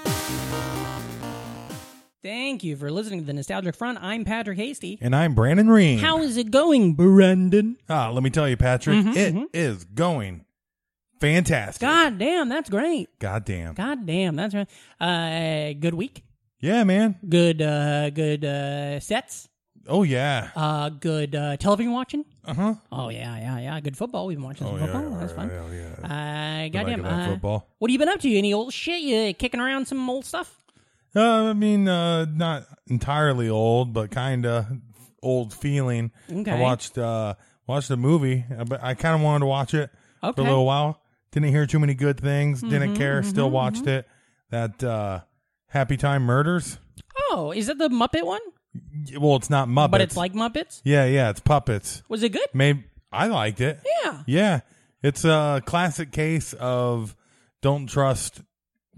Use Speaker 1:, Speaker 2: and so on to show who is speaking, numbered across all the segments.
Speaker 1: Thank you for listening to the Nostalgic Front. I'm Patrick Hasty.
Speaker 2: And I'm Brandon Ream.
Speaker 1: How is it going, Brandon?
Speaker 2: Ah, let me tell you, Patrick,
Speaker 3: Mm-hmm,
Speaker 2: it is going fantastic.
Speaker 1: God Ah, damn, that's great.
Speaker 2: Goddamn.
Speaker 1: God damn, that's right. Uh, good week.
Speaker 2: Yeah, man.
Speaker 1: Good, uh, good uh, sets.
Speaker 2: Oh yeah.
Speaker 1: Uh, good uh, television watching.
Speaker 2: Uh huh.
Speaker 1: Oh yeah, yeah, yeah. Good football. We've been watching
Speaker 2: Oh
Speaker 1: some
Speaker 2: yeah.
Speaker 1: football.
Speaker 2: yeah,
Speaker 1: that's fun.
Speaker 2: yeah, yeah.
Speaker 1: Uh,
Speaker 2: I like
Speaker 1: goddamn.
Speaker 2: about
Speaker 1: uh,
Speaker 2: football.
Speaker 1: What have you been up to? Any old shit? You kicking around some old stuff?
Speaker 2: Uh, I mean, uh, not entirely old, but kind of old feeling.
Speaker 1: Okay.
Speaker 2: I watched uh watched a movie, uh, but I kind of wanted to watch it for
Speaker 1: Okay. Mm-hmm,
Speaker 2: a little while. Didn't hear too many good things. didn't care. Still watched it. That uh, Happy Time Murders.
Speaker 1: Oh, is that the Muppet one?
Speaker 2: Y- Well, it's not Muppets,
Speaker 1: But it's like Muppets.
Speaker 2: yeah, yeah, it's puppets.
Speaker 1: Was it good?
Speaker 2: Maybe I liked it.
Speaker 1: Yeah.
Speaker 2: Yeah, it's a classic case of don't trust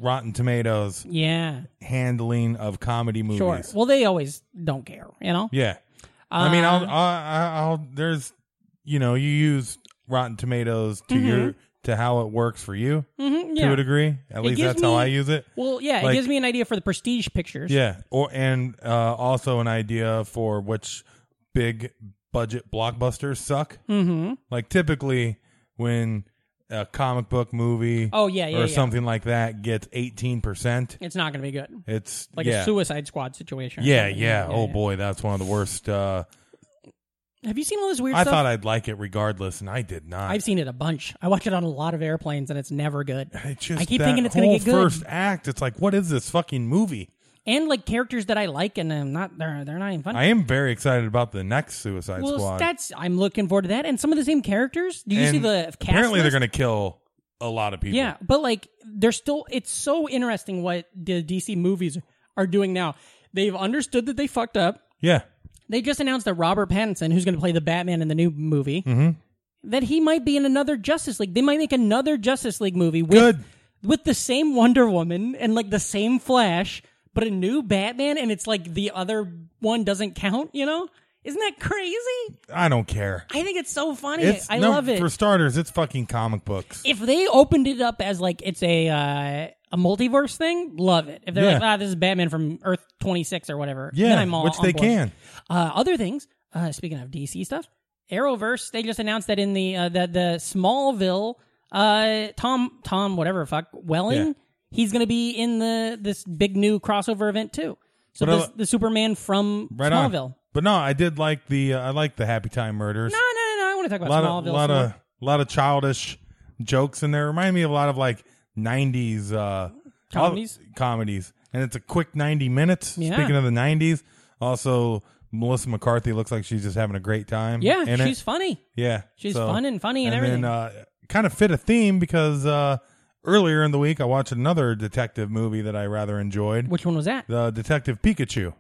Speaker 2: Rotten Tomatoes
Speaker 1: Yeah.
Speaker 2: handling of comedy movies.
Speaker 1: Sure. Well, they always don't care, you know.
Speaker 2: Yeah, I mean, I'll,
Speaker 1: Uh,
Speaker 2: I'll, I'll, there's, you know, you use Rotten Tomatoes to your to how it works for you
Speaker 1: mhm,
Speaker 2: to
Speaker 1: Mm-hmm. yeah.
Speaker 2: a degree. At least
Speaker 1: gives
Speaker 2: that's how
Speaker 1: me-
Speaker 2: I use it.
Speaker 1: Well, yeah,
Speaker 2: Like-
Speaker 1: it gives me an idea for the prestige pictures.
Speaker 2: Yeah, or and uh, also an idea for which big budget blockbusters suck.
Speaker 1: Mm-hmm.
Speaker 2: Like typically when a comic book movie
Speaker 1: Oh yeah, yeah,
Speaker 2: or
Speaker 1: yeah.
Speaker 2: something like that gets 18%,
Speaker 1: It's not going to be good.
Speaker 2: it's
Speaker 1: Like
Speaker 2: yeah.
Speaker 1: a Suicide Squad situation. or
Speaker 2: yeah,
Speaker 1: something.
Speaker 2: yeah. Oh boy, that's one of the worst uh
Speaker 1: Have you seen all this weird
Speaker 2: I
Speaker 1: stuff?
Speaker 2: thought I'd like it regardless and I did not.
Speaker 1: I've seen it a bunch. I watch it on a lot of airplanes, and it's never good.
Speaker 2: It's just
Speaker 1: I keep
Speaker 2: that
Speaker 1: thinking it's
Speaker 2: whole
Speaker 1: going to get good,
Speaker 2: first act. It's like, what is this fucking movie?
Speaker 1: and like characters that I like, and I'm not. They're they're not even funny.
Speaker 2: I am very excited about the next Suicide
Speaker 1: well,
Speaker 2: Squad.
Speaker 1: that's I'm looking forward to that, and some of the same characters. Do you see
Speaker 2: And
Speaker 1: the cast
Speaker 2: apparently they're
Speaker 1: list?
Speaker 2: going to kill a lot of people.
Speaker 1: Yeah, but like they're still. It's so interesting what the DC movies are doing now. They've understood that they fucked up.
Speaker 2: yeah.
Speaker 1: They just announced that Robert Pattinson, who's going to play the Batman in the new movie,
Speaker 2: Mm-hmm.
Speaker 1: that he might be in another Justice League. They might make another Justice League movie with
Speaker 2: Good.
Speaker 1: with the same Wonder Woman and like the same Flash, but a new Batman, and it's like the other one doesn't count. You know, isn't that crazy?
Speaker 2: I don't care.
Speaker 1: I think it's so funny.
Speaker 2: It's
Speaker 1: I
Speaker 2: no,
Speaker 1: love it.
Speaker 2: For starters, it's fucking comic books.
Speaker 1: if they opened it up as like it's a uh, a multiverse thing, love it. If they're
Speaker 2: Yeah.
Speaker 1: like, ah, this is Batman from Earth twenty six or whatever,
Speaker 2: Yeah,
Speaker 1: then I'm all
Speaker 2: which
Speaker 1: on
Speaker 2: they
Speaker 1: board.
Speaker 2: can.
Speaker 1: Uh, other things. Uh, speaking of DC stuff, Arrowverse. They just announced that in the uh, the the Smallville, uh, Tom Tom whatever fuck Welling,
Speaker 2: Yeah.
Speaker 1: he's gonna be in the this big new crossover event too. So
Speaker 2: But I
Speaker 1: this,
Speaker 2: lo-
Speaker 1: the Superman from
Speaker 2: right
Speaker 1: Smallville.
Speaker 2: on. But no, I did like the uh, I like the Happy Time Murders.
Speaker 1: No, no, no, no. I want to talk
Speaker 2: a
Speaker 1: about
Speaker 2: lot
Speaker 1: Smallville.
Speaker 2: of lot
Speaker 1: some
Speaker 2: of
Speaker 1: more.
Speaker 2: lot of childish jokes in there. Remind me a lot of like '90s uh,
Speaker 1: Comedies?
Speaker 2: all- comedies, and it's a quick 90 minutes.
Speaker 1: Yeah.
Speaker 2: Speaking of the '90s, also Melissa McCarthy looks like she's just having a great time.
Speaker 1: yeah,
Speaker 2: in it.
Speaker 1: she's funny.
Speaker 2: yeah,
Speaker 1: she's fun and funny and
Speaker 2: then,
Speaker 1: everything.
Speaker 2: uh, kind of fit a theme because uh, earlier in the week I watched another detective movie that I rather enjoyed.
Speaker 1: Which one was that?
Speaker 2: the Detective Pikachu.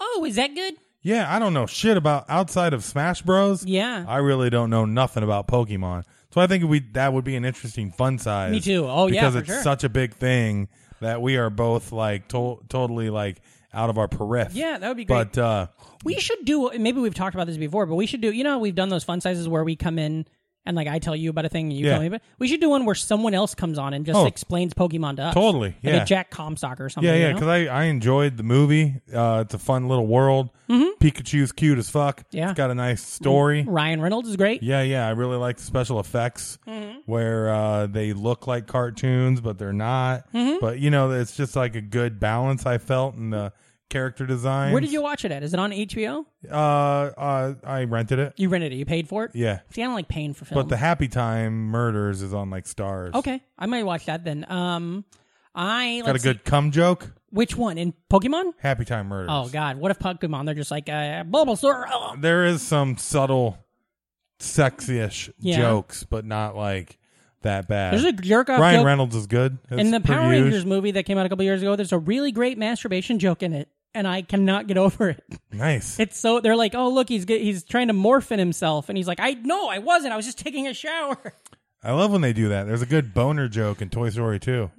Speaker 1: Oh, is that good?
Speaker 2: Yeah, I don't know shit about outside of Smash Bros.
Speaker 1: Yeah.
Speaker 2: I really don't know nothing about Pokemon. So I think we that would be an interesting fun size.
Speaker 1: Me too. Oh, yeah,
Speaker 2: because
Speaker 1: for
Speaker 2: it's
Speaker 1: sure.
Speaker 2: such a big thing that we are both like to- totally like out of our periphery.
Speaker 1: Yeah, that would be great.
Speaker 2: But uh,
Speaker 1: We should do. Maybe we've talked about this before, but we should do. You know, how we've done those fun sizes where we come in and like I tell you about a thing and you
Speaker 2: Yeah.
Speaker 1: tell me. But we should do one where someone else comes on and just
Speaker 2: Oh.
Speaker 1: explains Pokemon to us.
Speaker 2: Totally,
Speaker 1: like
Speaker 2: yeah.
Speaker 1: a Jack Comstock or something.
Speaker 2: yeah, yeah,
Speaker 1: you know?
Speaker 2: because I I enjoyed the movie. Uh, it's a fun little world. Pikachu's cute as fuck.
Speaker 1: Mm-hmm. Yeah. Mm-hmm.
Speaker 2: it's got a nice story.
Speaker 1: Ryan Reynolds is great.
Speaker 2: Yeah, yeah, I really like the special effects
Speaker 1: Mm-hmm.
Speaker 2: where uh, they look like cartoons but they're not.
Speaker 1: Mm-hmm.
Speaker 2: But you know, it's just like a good balance I felt in the character design.
Speaker 1: Where did you watch it at? Is it on HBO?
Speaker 2: Uh, uh, I rented it.
Speaker 1: You rented it. You paid for it.
Speaker 2: Yeah,
Speaker 1: See, I don't like paying for film.
Speaker 2: but the Happy Time Murders is on like Stars.
Speaker 1: okay, I might watch that then. Um, I
Speaker 2: got a
Speaker 1: let's
Speaker 2: good
Speaker 1: see.
Speaker 2: cum joke.
Speaker 1: which one in Pokemon?
Speaker 2: Happy Time Murders.
Speaker 1: Oh God, what if Pokemon? They're just like uh, Bulbasaur. Oh.
Speaker 2: Um, there is some subtle, sexy-ish
Speaker 1: Yeah.
Speaker 2: jokes, but not like that bad.
Speaker 1: There's a jerk off
Speaker 2: Ryan
Speaker 1: joke
Speaker 2: Reynolds is good. As
Speaker 1: in the
Speaker 2: per
Speaker 1: Power
Speaker 2: usual.
Speaker 1: Rangers movie that came out a couple years ago. There's a really great masturbation joke in it, and I cannot get over it.
Speaker 2: Nice.
Speaker 1: It's so they're like, oh look, he's get, he's trying to morph in himself, and he's like, I no, I wasn't. I was just taking a shower.
Speaker 2: I love when they do that. There's a good boner joke in Toy Story 2. You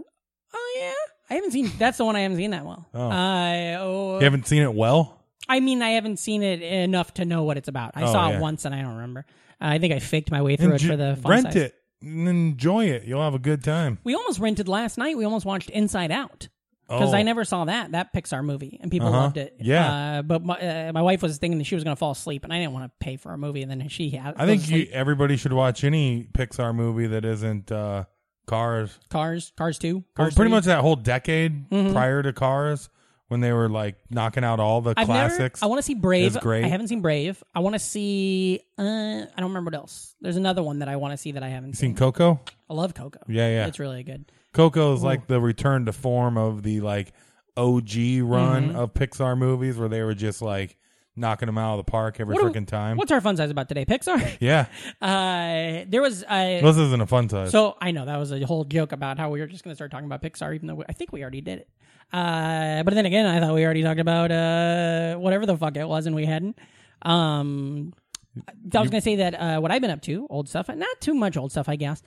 Speaker 1: Oh yeah, I haven't seen. That's the one I haven't seen that well.
Speaker 2: Oh.
Speaker 1: I oh,
Speaker 2: haven't seen it well?
Speaker 1: I mean, I haven't seen it enough to know what it's about. I
Speaker 2: Oh,
Speaker 1: saw
Speaker 2: yeah.
Speaker 1: it once, and I don't remember. I think I faked my way through it
Speaker 2: Enjo-
Speaker 1: for the fun
Speaker 2: rent
Speaker 1: size.
Speaker 2: it and enjoy it. You'll have a good time.
Speaker 1: We almost rented last night. We almost watched Inside Out.
Speaker 2: Oh.
Speaker 1: Because I never saw that that Pixar movie, and people
Speaker 2: Uh-huh.
Speaker 1: loved it.
Speaker 2: Yeah.
Speaker 1: uh, but my, uh, my wife was thinking that she was going to fall asleep, and I didn't want to pay for a movie. And then she had
Speaker 2: I think you, everybody should watch any Pixar movie that isn't uh, Cars.
Speaker 1: Cars, Cars Two,
Speaker 2: Well,
Speaker 1: Cars Mm-hmm.
Speaker 2: pretty
Speaker 1: 3.
Speaker 2: much that whole decade prior to Cars when they were like knocking out all the
Speaker 1: I've
Speaker 2: classics.
Speaker 1: Never, I want to see Brave.
Speaker 2: is great.
Speaker 1: I haven't seen Brave. I want to see. Uh, I don't remember what else. There's another one that I want to see that I haven't seen.
Speaker 2: seen Coco.
Speaker 1: I love Coco.
Speaker 2: Yeah, yeah.
Speaker 1: it's really good.
Speaker 2: Coco is like the return to form of the like OG run
Speaker 1: Mm-hmm.
Speaker 2: of Pixar movies where they were just like knocking them out of the park every
Speaker 1: What do-
Speaker 2: freaking time.
Speaker 1: What's our fun size about today? Pixar.
Speaker 2: Yeah,
Speaker 1: Uh, there was. Uh,
Speaker 2: this isn't a fun size.
Speaker 1: So I know that was a whole joke about how we were just going to start talking about Pixar, even though we, I think we already did it. Uh, but then again, I thought we already talked about uh, whatever the fuck it was, and we hadn't. Um, I was going to say that uh, what I've been up to, old stuff, not too much old stuff, I guess.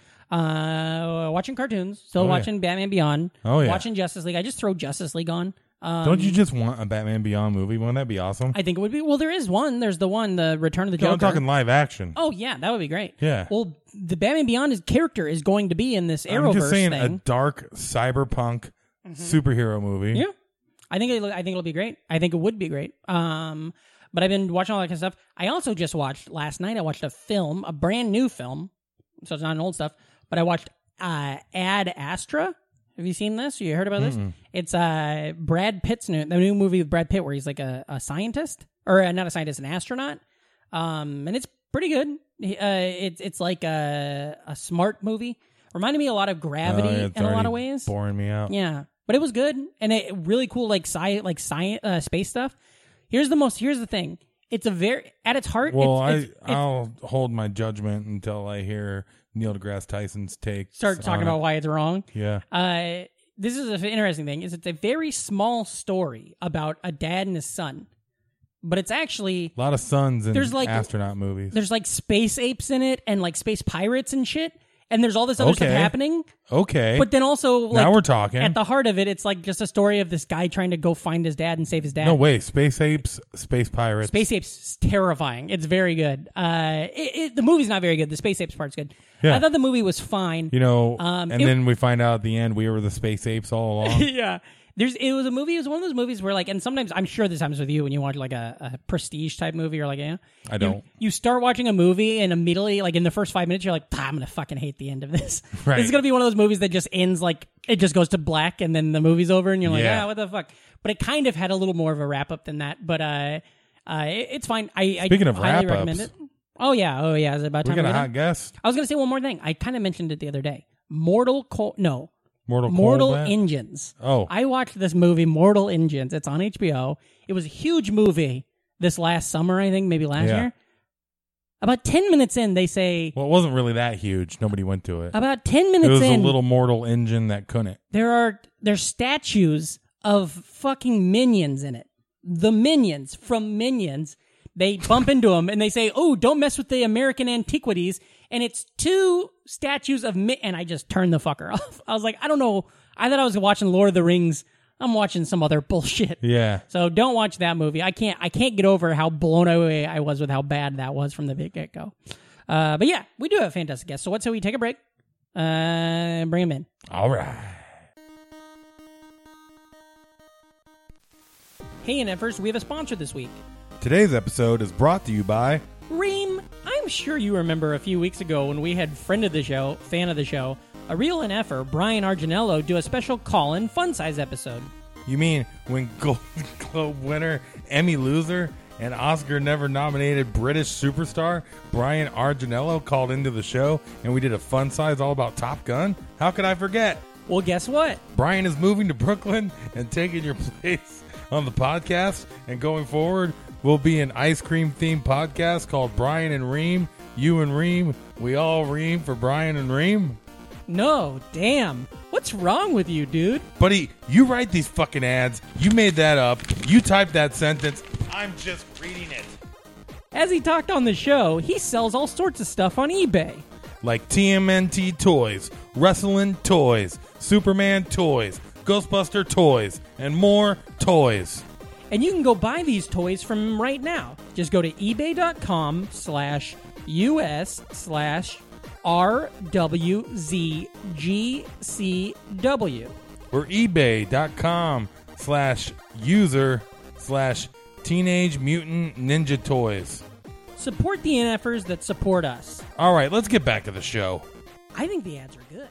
Speaker 1: Uh, watching cartoons, still watching Batman Beyond.
Speaker 2: Oh, yeah.
Speaker 1: watching Justice League. I just throw Justice League on. Um,
Speaker 2: Don't you just want a Batman Beyond movie? Wouldn't that be awesome?
Speaker 1: I think it would be well. There is one. There's the one, the Return of the
Speaker 2: No,
Speaker 1: Joker.
Speaker 2: I'm talking live action.
Speaker 1: Oh yeah, that would be great.
Speaker 2: Yeah.
Speaker 1: Well, the Batman Beyond his character is going to be in this Arrowverse
Speaker 2: I'm just saying uh,
Speaker 1: thing. Mm-hmm.
Speaker 2: a dark cyberpunk superhero movie.
Speaker 1: Yeah, I think it, I think it'll be great. I think it would be great. Um, but I've been watching all that kind of stuff. I also just watched last night. I watched a film, a brand new film, so it's not an old stuff. But I watched uh, Ad Astra. Have you seen this? You heard about this? It's uh, Brad Pitt's new the new movie with Brad Pitt where he's like a, a scientist or uh, not a scientist, an astronaut. Um, and it's pretty good. He- Uh, it's it's like a a smart movie. Reminded me a lot of
Speaker 2: Oh,
Speaker 1: Gravity
Speaker 2: yeah, it's
Speaker 1: in a lot
Speaker 2: already
Speaker 1: of ways.
Speaker 2: boring me out.
Speaker 1: Yeah, but it was good and it really cool like sci like science uh, space stuff. Here's the most. Here's the thing. It's a very at its heart.
Speaker 2: Well,
Speaker 1: it's,
Speaker 2: I
Speaker 1: it's- it's-
Speaker 2: I'll hold my judgment until I hear Neil deGrasse Tyson's take.
Speaker 1: start talking about why it's wrong.
Speaker 2: yeah.
Speaker 1: Uh, this is an interesting thing. Is it's a very small story about a dad and his son, but it's actually
Speaker 2: A lot of suns in
Speaker 1: There's, like-
Speaker 2: astronaut movies.
Speaker 1: there's like space apes in it and like space pirates and shit, and there's all this other stuff
Speaker 2: Okay.
Speaker 1: happening.
Speaker 2: Okay.
Speaker 1: But then also like
Speaker 2: now we're talking.
Speaker 1: at the heart of it, it's like just a story of this guy trying to go find his dad and save his dad.
Speaker 2: no way. Space apes, space pirates.
Speaker 1: Space Apes is terrifying. It's very good. Uh, it, it, the movie's not very good. The Space Apes part's good.
Speaker 2: Yeah.
Speaker 1: I thought the movie was fine.
Speaker 2: You know,
Speaker 1: Um,
Speaker 2: and
Speaker 1: it-
Speaker 2: then we find out at the end we were the space apes all along.
Speaker 1: yeah. There's it was a movie. It was one of those movies where like, and sometimes I'm sure this happens with you when you watch like a, a prestige type movie or like, yeah,
Speaker 2: I don't.
Speaker 1: you start watching a movie and immediately like in the first five minutes you're like, "Ah, I'm gonna fucking hate the end of this.
Speaker 2: Right.
Speaker 1: This is gonna be one of those movies that just ends like it just goes to black and then the movie's over and you're like,
Speaker 2: Yeah.
Speaker 1: ah, what the fuck. But it kind of had a little more of a wrap up than that. But uh, uh, it- it's fine. I
Speaker 2: Speaking
Speaker 1: I
Speaker 2: of
Speaker 1: highly
Speaker 2: wrap-ups.
Speaker 1: recommend it. Oh yeah, oh yeah. Is it about
Speaker 2: we
Speaker 1: time?
Speaker 2: got
Speaker 1: we
Speaker 2: a
Speaker 1: get
Speaker 2: hot
Speaker 1: on?
Speaker 2: guest.
Speaker 1: I was gonna say one more thing. I kind of mentioned it the other day. Mortal Co- no,
Speaker 2: Mortal
Speaker 1: Mortal
Speaker 2: Kombat?
Speaker 1: Engines.
Speaker 2: Oh.
Speaker 1: I watched this movie, Mortal Engines. It's on HBO. It was a huge movie this last summer, I think, maybe last
Speaker 2: Yeah.
Speaker 1: year. About 10 minutes in, they say,
Speaker 2: Well, it wasn't really that huge. Nobody went to it.
Speaker 1: about 10
Speaker 2: It
Speaker 1: minutes
Speaker 2: was a
Speaker 1: in,
Speaker 2: little mortal engine that couldn't.
Speaker 1: there are there's statues of fucking minions in it. The minions from Minions. They bump into them and they say, "Oh, don't mess with the American antiquities." And it's two statues of mi- and I just turned the fucker off. I was like, I don't know. I thought I was watching Lord of the Rings. I'm watching some other bullshit.
Speaker 2: Yeah.
Speaker 1: So don't watch that movie. I can't. I can't get over how blown away I was with how bad that was from the get go. Uh, but yeah, we do have fantastic guests. So what say we take a break? Uh, bring them in.
Speaker 2: All right.
Speaker 1: Hey, and at first we have a sponsor this week.
Speaker 2: Today's episode is brought to you by
Speaker 1: Reem, I'm sure you remember a few weeks ago when we had friend of the show, fan of the show, a real and effer, Brian Arginello, do a special call-in fun size episode.
Speaker 2: You mean when Golden Globe winner, Emmy loser, and Oscar never nominated British superstar Brian Arginello called into the show and we did a fun size all about Top Gun? How could I forget?
Speaker 1: Well, guess what?
Speaker 2: Brian is moving to Brooklyn and taking your place on the podcast. And going forward, will be an ice cream themed podcast called Brian and Reem. You and Reem. We all Reem for Brian and Reem.
Speaker 1: No, damn. What's wrong with you, dude?
Speaker 2: Buddy, you write these fucking ads. You made that up. You typed that sentence. I'm just reading it.
Speaker 1: As he talked on the show, he sells all sorts of stuff on eBay.
Speaker 2: Like TMNT toys, wrestling toys, Superman toys, Ghostbuster toys, and more toys.
Speaker 1: And you can go buy these toys from him right now. Just go to ebay.com slash US slash RWZGCW.
Speaker 2: Or ebay.com slash user slash teenage mutant ninja toys.
Speaker 1: Support the NFers that support us.
Speaker 2: All right, let's get back to the show.
Speaker 1: I think the ads are good.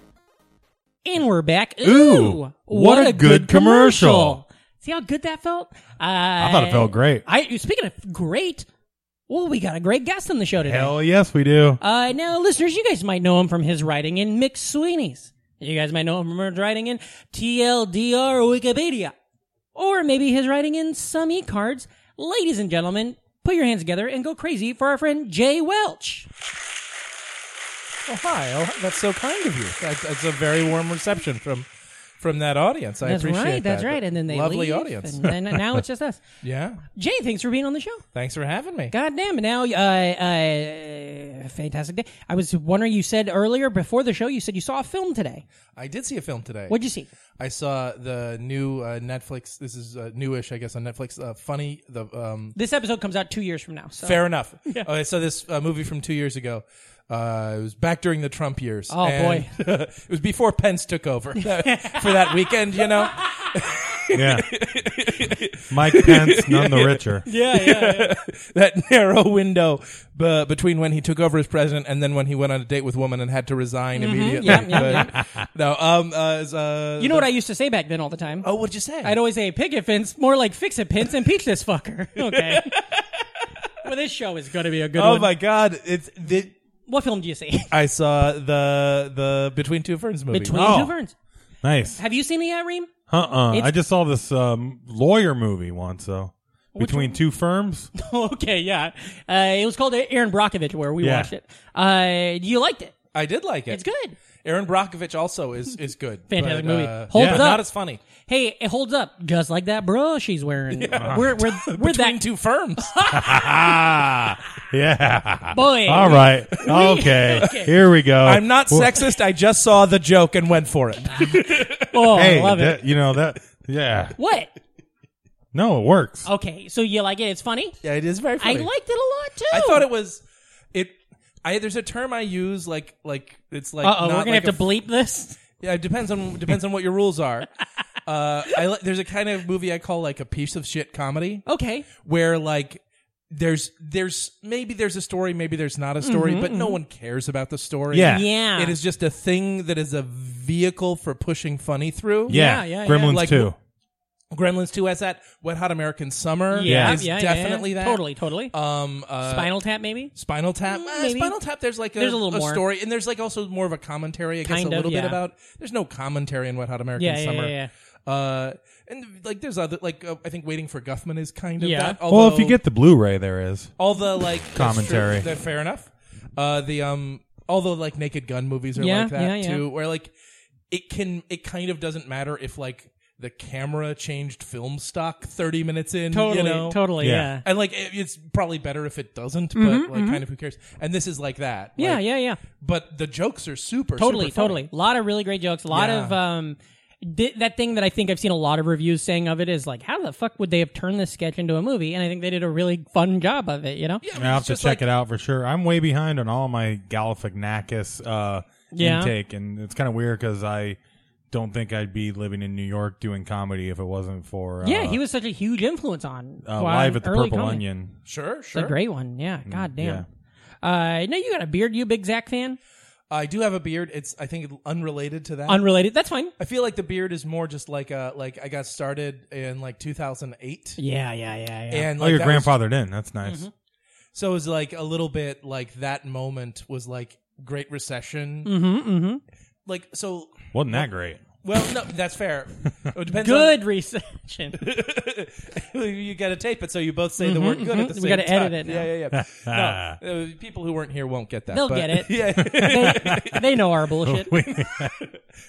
Speaker 1: And we're back. Ooh,
Speaker 2: Ooh, what a good commercial.
Speaker 1: See how good that felt?
Speaker 4: I thought it felt great.
Speaker 1: I speaking of great, well, we got a great guest on the show today.
Speaker 2: Hell yes, we do.
Speaker 1: Uh, now, listeners, you guys might know him from his writing in Mick Sweeney's. You guys might know him from his writing in TLDR Wikipedia. Or maybe his writing in some e-cards. Ladies and gentlemen, put your hands together and go crazy for our friend Jay Welch.
Speaker 4: Oh, hi. Oh, that's so kind of you. That, that's a very warm reception from from that audience. I
Speaker 1: That's
Speaker 4: appreciate
Speaker 1: right, that's
Speaker 4: that.
Speaker 1: right. And then they
Speaker 4: lovely
Speaker 1: leave,
Speaker 4: audience.
Speaker 1: And then, now it's just us.
Speaker 4: yeah.
Speaker 1: Jay, thanks for being on the show.
Speaker 4: Thanks for having me.
Speaker 1: God damn it. Now, uh, uh, fantastic day. I was wondering, you said earlier before the show, you said you saw a film today.
Speaker 4: I did see a film today.
Speaker 1: What'd you see?
Speaker 4: I saw the new uh, Netflix. This is uh, newish, I guess, on Netflix. Uh, funny. The um,
Speaker 1: This episode comes out two years from now. So.
Speaker 4: fair enough. Oh, I saw this uh, movie from two years ago. Uh, it was back during the Trump years.
Speaker 1: Oh,
Speaker 4: And it was before Pence took over for that weekend. You know.
Speaker 2: Yeah. Mike Pence, none the richer.
Speaker 1: Yeah, yeah.
Speaker 4: that narrow window b- between when he took over as president and then when he went on a date with a woman and had to resign
Speaker 1: Mm-hmm.
Speaker 4: immediately.
Speaker 1: Yeah, yeah,
Speaker 4: But- No, um, uh, is, uh,
Speaker 1: You know what I used to say back then all the time?
Speaker 4: oh, what'd you say?
Speaker 1: I'd always say, pick a fence, more like fix a fence, impeach this fucker. Okay. well, this show is going to be a good one.
Speaker 4: Oh my God! It's the,
Speaker 1: What film do you see?
Speaker 4: I saw the the Between Two Ferns movie.
Speaker 1: Between
Speaker 2: Oh.
Speaker 1: Two Ferns.
Speaker 2: Nice.
Speaker 1: Have you seen the Reem?
Speaker 2: Uh-uh. I
Speaker 1: It's-
Speaker 2: just saw this um, lawyer movie once, though. Between two firms?
Speaker 1: okay, yeah. Uh, it was called Aaron Brockovich, where we
Speaker 2: Yeah.
Speaker 1: watched it. Uh, you liked it.
Speaker 4: I did like it.
Speaker 1: It's good.
Speaker 4: Aaron Brockovich also is is good.
Speaker 1: Fantastic
Speaker 4: but,
Speaker 1: movie.
Speaker 4: Uh,
Speaker 1: Holds
Speaker 4: yeah,
Speaker 1: up.
Speaker 4: Not as funny.
Speaker 1: Hey, it holds up just like that bro she's wearing. We're, we're, we're
Speaker 4: Between
Speaker 1: that
Speaker 4: Two Firms.
Speaker 2: Yeah.
Speaker 1: Ah. boy.
Speaker 2: All right. Okay. Here we go.
Speaker 4: I'm not
Speaker 2: Well,
Speaker 4: sexist. I just saw the joke and went for it.
Speaker 1: Oh,
Speaker 2: Hey,
Speaker 1: I love it.
Speaker 2: that- you know that. Yeah.
Speaker 1: What?
Speaker 2: No, it works.
Speaker 1: Okay, so you like it? It's funny?
Speaker 4: yeah, it is very
Speaker 1: I
Speaker 4: funny.
Speaker 1: liked it a lot, too.
Speaker 4: I
Speaker 2: Oh.
Speaker 4: thought it was it. I there's a term I use like like it's like.
Speaker 1: Uh-oh, we're going
Speaker 4: not
Speaker 1: to
Speaker 4: like
Speaker 1: have
Speaker 4: a-
Speaker 1: to bleep this?
Speaker 4: Yeah, it depends on depends on what your rules are. Uh, I li- there's a kind of movie I call like a piece of shit comedy
Speaker 1: Okay.
Speaker 4: where like there's there's maybe there's a story, maybe there's not a story, but no one cares about the story.
Speaker 2: Mm-hmm, Yeah.
Speaker 1: Yeah.
Speaker 4: It is just a thing that is a vehicle for pushing funny through.
Speaker 2: Yeah.
Speaker 1: yeah, yeah.
Speaker 2: Gremlins
Speaker 4: Like,
Speaker 2: 2.
Speaker 4: Gremlins 2 has that. Wet Hot American Summer
Speaker 2: Yeah.
Speaker 4: is definitely that.
Speaker 1: Totally, totally.
Speaker 4: Um, uh,
Speaker 1: Spinal Tap, maybe.
Speaker 4: Spinal Tap. Eh,
Speaker 1: maybe.
Speaker 4: Spinal Tap. There's like a,
Speaker 1: There's a little more.
Speaker 4: story, and there's like also more of a commentary. I guess
Speaker 1: Kind
Speaker 4: a
Speaker 1: of,
Speaker 4: little
Speaker 1: yeah.
Speaker 4: bit about. There's no commentary in Wet Hot American
Speaker 1: Yeah, yeah,
Speaker 4: Summer.
Speaker 1: yeah,
Speaker 4: Uh, and like there's other like uh, I think Waiting for Guffman is kind of
Speaker 1: Yeah.
Speaker 4: that.
Speaker 2: Well, if you
Speaker 4: although
Speaker 2: get the Blu-ray, there is.
Speaker 4: all the like
Speaker 2: Commentary.
Speaker 4: the strip- the- fair enough. Uh, the um, all the like Naked Gun movies are
Speaker 1: Yeah,
Speaker 4: like that
Speaker 1: yeah, yeah.
Speaker 4: too, where like it can it kind of doesn't matter if like the camera changed film stock 30 minutes in.
Speaker 1: Totally,
Speaker 4: you know?
Speaker 1: totally,
Speaker 2: Yeah.
Speaker 1: yeah.
Speaker 4: And like it- it's probably better if it doesn't, but like kind of who cares? And this is like that.
Speaker 1: Mm-hmm, Yeah,
Speaker 4: Like,
Speaker 1: yeah, yeah.
Speaker 4: But the jokes are super
Speaker 1: Totally,
Speaker 4: super funny.
Speaker 1: totally. A lot of really great jokes. A lot
Speaker 4: Yeah.
Speaker 1: of um, di- that thing that I think I've seen a lot of reviews saying of it is like, how the fuck would they have turned this sketch into a movie? And I think they did a really fun job of it. You know,
Speaker 4: Yeah, I mean,
Speaker 2: I'll have
Speaker 4: it's
Speaker 2: to
Speaker 4: just,
Speaker 2: check
Speaker 4: like,
Speaker 2: it out for sure. I'm way behind on all my Galifianakis uh,
Speaker 1: Yeah.
Speaker 2: intake, and it's kind of weird because I don't think I'd be living in New York doing comedy if it wasn't for uh,
Speaker 1: yeah, he was such a huge influence on
Speaker 2: uh,
Speaker 1: on
Speaker 2: live at the
Speaker 1: early
Speaker 2: Purple
Speaker 1: comedy.
Speaker 2: Onion. Mm,
Speaker 4: Sure,
Speaker 1: It's
Speaker 4: sure.
Speaker 1: a great one. Yeah, god damn. Uh, no, you got a beard. You a big Zach fan?
Speaker 4: I do have a beard. It's I think unrelated to that.
Speaker 1: Unrelated. That's fine.
Speaker 4: I feel like the beard is more just like a like I got started in like 2008.
Speaker 1: Yeah, yeah, yeah, yeah.
Speaker 4: And
Speaker 2: Oh,
Speaker 4: like
Speaker 2: your
Speaker 4: that was-
Speaker 2: grandfathered in. That's
Speaker 1: Mm-hmm.
Speaker 2: nice.
Speaker 4: so it was like a little bit like that moment was like Great Recession.
Speaker 1: mm-hmm, mm-hmm.
Speaker 4: Like so,
Speaker 2: Wasn't that great?
Speaker 4: Well, no, that's fair. It depends
Speaker 1: Good reception.
Speaker 4: on you got to tape it so you both say the word good at
Speaker 1: Mm-hmm,
Speaker 4: the
Speaker 1: We
Speaker 4: same
Speaker 1: gotta
Speaker 4: time.
Speaker 1: edit it now.
Speaker 4: Yeah, yeah, yeah. no, uh, people who weren't here won't get that.
Speaker 1: They'll
Speaker 4: but-
Speaker 1: get it.
Speaker 4: Yeah.
Speaker 1: they, they know our bullshit.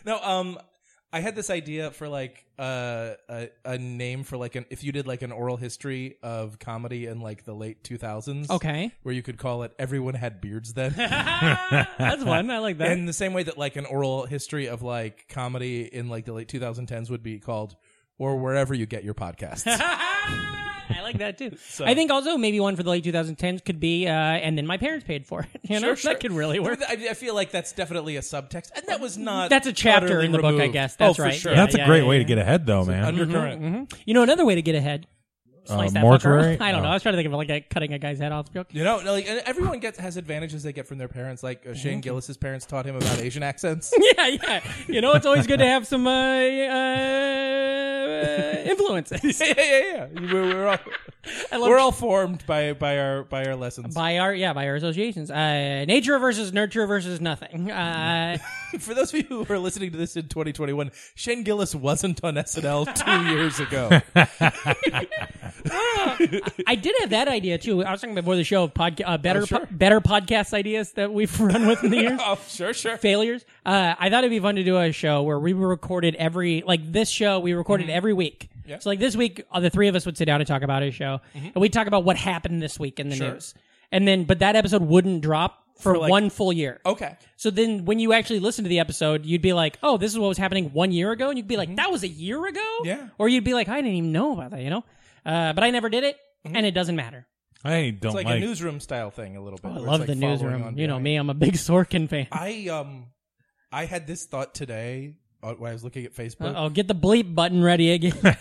Speaker 4: no, um I had this idea for like uh, a a name for like an if you did like an oral history of comedy in like the late 2000s.
Speaker 1: Okay.
Speaker 4: Where you could call it everyone had beards then.
Speaker 1: That's one. I like that.
Speaker 4: In the same way that like an oral history of like comedy in like the late 2010s would be called, or wherever you get your podcasts.
Speaker 1: I like that too. I think also maybe one for the late 2010s could be, uh, and then my parents paid for it. You know, that could really work. Mm-hmm.
Speaker 4: I, I feel like that's definitely a subtext, and that was not.
Speaker 1: That's a chapter
Speaker 4: utterly
Speaker 1: in the book, I
Speaker 4: removed.
Speaker 1: guess.
Speaker 4: oh,
Speaker 1: That's
Speaker 4: for
Speaker 1: right.
Speaker 4: Sure.
Speaker 1: Yeah, Mm-hmm.
Speaker 2: That's a great way to get ahead, though, man.
Speaker 4: undercurrent.
Speaker 1: You know, another way to get ahead.
Speaker 4: Uh,
Speaker 1: Slice that
Speaker 2: mortuary?
Speaker 1: fucker. I don't know.
Speaker 2: Oh.
Speaker 1: I was trying to think of like a cutting a guy's head off joke.
Speaker 4: You know, like and everyone gets has advantages they get from their parents. Like uh, Shane Gillis's parents taught him about Asian accents.
Speaker 1: Yeah, yeah. You know, it's always good to have some uh, uh, influences.
Speaker 4: yeah, yeah, yeah. We're, we're all
Speaker 1: I love
Speaker 4: we're all formed by by our by our lessons.
Speaker 1: by our yeah by our associations. Uh, nature versus nurture versus nothing. Uh,
Speaker 4: For those of you who are listening to this in 2021, Shane Gillis wasn't on SNL two years ago.
Speaker 1: I did have that idea too. I was talking before the show of podca- uh, better po- better podcast ideas that we've run with in the years.
Speaker 4: oh, sure, sure.
Speaker 1: failures. Uh, I thought it'd be fun to do a show where we recorded every like this show we recorded every week. So like this week, uh, the three of us would sit down and talk about a show, and we would talk about what happened this week in the news, and then but that episode wouldn't drop for, one full year.
Speaker 4: Okay.
Speaker 1: So then when you actually listen to the episode, you'd be like, oh, this is what was happening one year ago. And you'd be like, that was a year ago?
Speaker 4: Yeah.
Speaker 1: Or you'd be like, I didn't even know about that, you know? Uh, but I never did it, and it doesn't matter.
Speaker 2: I don't
Speaker 4: It's like,
Speaker 2: like,
Speaker 4: a newsroom style thing a little bit.
Speaker 1: Oh, I
Speaker 4: where it's
Speaker 1: love
Speaker 4: like
Speaker 1: the
Speaker 4: following
Speaker 1: newsroom.
Speaker 4: on
Speaker 1: You know
Speaker 4: behind.
Speaker 1: me, I'm a big Sorkin fan.
Speaker 4: I um, I had this thought today uh, when I was looking at Facebook.
Speaker 1: Oh, get the bleep button ready again.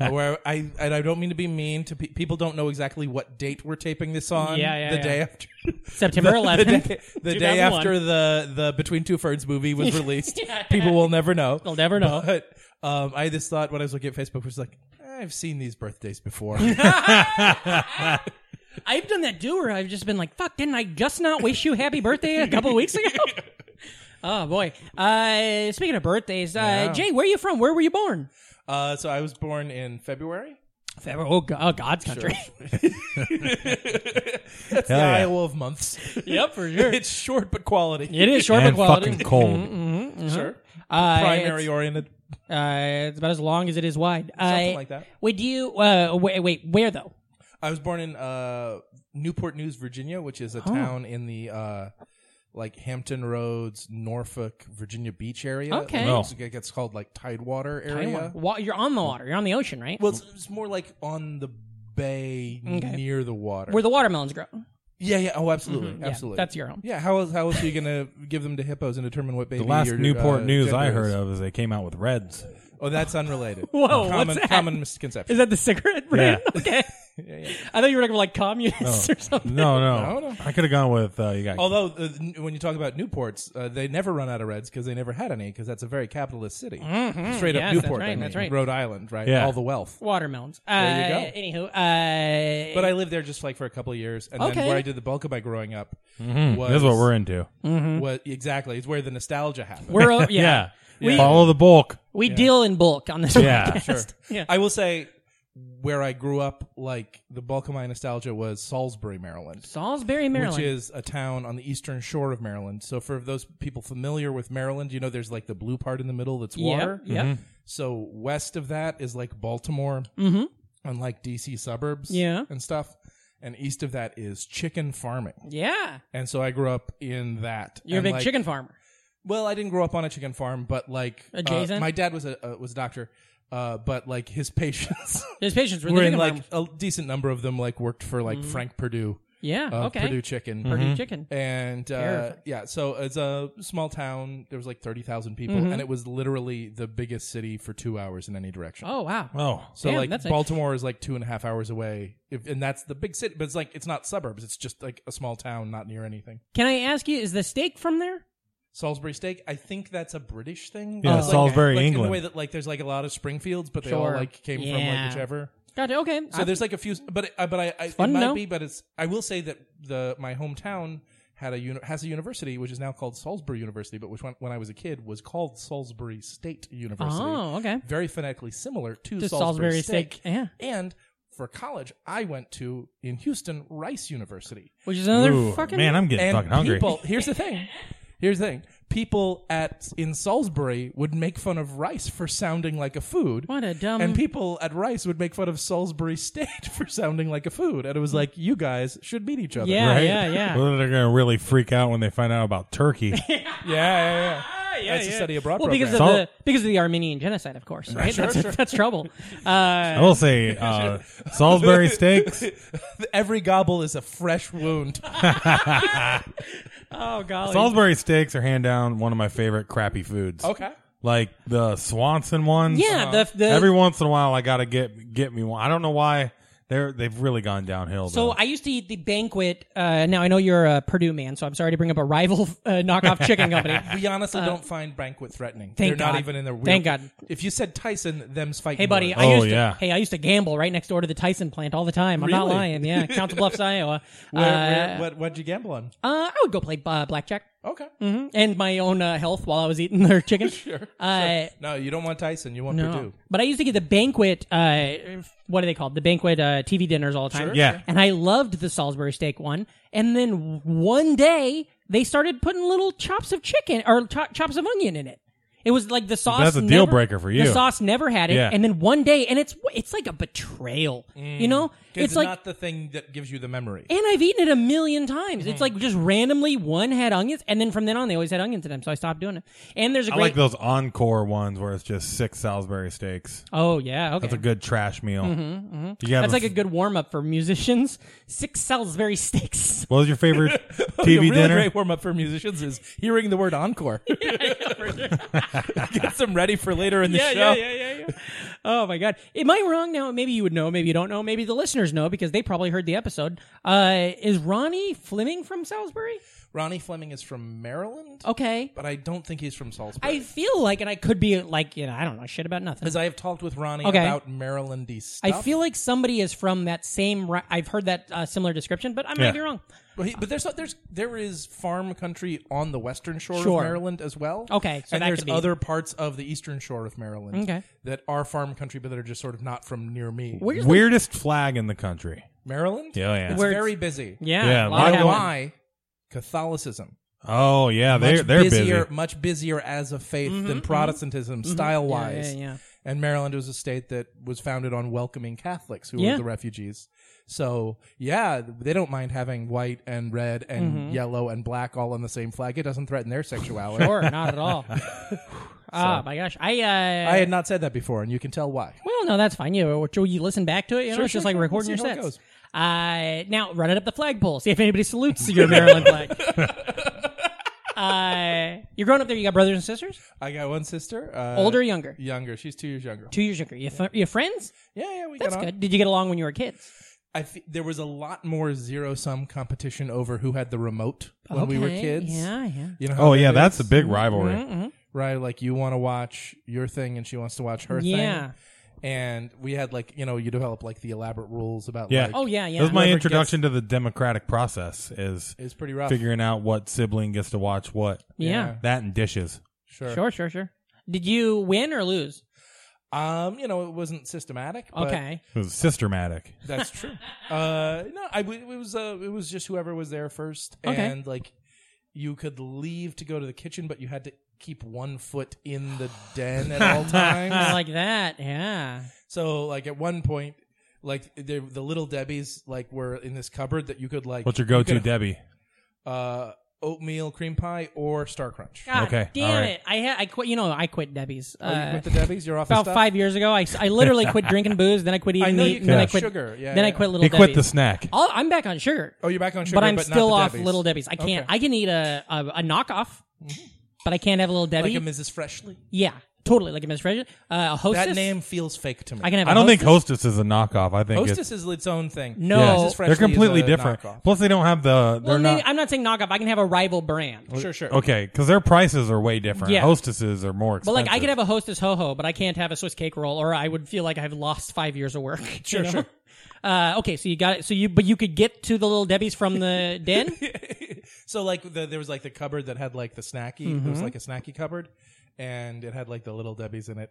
Speaker 4: where I and I don't mean to be mean to pe- people don't know exactly what date we're taping this on.
Speaker 1: Yeah, yeah,
Speaker 4: The
Speaker 1: yeah.
Speaker 4: day after
Speaker 1: September
Speaker 4: the
Speaker 1: 11th.
Speaker 4: day, the day
Speaker 1: 2001.
Speaker 4: after the the Between Two Ferns movie was released. People will never know.
Speaker 1: They'll never know.
Speaker 4: But um, I had this thought when I was looking at Facebook was like. "Eh, I've seen these birthdays before.
Speaker 1: I've done that too, where I've just been like, "Fuck, didn't I just not wish you happy birthday a couple of weeks ago?" oh boy. Uh, speaking of birthdays, uh, Jay, where are you from? Where were you born?
Speaker 4: uh, so I was born in February.
Speaker 1: Oh, God, oh God's country.
Speaker 4: That's the
Speaker 2: Hell yeah.
Speaker 4: Iowa of months.
Speaker 1: yep, for sure.
Speaker 4: it's short but quality.
Speaker 1: It is short but
Speaker 2: and
Speaker 1: quality.
Speaker 2: fucking cold.
Speaker 4: Sure.
Speaker 1: Uh,
Speaker 4: Primary oriented.
Speaker 1: It's, uh, it's about as long as it is wide.
Speaker 4: Something
Speaker 1: Uh,
Speaker 4: like that.
Speaker 1: Would you? Uh, wait, wait, where though?
Speaker 4: I was born in uh, Newport News, Virginia, which is a town in the uh, like Hampton Roads, Norfolk, Virginia Beach area.
Speaker 1: Okay.
Speaker 2: Oh.
Speaker 4: It's- it gets called like Tidewater area.
Speaker 1: Wa- You're on the water. You're on the ocean, right?
Speaker 4: Well, it's, it's more like on the bay near the water.
Speaker 1: where the watermelons grow.
Speaker 4: yeah, yeah. Oh, absolutely,
Speaker 1: Yeah,
Speaker 4: absolutely.
Speaker 1: that's your home.
Speaker 4: Yeah. How else? How else are you gonna give them to hippos and determine what baby?
Speaker 2: The last
Speaker 4: your,
Speaker 2: Newport
Speaker 4: uh,
Speaker 2: news
Speaker 4: gender
Speaker 2: I heard
Speaker 4: is?
Speaker 2: of is they came out with Reds.
Speaker 4: Oh, that's unrelated. Uh,
Speaker 1: Whoa,
Speaker 4: Common,
Speaker 1: what's that?
Speaker 4: common misconception.
Speaker 1: Is that the cigarette brand? Okay. I thought you were talking about like communists or something.
Speaker 2: No, no, I could have gone with uh, you got.
Speaker 4: Although, uh, n- when you talk about Newports, uh, they never run out of Reds because they never had any because that's a very capitalist city.
Speaker 1: Mm. Mm-hmm. Yes,
Speaker 4: Straight up
Speaker 1: that's
Speaker 4: Newport,
Speaker 1: right,
Speaker 4: I mean,
Speaker 1: that's right.
Speaker 4: Rhode Island, right?
Speaker 2: Yeah.
Speaker 4: All the wealth.
Speaker 1: Watermelons.
Speaker 4: There you
Speaker 1: uh, Anywho, uh,
Speaker 4: But I lived there just like for a couple of years, and
Speaker 1: Okay.
Speaker 4: then where I did the bulk of my growing up was
Speaker 2: That's Mm-hmm. what we're into.
Speaker 4: was- exactly. It's where the nostalgia happened.
Speaker 1: Mm-hmm. we're o- yeah.
Speaker 2: Yeah.
Speaker 1: We-
Speaker 2: Follow the bulk.
Speaker 1: We deal in bulk on this
Speaker 2: Yeah,
Speaker 1: podcast. Yeah.
Speaker 4: I will say, where I grew up, like the bulk of my nostalgia was Salisbury, Maryland.
Speaker 1: Salisbury, Maryland.
Speaker 4: Which is a town on the eastern shore of Maryland. So for those people familiar with Maryland, you know there's like the blue part in the middle that's
Speaker 1: Yep,
Speaker 4: water. Mm-hmm.
Speaker 1: yep. Mhm.
Speaker 4: So west of that is like Baltimore
Speaker 1: Mm-hmm.
Speaker 4: and like DC suburbs
Speaker 1: Yeah.
Speaker 4: and stuff. And east of that is chicken farming.
Speaker 1: yeah.
Speaker 4: And so I grew up in that.
Speaker 1: You're a
Speaker 4: And,
Speaker 1: big
Speaker 4: like-
Speaker 1: chicken farmer.
Speaker 4: Well, I didn't grow up on a chicken farm, but like uh,
Speaker 1: Adjacent?
Speaker 4: my dad was a uh, was a doctor. Uh, but like his patients
Speaker 1: His patients were,
Speaker 4: were
Speaker 1: the
Speaker 4: in
Speaker 1: chicken
Speaker 4: like
Speaker 1: farmers.
Speaker 4: a decent number of them like worked for like Frank Purdue,
Speaker 1: Yeah.
Speaker 4: uh,
Speaker 1: Mm. okay.
Speaker 4: Purdue Mm-hmm. Chicken,
Speaker 1: Purdue chicken.
Speaker 4: and uh,
Speaker 1: Terrifying.
Speaker 4: yeah, so it's a small town. There was like thirty thousand people,
Speaker 1: Mm-hmm.
Speaker 4: and it was literally the biggest city for two hours in any direction.
Speaker 1: Oh wow.
Speaker 2: Oh,
Speaker 4: so
Speaker 1: damn,
Speaker 4: like
Speaker 1: that's nice.
Speaker 4: Baltimore is like two and a half hours away, if, and that's the big city. But it's like it's not suburbs; it's just like a small town, not near anything.
Speaker 1: Can I ask you? Is the steak from there?
Speaker 4: Salisbury steak. I think that's a British thing.
Speaker 2: Yeah,
Speaker 4: It's like-
Speaker 2: Salisbury,
Speaker 4: like, In
Speaker 2: England.
Speaker 4: the way that like there's like a lot of Springfields, but they all
Speaker 1: Sure.
Speaker 4: like came from
Speaker 1: Yeah.
Speaker 4: like whichever.
Speaker 1: Gotcha. Okay.
Speaker 4: So there's like a few, but it, uh, but I, I it
Speaker 1: fun to
Speaker 4: might
Speaker 1: know.
Speaker 4: be, but it's. I will say that the my hometown had a uni- has a university which is now called Salisbury University, but which when, when I was a kid was called Salisbury State University.
Speaker 1: Oh, okay.
Speaker 4: Very phonetically similar to,
Speaker 1: To Salisbury
Speaker 4: Salisbury,
Speaker 1: Steak, eh. yeah.
Speaker 4: And for college, I went to in Houston Rice University.
Speaker 1: Which is another
Speaker 2: Ooh,
Speaker 1: fucking
Speaker 2: man, I'm getting
Speaker 4: And
Speaker 2: fucking hungry.
Speaker 4: people, here's the thing. Here's the thing. People at in Salisbury would make fun of rice for sounding like a food.
Speaker 1: What a dumb-
Speaker 4: And people at Rice would make fun of Salisbury State for sounding like a food. And it was like, you guys should meet each other.
Speaker 1: Yeah,
Speaker 2: right?
Speaker 1: yeah, yeah.
Speaker 2: Well, they're gonna really freak out when they find out about Turkey.
Speaker 4: yeah, yeah.
Speaker 1: Ah, yeah,
Speaker 4: That's a
Speaker 1: yeah.
Speaker 4: study abroad
Speaker 1: Well, because of
Speaker 4: program.
Speaker 1: the because of the Armenian genocide, of course. Right? that's, that's trouble. Uh,
Speaker 2: I will say uh, Salisbury steaks.
Speaker 4: Every gobble is a fresh wound.
Speaker 1: oh golly.
Speaker 2: Salisbury steaks are hand down one of my favorite crappy foods.
Speaker 4: Okay.
Speaker 2: Like the Swanson ones.
Speaker 1: yeah, the, the
Speaker 2: Every once in a while, I gotta get get me one. I don't know why they're they've really gone downhill.
Speaker 1: So
Speaker 2: though.
Speaker 1: I used to eat the banquet. Uh, now I know you're a Purdue man, so I'm sorry to bring up a rival uh, knockoff chicken company.
Speaker 4: We honestly don't find banquet threatening.
Speaker 1: Uh, thank
Speaker 4: They're not
Speaker 1: God.
Speaker 4: even in their wheel.
Speaker 1: Thank God.
Speaker 4: If you said Tyson, them's fighting.
Speaker 1: Hey, buddy.
Speaker 4: words.
Speaker 1: I
Speaker 2: Oh,
Speaker 1: used to,
Speaker 2: yeah.
Speaker 1: Hey, I used to gamble right next door to the Tyson plant all the time. I'm not
Speaker 4: Really?
Speaker 1: lying. Yeah, Council Bluffs, Iowa.
Speaker 4: Where-
Speaker 1: uh,
Speaker 4: where- what, what'd you gamble on?
Speaker 1: uh, I would go play uh, blackjack
Speaker 4: Okay.
Speaker 1: Mhm. and my own uh, health while I was eating their chicken. sure. Uh,
Speaker 4: No, you don't want Tyson. You want
Speaker 1: No.
Speaker 4: Purdue.
Speaker 1: But I used to get the banquet. Uh, what are they called? The banquet uh, TV dinners all the time.
Speaker 2: Yeah. sure.
Speaker 1: And I loved the Salisbury steak one. And then one day they started putting little chops of chicken or cho- chops of onion in it. It was like the sauce.
Speaker 2: That's a
Speaker 1: never-
Speaker 2: deal breaker for you.
Speaker 1: The sauce never had it.
Speaker 2: Yeah.
Speaker 1: And then one day, and it's it's like a betrayal.
Speaker 2: Mm.
Speaker 1: You know,
Speaker 4: It's,
Speaker 1: it's like.
Speaker 4: not the thing that gives you the memory.
Speaker 1: and I've eaten it a million times.
Speaker 2: Mm.
Speaker 1: It's like just randomly one had onions, and then from then on they always had onions in them. So I stopped doing it. And there's a
Speaker 2: I
Speaker 1: great.
Speaker 2: like those encore ones where it's just six Salisbury steaks.
Speaker 1: oh yeah, okay.
Speaker 2: That's a good trash meal. Mm-hmm, You have
Speaker 1: That's
Speaker 2: a-
Speaker 1: like a good warm up for musicians. Six Salisbury steaks.
Speaker 2: What was your favorite
Speaker 4: The
Speaker 2: TV
Speaker 4: really
Speaker 2: dinner?
Speaker 4: great warm up for musicians is hearing the word encore. Gets them ready for later in the show.
Speaker 1: yeah, yeah. oh my god, am I wrong now? Maybe you would know. Maybe you don't know. Maybe the listeners know because they probably heard the episode. Uh, is Ronnie Fleming from Salisbury?
Speaker 4: Ronnie Fleming is from Maryland,
Speaker 1: Okay,
Speaker 4: but I don't think he's from Salisbury.
Speaker 1: Oh. I feel like, and I could be like, you know, I don't know shit about nothing.
Speaker 4: Because I have talked with Ronnie
Speaker 1: Okay.
Speaker 4: about Marylandy
Speaker 1: I
Speaker 4: stuff.
Speaker 1: feel like somebody is from that same. Ri- I've heard that uh, similar description, but I might
Speaker 2: Yeah.
Speaker 1: be wrong.
Speaker 4: But, he- but there's not, there's there is farm country on the western shore
Speaker 1: Sure.
Speaker 4: of Maryland as well.
Speaker 1: Okay, so
Speaker 4: and
Speaker 1: that
Speaker 4: there's
Speaker 1: could be-
Speaker 4: other parts of the eastern shore of Maryland
Speaker 1: Okay.
Speaker 4: that are farm country, but that are just sort of not from near me.
Speaker 1: Where's
Speaker 2: Weirdest flag in the country.
Speaker 4: Maryland?
Speaker 2: Yeah, yeah.
Speaker 4: It's
Speaker 1: Where it's-
Speaker 4: very busy.
Speaker 1: yeah,
Speaker 2: Yeah,
Speaker 1: a
Speaker 2: why
Speaker 1: lot of
Speaker 2: don't-
Speaker 1: happening.
Speaker 4: Why? Catholicism.
Speaker 2: Oh yeah, they're
Speaker 4: much
Speaker 2: they're
Speaker 4: busier,
Speaker 2: busy.
Speaker 4: much busier as a faith than Protestantism, style wise.
Speaker 1: Mm-hmm, Yeah, yeah, yeah.
Speaker 4: And Maryland was a state that was founded on welcoming Catholics who
Speaker 1: Yeah.
Speaker 4: were the refugees. So yeah, they don't mind having white and red and
Speaker 1: Mm-hmm.
Speaker 4: yellow and black all on the same flag. It doesn't threaten their sexuality.
Speaker 1: Sure, not at all. Ah, my gosh, I uh,
Speaker 4: I had not said that before, and you can tell why.
Speaker 1: Well, no, that's fine. You know, what- you listen back to it. You know,
Speaker 4: Sure,
Speaker 1: it's just
Speaker 4: sure,
Speaker 1: like
Speaker 4: sure.
Speaker 1: recording
Speaker 4: We'll see
Speaker 1: your
Speaker 4: how it
Speaker 1: sets. Uh, now run it up the flagpole. See if anybody salutes your Maryland flag. uh, you're growing up there. You got brothers and sisters,
Speaker 4: I got one sister, uh,
Speaker 1: older, or younger,
Speaker 4: younger. She's two years younger.
Speaker 1: two years younger. You, f- you friends?
Speaker 4: Yeah, yeah, we
Speaker 1: That's
Speaker 4: got on.
Speaker 1: good. Did you get along when you were kids?
Speaker 4: I f- there was a lot more zero sum competition over who had the remote when we were
Speaker 1: Okay,
Speaker 4: kids.
Speaker 1: Yeah, yeah.
Speaker 4: You know how
Speaker 2: Oh
Speaker 4: that
Speaker 2: yeah,
Speaker 4: is?
Speaker 2: that's a big rivalry.
Speaker 1: Mm-hmm.
Speaker 4: right? Like you want to watch your thing and she wants to watch her thing.
Speaker 1: Yeah.
Speaker 4: And we had like you know you develop like the elaborate rules about
Speaker 2: Yeah.
Speaker 4: like
Speaker 1: Oh yeah, yeah.
Speaker 2: That was my
Speaker 4: Whoever
Speaker 2: introduction to the democratic process. Is
Speaker 4: it's pretty rough.
Speaker 2: figuring out what sibling gets to watch what.
Speaker 1: yeah.
Speaker 2: That and dishes.
Speaker 4: Sure.
Speaker 1: Sure, sure, sure. Did you win or lose?
Speaker 4: Um, you know it wasn't systematic. But
Speaker 1: Okay.
Speaker 2: It was systematic.
Speaker 4: That's true. uh, no, I it was uh it was just whoever was there first
Speaker 1: Okay.
Speaker 4: and like you could leave to go to the kitchen, but you had to keep one foot in the den at all
Speaker 1: I
Speaker 4: times.
Speaker 1: like that. Yeah.
Speaker 4: so like at one point. Like the, the little Debbie's like were in this cupboard that you could like.
Speaker 2: What's your
Speaker 4: you
Speaker 2: go-to,
Speaker 4: could
Speaker 2: Debbie?
Speaker 4: uh, oatmeal cream pie or Star Crunch.
Speaker 1: God
Speaker 2: Okay, all
Speaker 1: damn
Speaker 2: right.
Speaker 1: it! I ha- I quit. You know, I quit Debbie's.
Speaker 4: Oh,
Speaker 1: Uh,
Speaker 4: you with the Debbie's, you're off the
Speaker 1: about
Speaker 4: stuff?
Speaker 1: five years ago. I, I literally quit drinking booze, then I quit eating
Speaker 4: I know
Speaker 1: meat,
Speaker 4: you
Speaker 1: and then I
Speaker 4: quit
Speaker 1: quit
Speaker 4: sugar. Yeah,
Speaker 1: then I
Speaker 4: yeah.
Speaker 1: quit little.
Speaker 2: He quit the
Speaker 1: Debbie's.
Speaker 2: snack.
Speaker 1: I'll- I'm back on sugar,
Speaker 4: Oh, you're back on sugar,
Speaker 1: but I'm
Speaker 4: but not
Speaker 1: still
Speaker 4: the
Speaker 1: off
Speaker 4: Debbie's.
Speaker 1: little Debbie's. I can't.
Speaker 4: Okay. Mm-hmm.
Speaker 1: I can eat a a, a knockoff, but I can't have a little Debbie.
Speaker 4: like a Mrs. Freshly.
Speaker 1: yeah, totally like a Miss Fraser. Uh, a hostess.
Speaker 4: That name feels fake to me.
Speaker 1: I can have.
Speaker 2: I
Speaker 1: a
Speaker 2: don't think
Speaker 1: hostess.
Speaker 2: Hostess is a knockoff. I think
Speaker 4: Hostess is its own thing.
Speaker 1: No. Yeah. Mrs.
Speaker 2: it's they're
Speaker 4: Freshley is
Speaker 2: completely
Speaker 4: a
Speaker 2: different.
Speaker 4: knockoff.
Speaker 2: Plus, they don't have the. They're
Speaker 1: Well, maybe-
Speaker 2: not
Speaker 1: I'm not saying knockoff. I can have a rival brand.
Speaker 4: Sure, sure.
Speaker 2: okay because their prices are way different.
Speaker 1: Yeah.
Speaker 2: Hostesses are more
Speaker 1: But
Speaker 2: expensive.
Speaker 1: like I could have a hostess ho ho, but I can't have a Swiss cake roll, or I would feel like I've lost five years of work. Sure,
Speaker 4: sure.
Speaker 1: Uh, okay, so you got it. So you, but you could get to the little Debbie's from the den.
Speaker 4: So like the, there was like the cupboard that had like the snacky. It
Speaker 1: Mm-hmm.
Speaker 4: was like a snacky cupboard, and it had like the little debbies in it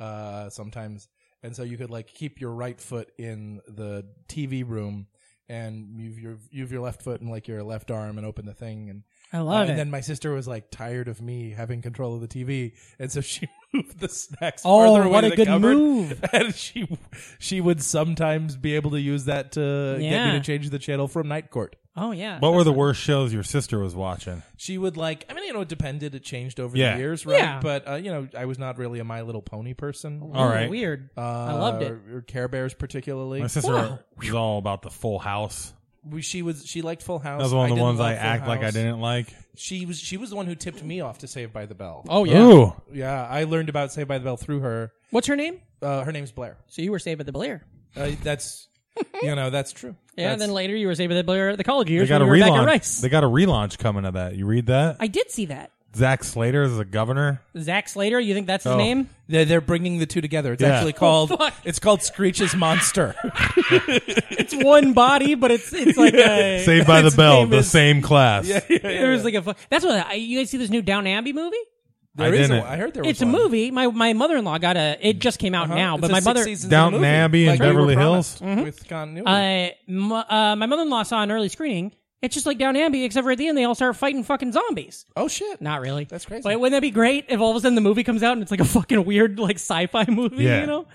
Speaker 4: uh, sometimes. And so you could like keep your right foot in the TV room and move your move your left foot and like your left arm and open the thing and
Speaker 1: I love
Speaker 4: and
Speaker 1: it.
Speaker 4: then my sister was like tired of me having control of the TV, and so she moved the snacks.
Speaker 1: Oh,
Speaker 4: farther away
Speaker 1: what
Speaker 4: to
Speaker 1: a
Speaker 4: the
Speaker 1: good
Speaker 4: cupboard,
Speaker 1: move.
Speaker 4: And she she would sometimes be able to use that to get
Speaker 1: Yeah.
Speaker 4: me to change the channel from Night Court.
Speaker 1: oh yeah.
Speaker 2: What were the worst shows your sister was watching?
Speaker 4: She would like, I mean, you know, it depended. It changed over
Speaker 2: Yeah.
Speaker 4: the years, right?
Speaker 1: Yeah.
Speaker 4: But uh, you know, I was not really a My Little Pony person.
Speaker 1: Ooh,
Speaker 2: All right.
Speaker 1: Weird.
Speaker 4: Uh,
Speaker 1: I loved it.
Speaker 4: Or, or Care Bears, particularly.
Speaker 2: My sister was all about the Full House.
Speaker 4: We- She was she liked Full House.
Speaker 2: That was one of the
Speaker 4: Oh, didn't
Speaker 2: ones I
Speaker 4: love Full
Speaker 2: act like I
Speaker 4: House.
Speaker 2: didn't like.
Speaker 4: She was she was the one who tipped me off to Saved by the Bell.
Speaker 1: Oh yeah.
Speaker 2: Ooh,
Speaker 4: Yeah, I learned about Saved by the Bell through her.
Speaker 1: What's her name?
Speaker 4: Uh, her name's Blair.
Speaker 1: So you were saved by the Blair.
Speaker 4: Uh, that's you know that's true.
Speaker 1: Yeah.
Speaker 4: That's-
Speaker 1: and then later you were saved by the Blair at the college
Speaker 2: they
Speaker 1: years.
Speaker 2: got a
Speaker 1: when you were back at
Speaker 2: relaunch.
Speaker 1: Rice.
Speaker 2: They got a relaunch coming of that. You read that?
Speaker 1: I did see that.
Speaker 2: Zach Slater is the governor.
Speaker 1: Zack Slater. You think that's his
Speaker 2: Oh.
Speaker 1: name?
Speaker 4: they're, they're bringing the two together. It's
Speaker 2: Yeah.
Speaker 4: actually called
Speaker 1: Oh, fuck.
Speaker 4: it's called Screech's Monster.
Speaker 1: It's one body, but it's it's like a.
Speaker 2: Saved by the
Speaker 4: His
Speaker 2: Bell,
Speaker 4: name
Speaker 2: the
Speaker 4: is-
Speaker 2: same class.
Speaker 1: There was like a. fu- That's what I, you guys see this new Down Abbey movie.
Speaker 2: I
Speaker 4: There is a-
Speaker 2: didn't.
Speaker 4: I heard there was
Speaker 1: It's a
Speaker 4: one.
Speaker 1: movie. My my mother in law got a. It just came out
Speaker 4: Huh?
Speaker 1: now,
Speaker 4: It's
Speaker 1: but
Speaker 4: a
Speaker 1: my
Speaker 4: six
Speaker 1: mother. Mm-hmm.
Speaker 4: seasons of
Speaker 2: Downton
Speaker 4: movie,
Speaker 2: Abbey and
Speaker 4: like we were
Speaker 2: Beverly
Speaker 4: promised,
Speaker 2: Hills.
Speaker 4: with continuity.
Speaker 1: I- m- uh, my mother in law saw an early screening. It's just like Down Abbey, except for at the end they all start fighting fucking zombies.
Speaker 4: oh shit!
Speaker 1: Not really.
Speaker 4: That's crazy.
Speaker 1: But wouldn't that be great if all of a sudden the movie comes out and it's like a fucking weird like sci-fi movie?
Speaker 2: Yeah.
Speaker 1: You know?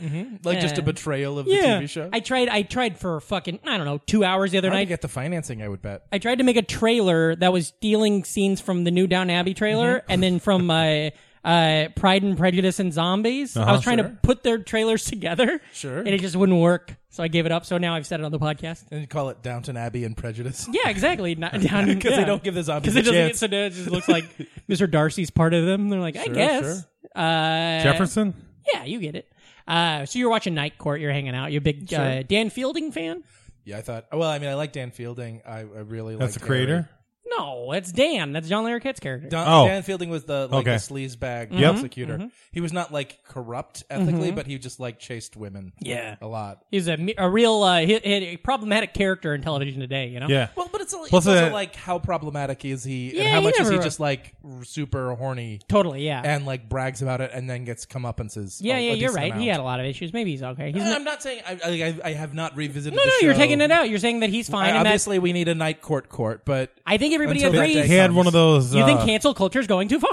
Speaker 4: Like just a
Speaker 1: Yeah.
Speaker 4: betrayal of Mm-hmm. the
Speaker 1: Yeah.
Speaker 4: TV show.
Speaker 1: I tried. I tried for fucking I don't know two hours the other
Speaker 4: How do you
Speaker 1: night.
Speaker 4: get the financing? I would bet.
Speaker 1: I tried to make a trailer that was stealing scenes from the new Down Abbey trailer
Speaker 4: Mm-hmm.
Speaker 1: and then from uh, uh, Pride and Prejudice and Zombies. I was trying to put their trailers together,
Speaker 4: Uh-huh. Sure.
Speaker 1: and it just wouldn't work. So I gave it up. So now I've said it on the podcast.
Speaker 4: And you call it Downton Abbey and Prejudice.
Speaker 1: Yeah, exactly. Not down
Speaker 4: Because
Speaker 1: yeah.
Speaker 4: they don't give the zombies
Speaker 1: because
Speaker 4: a
Speaker 1: it doesn't get
Speaker 4: chance.
Speaker 1: so it just looks like Mr. Darcy's part of them. They're like, I guess. Uh,
Speaker 2: Jefferson.
Speaker 1: Yeah, you get it. Uh, so you're watching Night Court. You're hanging out. You're a big uh, Dan Fielding fan.
Speaker 4: yeah, I thought. Well, I mean, I like Dan Fielding. I, I really like
Speaker 2: That's the creator.
Speaker 1: No, that's Dan. That's John Larroquette's character.
Speaker 4: Don,
Speaker 2: Oh.
Speaker 4: Dan Fielding was the like
Speaker 2: Okay.
Speaker 4: the sleaze bag
Speaker 1: Mm-hmm.
Speaker 2: Yep.
Speaker 4: prosecutor. He was not like corrupt ethically, but he just like chased women.
Speaker 1: Yeah.
Speaker 4: a lot.
Speaker 1: He's a, me- a real uh, he, he had a problematic character in television today. You know.
Speaker 2: Yeah.
Speaker 4: Well, but it's, al-
Speaker 2: Plus,
Speaker 4: it's also
Speaker 2: uh,
Speaker 4: like how problematic is he, and
Speaker 1: Yeah,
Speaker 4: how
Speaker 1: he
Speaker 4: much is he
Speaker 1: never-
Speaker 4: just like r- super horny
Speaker 1: Totally. Yeah.
Speaker 4: and like brags about it, and then gets comeuppances.
Speaker 1: yeah.
Speaker 4: a-
Speaker 1: Yeah.
Speaker 4: a
Speaker 1: You're
Speaker 4: decent
Speaker 1: right. He had
Speaker 4: amount.
Speaker 1: a lot of issues. Maybe he's okay. He's
Speaker 4: And
Speaker 1: not,
Speaker 4: Uh, I'm not saying I, I, I have not revisited.
Speaker 1: no,
Speaker 4: the
Speaker 1: no. You're
Speaker 4: show.
Speaker 1: taking it out. You're saying that he's
Speaker 4: I-
Speaker 1: fine. and that's,
Speaker 4: obviously, we need a night court court, but
Speaker 1: I think everybody
Speaker 4: Until that
Speaker 1: agrees.
Speaker 4: day
Speaker 2: He had one of those.
Speaker 1: You think
Speaker 2: uh,
Speaker 1: cancel culture is going too far?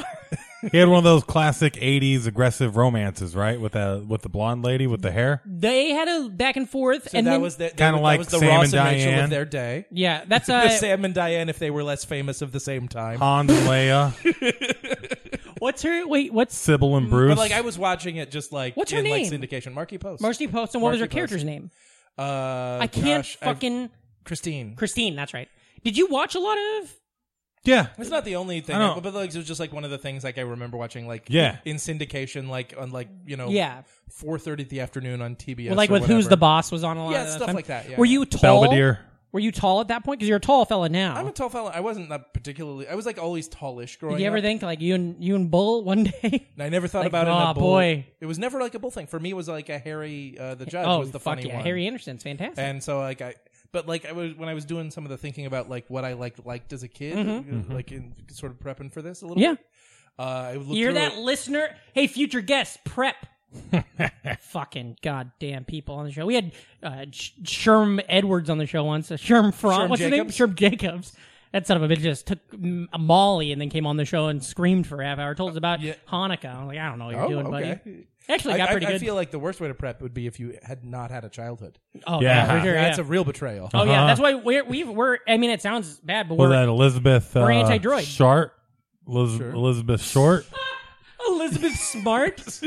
Speaker 2: he had one of those classic '80s aggressive romances, right? With the with the blonde lady with the hair.
Speaker 1: They had a back and forth,
Speaker 4: so
Speaker 1: and
Speaker 4: that
Speaker 1: then
Speaker 4: was the,
Speaker 2: Kinda
Speaker 4: that
Speaker 2: like
Speaker 4: was the
Speaker 2: Sam
Speaker 4: Ross
Speaker 2: and
Speaker 4: Rachel
Speaker 2: Diane.
Speaker 4: of their day.
Speaker 1: yeah, that's
Speaker 4: The
Speaker 1: uh,
Speaker 4: Sam and Diane, if they were less famous of the same time.
Speaker 2: Hans and Leia,
Speaker 1: what's her wait? What's
Speaker 2: Sybil and Bruce.
Speaker 4: But like I was watching it just like
Speaker 1: What's her
Speaker 4: in like
Speaker 1: name?
Speaker 4: syndication. Marky Post.
Speaker 1: Marcy Post and what was her
Speaker 4: Marcy Post.
Speaker 1: character's name?
Speaker 4: uh,
Speaker 1: I can't
Speaker 4: gosh, I've-
Speaker 1: fucking
Speaker 4: Christine.
Speaker 1: Christine. That's right. Did you watch a lot of?
Speaker 2: yeah,
Speaker 4: It's not the only thing,
Speaker 2: I don't-
Speaker 4: but like it was just like one of the things like I remember watching like
Speaker 2: Yeah.
Speaker 4: in syndication like on like you know
Speaker 1: Yeah.
Speaker 4: four thirty in the afternoon on TBS
Speaker 1: Well, like
Speaker 4: or
Speaker 1: with Who's
Speaker 4: whatever.
Speaker 1: the Boss was on a lot.
Speaker 4: Yeah,
Speaker 1: of
Speaker 4: stuff
Speaker 1: time.
Speaker 4: like that, yeah.
Speaker 1: Were you tall?
Speaker 2: Belvedere.
Speaker 1: Were you tall at that point? Because you're a tall fella now.
Speaker 4: I'm a tall fella. I wasn't that particularly. I was like always tallish growing
Speaker 1: Did you ever
Speaker 4: up.
Speaker 1: think like you and you and Bull one day?
Speaker 4: and I never thought
Speaker 1: like,
Speaker 4: about it. in a
Speaker 1: "Aw,
Speaker 4: bull-
Speaker 1: boy."
Speaker 4: it was never like a bull thing for me. It was like a Harry uh, the Judge
Speaker 1: oh,
Speaker 4: was the
Speaker 1: fuck
Speaker 4: funny
Speaker 1: yeah,
Speaker 4: one.
Speaker 1: Harry Anderson's fantastic.
Speaker 4: and so like I, but like I was when I was doing some of the thinking about like what I like liked as a kid, like in sort of prepping for this a little.
Speaker 1: Mm-hmm. Yeah.
Speaker 4: bit, uh, I looked
Speaker 1: You're
Speaker 4: through
Speaker 1: that
Speaker 4: it.
Speaker 1: listener. Hey, future guest, prep. Fucking goddamn people on the show. We had uh, Sh- Sherm Edwards on the show once. Uh, Sherm Fromm.
Speaker 4: Sherm
Speaker 1: What's
Speaker 4: Jacobs?
Speaker 1: his name? Sherm Jacobs. That son of a bitch just took mm, a Molly and then came on the show and screamed for a half hour. Told us about Hanukkah. I'm like, I don't know what you're
Speaker 4: Uh, Oh,
Speaker 1: doing,
Speaker 4: okay.
Speaker 1: buddy. Actually,
Speaker 4: I,
Speaker 1: got
Speaker 4: I-
Speaker 1: pretty
Speaker 4: I
Speaker 1: good.
Speaker 4: feel like the worst way to prep would be if you had not had a childhood.
Speaker 1: oh,
Speaker 2: Yeah.
Speaker 1: yeah, for sure, yeah.
Speaker 4: That's a Uh-huh. real betrayal.
Speaker 1: oh yeah, that's why we're we we're. I mean, it sounds bad, but
Speaker 2: Was
Speaker 1: we're
Speaker 2: that Elizabeth?
Speaker 1: We're
Speaker 2: uh,
Speaker 1: anti-droid.
Speaker 2: Short. Liz- Elizabeth Short.
Speaker 1: Elizabeth Smart.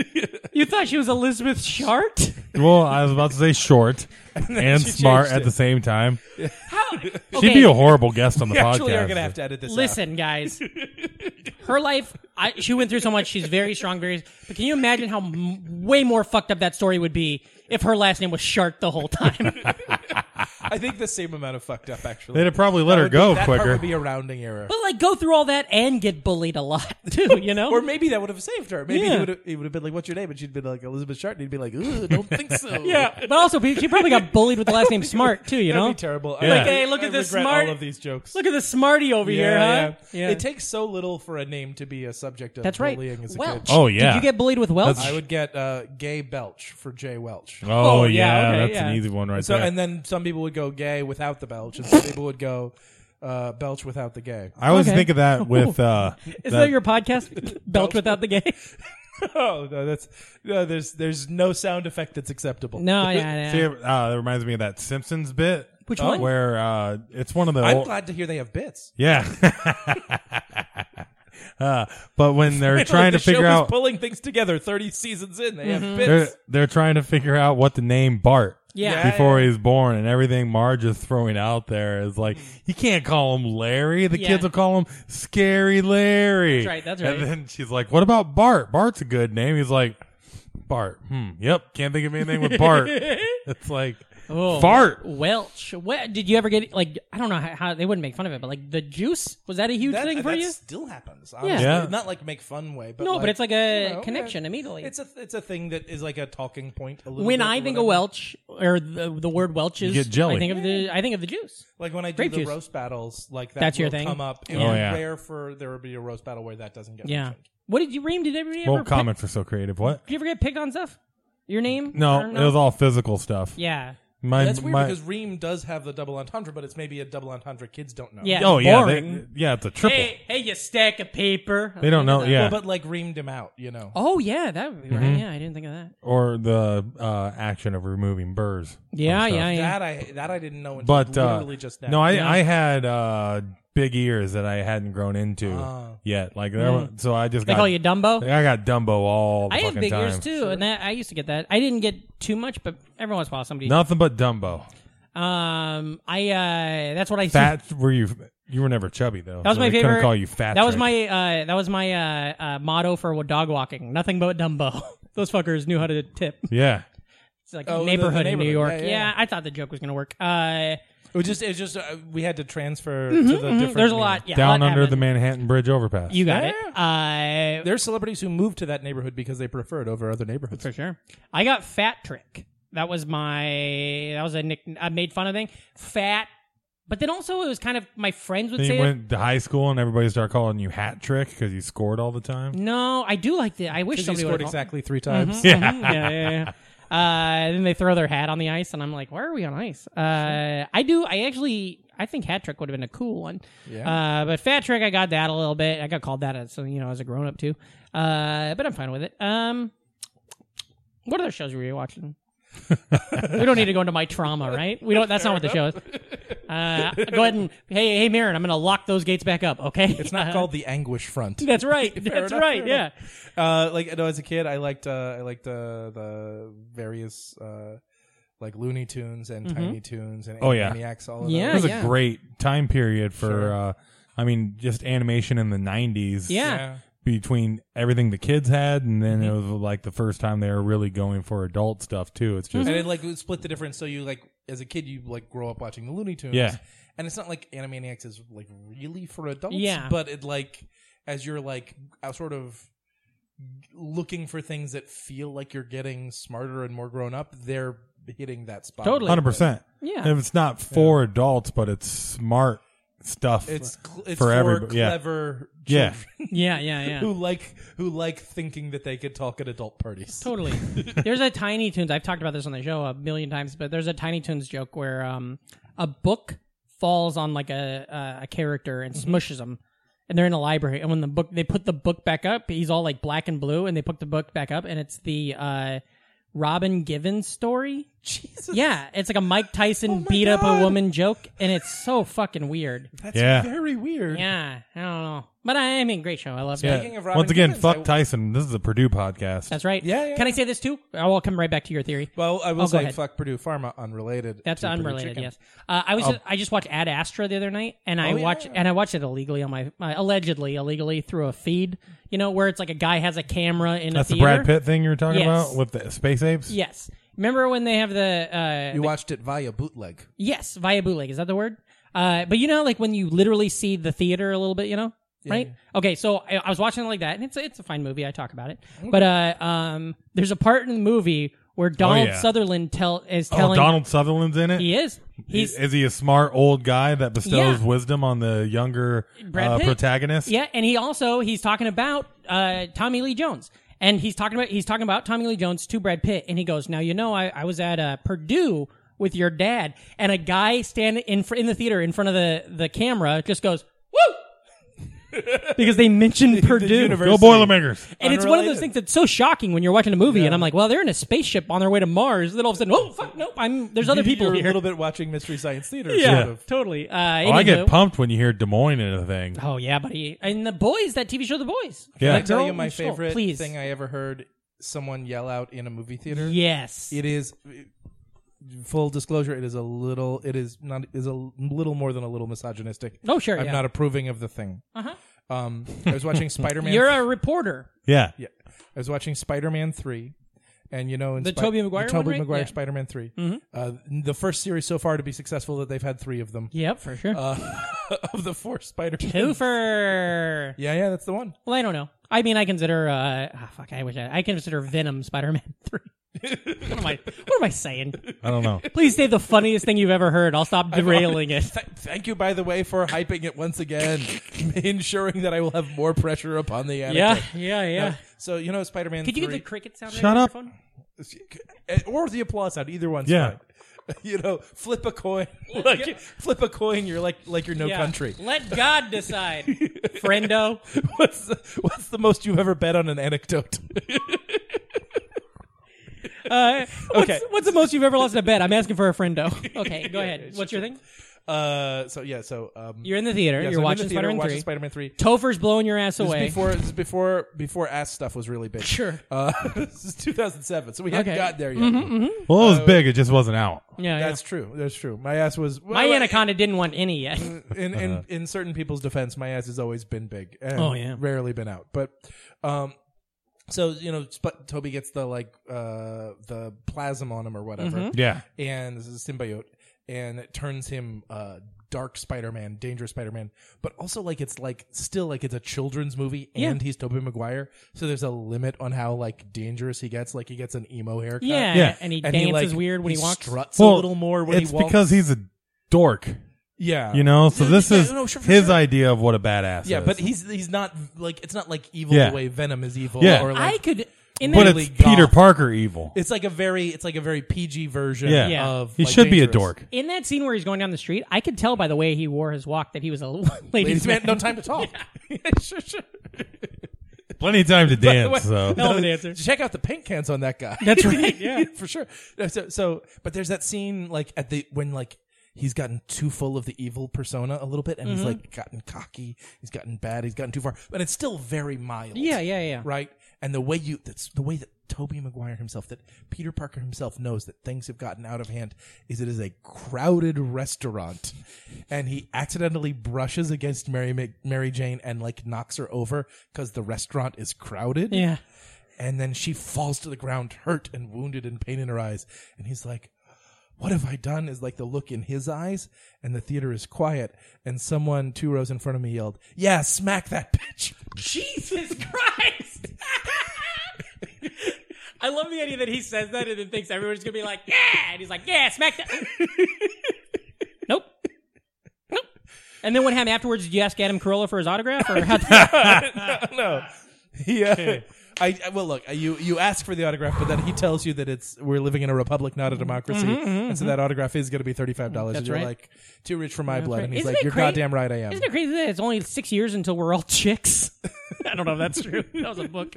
Speaker 1: you thought she was Elizabeth Shart?
Speaker 2: well, I was about to say short and,
Speaker 4: she
Speaker 2: smart
Speaker 4: changed
Speaker 2: at
Speaker 4: it.
Speaker 2: the same time.
Speaker 1: How?
Speaker 2: She'd be a horrible guest on the
Speaker 4: We
Speaker 2: podcast.
Speaker 4: actually are gonna have to edit this. out.
Speaker 1: Listen, guys, her life. I, she went through so much. She's very strong. Very. But can you imagine how m- way more fucked up that story would be if her last name was Shark the whole time?
Speaker 4: I think the same amount of fucked up actually.
Speaker 2: They'd have probably let
Speaker 4: That
Speaker 2: her
Speaker 4: would be-
Speaker 2: go
Speaker 4: that Part
Speaker 2: quicker.
Speaker 4: would be a rounding error,
Speaker 1: But like go through all that and get bullied a lot too, you know?
Speaker 4: or maybe that would have saved her. Maybe
Speaker 1: Yeah.
Speaker 4: he would have, he would have been like, "What's your name?" And she'd been like, "Elizabeth Short." And he'd be like, "Ooh, don't think so."
Speaker 1: yeah. But also pe- she probably got bullied with the last name Smart too, you
Speaker 4: That'd
Speaker 1: know?
Speaker 4: be terrible.
Speaker 2: Yeah.
Speaker 4: I,
Speaker 2: Like,
Speaker 1: hey, look
Speaker 4: I
Speaker 1: at this
Speaker 4: regret
Speaker 1: smart-
Speaker 4: All of these jokes.
Speaker 1: Look at the smarty over here, huh?
Speaker 4: yeah. It takes so little for a name to be a subject of
Speaker 1: That's right.
Speaker 4: bullying as a
Speaker 1: Welch.
Speaker 4: kid.
Speaker 2: Oh, yeah.
Speaker 1: Did you get bullied with Welch?
Speaker 4: I would get uh, Gay Belch for Jay Welch.
Speaker 2: Oh,
Speaker 1: Oh,
Speaker 2: yeah,
Speaker 1: yeah, okay,
Speaker 2: that's
Speaker 1: yeah.
Speaker 2: an easy one right
Speaker 4: so
Speaker 2: there.
Speaker 4: and then some people would go gay without the belch, and some people would go uh, belch without the gay.
Speaker 2: I always
Speaker 1: Okay.
Speaker 2: think of that with uh,
Speaker 1: Is
Speaker 2: that-
Speaker 1: that your podcast? Belch without the gay?
Speaker 4: oh no, that's no, there's there's no sound effect that's acceptable.
Speaker 1: No, yeah,
Speaker 2: See,
Speaker 1: yeah.
Speaker 2: uh, it reminds me of that Simpsons bit.
Speaker 1: Which
Speaker 2: one?
Speaker 1: one?
Speaker 2: Where uh, it's one of the
Speaker 4: I'm
Speaker 2: old-
Speaker 4: glad to hear they have bits.
Speaker 2: yeah. uh, but when they're trying
Speaker 4: the
Speaker 2: to figure
Speaker 4: show
Speaker 2: out
Speaker 4: is pulling things together. Thirty seasons in, they
Speaker 1: Mm-hmm.
Speaker 4: have
Speaker 2: they're,
Speaker 4: bits.
Speaker 2: they're trying to figure out what to name Bart
Speaker 1: Yeah.
Speaker 2: before he's born, and everything Marge is throwing out there is like, you can't call him Larry. The
Speaker 1: Yeah.
Speaker 2: kids will call him Scary Larry.
Speaker 1: That's right, that's
Speaker 2: And
Speaker 1: right.
Speaker 2: then she's like, what about Bart? Bart's a good name. He's like, Bart. Hmm. Yep. Can't think of anything with Bart. it's like,
Speaker 1: Oh,
Speaker 2: Fart.
Speaker 1: Welch. Wh- did you ever get like I don't know how, how they wouldn't make fun of it, but like the juice was that a huge
Speaker 4: That,
Speaker 1: thing for
Speaker 4: that
Speaker 1: you?
Speaker 4: still happens. Honestly.
Speaker 2: Yeah.
Speaker 4: not like make fun way, but
Speaker 1: No, but it's like a
Speaker 4: you know,
Speaker 1: connection
Speaker 4: yeah.
Speaker 1: immediately.
Speaker 4: It's a it's a thing that is like a talking point. A little
Speaker 1: when
Speaker 4: bit or
Speaker 1: I think of
Speaker 4: whatever.
Speaker 1: Welch or the, the word Welch's,
Speaker 2: You get jelly.
Speaker 1: I think of the I think of the juice.
Speaker 4: Like when I do
Speaker 1: Grape
Speaker 4: the
Speaker 1: juice.
Speaker 4: roast battles, like that
Speaker 1: That's
Speaker 4: will
Speaker 1: your thing?
Speaker 4: come up. It
Speaker 2: Oh,
Speaker 4: would be
Speaker 2: yeah.
Speaker 4: rare for there would be a roast battle where that doesn't get
Speaker 1: Yeah.
Speaker 4: mentioned.
Speaker 1: What did you Reem? Did everybody ever
Speaker 2: well,
Speaker 1: pick-
Speaker 2: comments are so creative. What?
Speaker 1: did you ever get picked on stuff? Your name?
Speaker 2: No,
Speaker 1: Or
Speaker 2: it was all physical stuff.
Speaker 1: Yeah.
Speaker 2: My,
Speaker 4: That's weird
Speaker 2: my-
Speaker 4: because Reem does have the double entendre, but it's maybe a double entendre kids don't know.
Speaker 1: Yeah.
Speaker 2: oh yeah, they,
Speaker 1: Boring.
Speaker 2: yeah, it's a triple.
Speaker 1: Hey, hey, you stack of paper.
Speaker 2: they don't know. Yeah, Mm-hmm.
Speaker 4: Well, but like reamed him out, you know.
Speaker 1: Oh yeah, that would be right. Yeah, I didn't think of that.
Speaker 2: or the uh, action of removing burrs. from
Speaker 1: Yeah,
Speaker 2: stuff.
Speaker 1: yeah, yeah.
Speaker 4: That I that I didn't know until
Speaker 2: But uh,
Speaker 4: literally just now.
Speaker 2: no, I I had uh, big ears that I hadn't grown into
Speaker 4: Ah.
Speaker 2: yet. Like there were- so, I just
Speaker 1: Mm. They
Speaker 2: got,
Speaker 1: call you Dumbo.
Speaker 2: I got Dumbo all the
Speaker 1: I had
Speaker 2: fucking
Speaker 1: big
Speaker 2: time.
Speaker 1: ears too, and that I used to get that. I didn't get too much, but every once in a while somebody.
Speaker 2: Nothing but Dumbo.
Speaker 1: Um, I uh, that's what I
Speaker 2: Fat were you? You were never chubby though.
Speaker 1: That was
Speaker 2: so
Speaker 1: my
Speaker 2: they
Speaker 1: favorite.
Speaker 2: Couldn't call you fat.
Speaker 1: That was
Speaker 2: Trick.
Speaker 1: my uh, that was my uh, uh, motto for dog walking. Nothing but Dumbo. Those fuckers knew how to tip.
Speaker 2: yeah.
Speaker 1: It's like
Speaker 4: Oh, the- the
Speaker 1: neighborhood in New York.
Speaker 4: neighborhood.
Speaker 1: Yeah,
Speaker 4: Yeah, yeah, yeah.
Speaker 1: I thought the joke was gonna work. Uh,
Speaker 4: it was just it was just uh, we had to transfer to the different.
Speaker 1: Mm-hmm, there's a
Speaker 4: meaning.
Speaker 1: lot. Yeah, a
Speaker 2: Down
Speaker 1: lot
Speaker 2: under the
Speaker 1: happened.
Speaker 2: Manhattan Bridge overpass.
Speaker 1: You got it. Uh,
Speaker 4: There's celebrities who moved to that neighborhood because they prefer it over other neighborhoods.
Speaker 1: for sure. I got fat trick. That was my. That was a nick. I made fun of thing. Fat. But then also it was kind of my friends would
Speaker 2: Then
Speaker 1: say.
Speaker 2: you
Speaker 1: it.
Speaker 2: went to high school and everybody started calling you hat trick because you scored all the time.
Speaker 1: No, I do like Mm-hmm. that. I wish
Speaker 4: Because he
Speaker 1: somebody
Speaker 4: scored
Speaker 1: would call-
Speaker 4: exactly three times.
Speaker 1: yeah. yeah, yeah, yeah. Uh, then they throw their hat on the ice, and I'm like, "Why are we on ice?" Uh, I do. I actually, I think hat trick would have been a cool one. Yeah. Uh, but fat trick, I got that a little bit. I got called that as you know as a grown up too. Uh, but I'm fine with it. Um, what other shows were you watching? we don't need to go into my trauma, right? We don't. That's not what the show is. Uh, go ahead and hey, hey, Marin, I'm going to lock those gates back up. Okay. Uh,
Speaker 4: It's not called the anguish front.
Speaker 1: That's right. That's
Speaker 4: enough,
Speaker 1: right.
Speaker 4: fair
Speaker 1: Yeah.
Speaker 4: Uh, like no, as a kid, I liked uh, I liked uh, the various uh, like Looney Tunes and Tiny Tunes and
Speaker 2: Oh, yeah.
Speaker 4: Animaniacs. All of
Speaker 1: Mm-hmm. Yeah.
Speaker 2: It was
Speaker 4: those.
Speaker 2: a great time period for, uh, I mean, just animation in the 90s.
Speaker 1: Yeah. Mm-hmm.
Speaker 2: Between everything the kids had, and then it was like the first time they were really going for adult stuff, too. It's
Speaker 1: Mm-hmm.
Speaker 2: just,
Speaker 4: and it like would split the difference. So you like as a kid, you like grow up watching the Looney Tunes.
Speaker 2: Yeah.
Speaker 4: and it's not like Animaniacs is like really for adults.
Speaker 1: Yeah.
Speaker 4: but it like as you're like uh, sort of looking for things that feel like you're getting smarter and more grown up, they're hitting that spot.
Speaker 1: Totally.
Speaker 2: 100%.
Speaker 1: Yeah.
Speaker 2: If it's not for adults, but it's smart stuff.
Speaker 4: It's cl- it's
Speaker 2: For
Speaker 4: for,
Speaker 2: everybo- yeah.
Speaker 4: clever
Speaker 2: Yeah.
Speaker 4: children.
Speaker 1: Yeah. Yeah. Yeah.
Speaker 4: who like who like thinking that they could talk at adult parties.
Speaker 1: Totally. there's a Tiny Toons. I've talked about this on the show a million times, but there's a Tiny Toons joke where um, a book falls on like a a, a character and
Speaker 4: Mm-hmm.
Speaker 1: smushes him, and they're in a library. And when the book they put the book back up, he's all like black and blue, and they put the book back up, and it's the uh, Robin Givens story.
Speaker 4: Jesus, Oh
Speaker 1: Yeah, it's like a Mike Tyson beat up a
Speaker 4: God.
Speaker 1: woman joke, and it's so fucking weird.
Speaker 4: that's
Speaker 2: Yeah.
Speaker 4: very weird.
Speaker 1: Yeah, I don't know, but I, I mean, great show. I love it.
Speaker 2: yeah.
Speaker 4: Speaking of Robin
Speaker 2: Once again,
Speaker 4: Gibbons,
Speaker 2: fuck
Speaker 4: I-
Speaker 2: Tyson. This is a Purdue podcast.
Speaker 1: That's right.
Speaker 4: Yeah, yeah,
Speaker 1: Can I
Speaker 4: yeah.
Speaker 1: say this too? Oh, I'll come right back to your theory.
Speaker 4: Well, I will
Speaker 1: Oh, go
Speaker 4: say
Speaker 1: ahead.
Speaker 4: fuck Purdue Pharma unrelated.
Speaker 1: That's
Speaker 4: to Purdue
Speaker 1: unrelated.
Speaker 4: Chicken.
Speaker 1: Yes, uh, I was.
Speaker 2: Oh.
Speaker 1: Just, I just watched Ad Astra the other night, and I
Speaker 4: Oh, yeah.
Speaker 1: watch and I watched it illegally on my uh, allegedly illegally through a feed. You know where it's like a guy has a camera in
Speaker 2: That's
Speaker 1: a
Speaker 2: the
Speaker 1: theater.
Speaker 2: Brad Pitt thing you were talking
Speaker 1: Yes.
Speaker 2: about with the space apes?
Speaker 1: Yes, Remember when they have the uh,
Speaker 4: You watched it via bootleg.
Speaker 1: Yes, via bootleg. Is that the word? Uh, but you know, like when you literally see the theater a little bit, you know, right? Okay, so I, I was watching it like that, and it's it's a fine movie. I talk about it, but uh, um, there's a part in the movie where Donald
Speaker 2: Oh, yeah.
Speaker 1: Sutherland tell is
Speaker 2: Oh,
Speaker 1: telling
Speaker 2: Donald Sutherland's in it.
Speaker 1: he is he's
Speaker 2: is he a smart old guy that bestows
Speaker 1: Yeah.
Speaker 2: wisdom on the younger
Speaker 1: Brad
Speaker 2: uh,
Speaker 1: Pitt.
Speaker 2: protagonist?
Speaker 1: yeah, and he also he's talking about uh, Tommy Lee Jones. And he's talking about he's talking about Tommy Lee Jones to Brad Pitt, and he goes, "Now you know I, I was at uh, Purdue with your dad, and a guy standing in fr- in the theater in front of the the camera just goes, woo, because they mentioned Purdue,
Speaker 2: Go Boilermakers.
Speaker 1: and it's one of those
Speaker 4: Unrelated.
Speaker 1: things that's so shocking when you're watching a movie, and I'm like, well, they're in a spaceship on their way to Mars, then all of a sudden, oh fuck, nope, I'm there's other
Speaker 4: You-
Speaker 1: people
Speaker 4: You're
Speaker 1: here,
Speaker 4: a little bit watching Mystery Science Theater.
Speaker 1: yeah,
Speaker 4: Sort of.
Speaker 1: totally. Uh,
Speaker 2: Oh, I get
Speaker 1: anywho.
Speaker 2: pumped when you hear Des Moines in a thing.
Speaker 1: Oh yeah, buddy, and the boys that TV show, The Boys.
Speaker 2: Yeah.
Speaker 4: Can I tell
Speaker 1: Girl
Speaker 4: you my
Speaker 1: in School,
Speaker 4: favorite
Speaker 1: please.
Speaker 4: thing I ever heard someone yell out in a movie theater?
Speaker 1: Yes.
Speaker 4: It is full disclosure. It is a little. It is not. Is a little more than a little misogynistic.
Speaker 1: Oh, sure,
Speaker 4: I'm
Speaker 1: yeah. Uh-huh.
Speaker 4: not approving of the thing. Uh huh. Um, I was watching Spider Man.
Speaker 1: You're a reporter.
Speaker 2: Yeah.
Speaker 4: Yeah, I was watching Spider Man three, and you know, in
Speaker 1: The Tobey Maguire
Speaker 4: the
Speaker 1: one,
Speaker 4: Tobey
Speaker 1: right?
Speaker 4: Maguire
Speaker 1: Yeah. Mm-hmm.
Speaker 4: Spider Man 3 uh, the first series so far to be successful that they've had three of them.
Speaker 1: Yep, for sure.
Speaker 4: Uh, of the four Spider Man.
Speaker 1: Twofer.
Speaker 4: Yeah, yeah, that's the one.
Speaker 1: Well, I don't know. I mean, I consider. Uh, ah, fuck, I wish I, I consider Venom Spider-Man three. what am I? What am I saying?
Speaker 2: I don't know.
Speaker 1: Please say the funniest thing you've ever heard. I'll stop derailing it.
Speaker 4: Th- thank you, by the way, for hyping it once again, ensuring that I will have more pressure upon the anecdote.
Speaker 1: Yeah, yeah, yeah.
Speaker 4: So you know, Spider Man.
Speaker 1: Could you get the
Speaker 4: three, eh,
Speaker 1: cricket sound?
Speaker 2: Shut up.
Speaker 4: or the applause sound? Either one's
Speaker 2: Yeah.
Speaker 4: fine. You know, flip a coin. Like flip a coin. You're like like you're no country.
Speaker 1: Let God decide, friendo.
Speaker 4: What's the, what's the most you've ever bet on an anecdote?
Speaker 1: Uh, what's,
Speaker 4: Okay.
Speaker 1: what's the most you've ever lost in a bet? I'm asking for a friendo. Okay, go ahead. What's your thing?
Speaker 4: uh, so yeah, so um,
Speaker 1: You're in the theater.
Speaker 4: yeah, so I'm in
Speaker 1: you're
Speaker 4: the
Speaker 1: watching
Speaker 4: theater
Speaker 1: Spider-Man
Speaker 4: watching
Speaker 1: three.
Speaker 4: Spider-Man three.
Speaker 1: Topher's blowing your ass
Speaker 4: This is
Speaker 1: away.
Speaker 4: before this is before before ass stuff was really big.
Speaker 1: Sure.
Speaker 4: Uh, this is 2007, so we hadn't
Speaker 1: Okay. Mm-hmm,
Speaker 4: got there yet.
Speaker 2: Well,
Speaker 4: Uh,
Speaker 2: it was big. It just wasn't out.
Speaker 1: Yeah, yeah.
Speaker 4: That's true. That's true. My ass was well,
Speaker 1: My
Speaker 4: I-
Speaker 1: anaconda didn't want any yet.
Speaker 4: in, in in certain people's defense, my ass has always been big. And
Speaker 1: Oh, yeah.
Speaker 4: rarely been out. But um, so you know, but Toby gets the like uh the plasm on him or whatever.
Speaker 1: Mm-hmm.
Speaker 2: Yeah.
Speaker 4: and this is a symbiote, and it turns him uh dark Spider-Man, dangerous Spider-Man, but also like it's like still like it's a children's movie, and
Speaker 1: Yeah.
Speaker 4: he's Tobey Maguire, so there's a limit on how like dangerous he gets. Like he gets an emo haircut.
Speaker 1: Yeah,
Speaker 2: Yeah.
Speaker 1: and he
Speaker 4: And
Speaker 1: dances
Speaker 4: like,
Speaker 1: weird when he, walks.
Speaker 4: struts
Speaker 2: Well,
Speaker 4: a little more when
Speaker 2: it's
Speaker 4: he walks.
Speaker 2: because he's a dork,
Speaker 4: yeah,
Speaker 2: you know? So
Speaker 4: Yeah,
Speaker 2: this
Speaker 4: yeah,
Speaker 2: is
Speaker 4: no, sure, for
Speaker 2: his
Speaker 4: sure.
Speaker 2: idea of what a badass is.
Speaker 4: Yeah, but he's he's not like it's not like evil
Speaker 2: Yeah.
Speaker 4: the way Venom is evil.
Speaker 2: Yeah.
Speaker 4: or like
Speaker 1: I could in
Speaker 2: But
Speaker 1: that,
Speaker 2: it's
Speaker 4: goth.
Speaker 2: Peter Parker evil.
Speaker 4: it's like a very it's like a very PG version
Speaker 2: Yeah.
Speaker 1: Yeah.
Speaker 4: of
Speaker 2: He
Speaker 4: like,
Speaker 2: should be a
Speaker 4: dangerous.
Speaker 2: dork.
Speaker 1: in that scene where he's going down the street. I could tell by the way he wore his walk that he was a ladies'
Speaker 4: Ladies man,
Speaker 1: man.
Speaker 4: no time to talk. Sure, sure.
Speaker 2: Plenty of time to dance, though.
Speaker 1: Hell of a dancer.
Speaker 4: Check out the paint cans on that guy.
Speaker 1: That's right. Yeah.
Speaker 4: for sure. No, So, so, but there's that scene like at the when like he's gotten too full of the evil persona a little bit, and he's
Speaker 1: Mm-hmm.
Speaker 4: like gotten cocky, he's gotten bad, he's gotten too far, but it's still very mild.
Speaker 1: Yeah, yeah, yeah.
Speaker 4: Right, and the way you that's the way that Toby Maguire himself, that Peter Parker himself knows that things have gotten out of hand, is it is a crowded restaurant, and he accidentally brushes against Mary Mac- Mary Jane and like knocks her over because the restaurant is crowded
Speaker 1: Yeah.
Speaker 4: and then she falls to the ground hurt and wounded and pain in her eyes and he's like what have i done is like the look in his eyes and the theater is quiet and someone two rows in front of me yelled yeah smack that bitch
Speaker 1: Jesus Christ! I love the idea that he says that and then thinks everyone's gonna be like, "Yeah," and he's like, "Yeah, smack that." nope. Nope. And then what happened afterwards? Did you ask Adam Carolla for his autograph, or how
Speaker 4: no yeah I, I well look you you ask for the autograph but then he tells you that it's we're living in a republic not a
Speaker 1: Mm-hmm.
Speaker 4: democracy and so that autograph is going to be $35 and you're
Speaker 1: right.
Speaker 4: like too rich for my blood
Speaker 1: right.
Speaker 4: and he's
Speaker 1: Isn't
Speaker 4: like
Speaker 1: it
Speaker 4: you're
Speaker 1: cra-
Speaker 4: goddamn right i am
Speaker 1: Isn't it crazy that it's only six years until we're all chicks? I don't know if that's true. That was a book.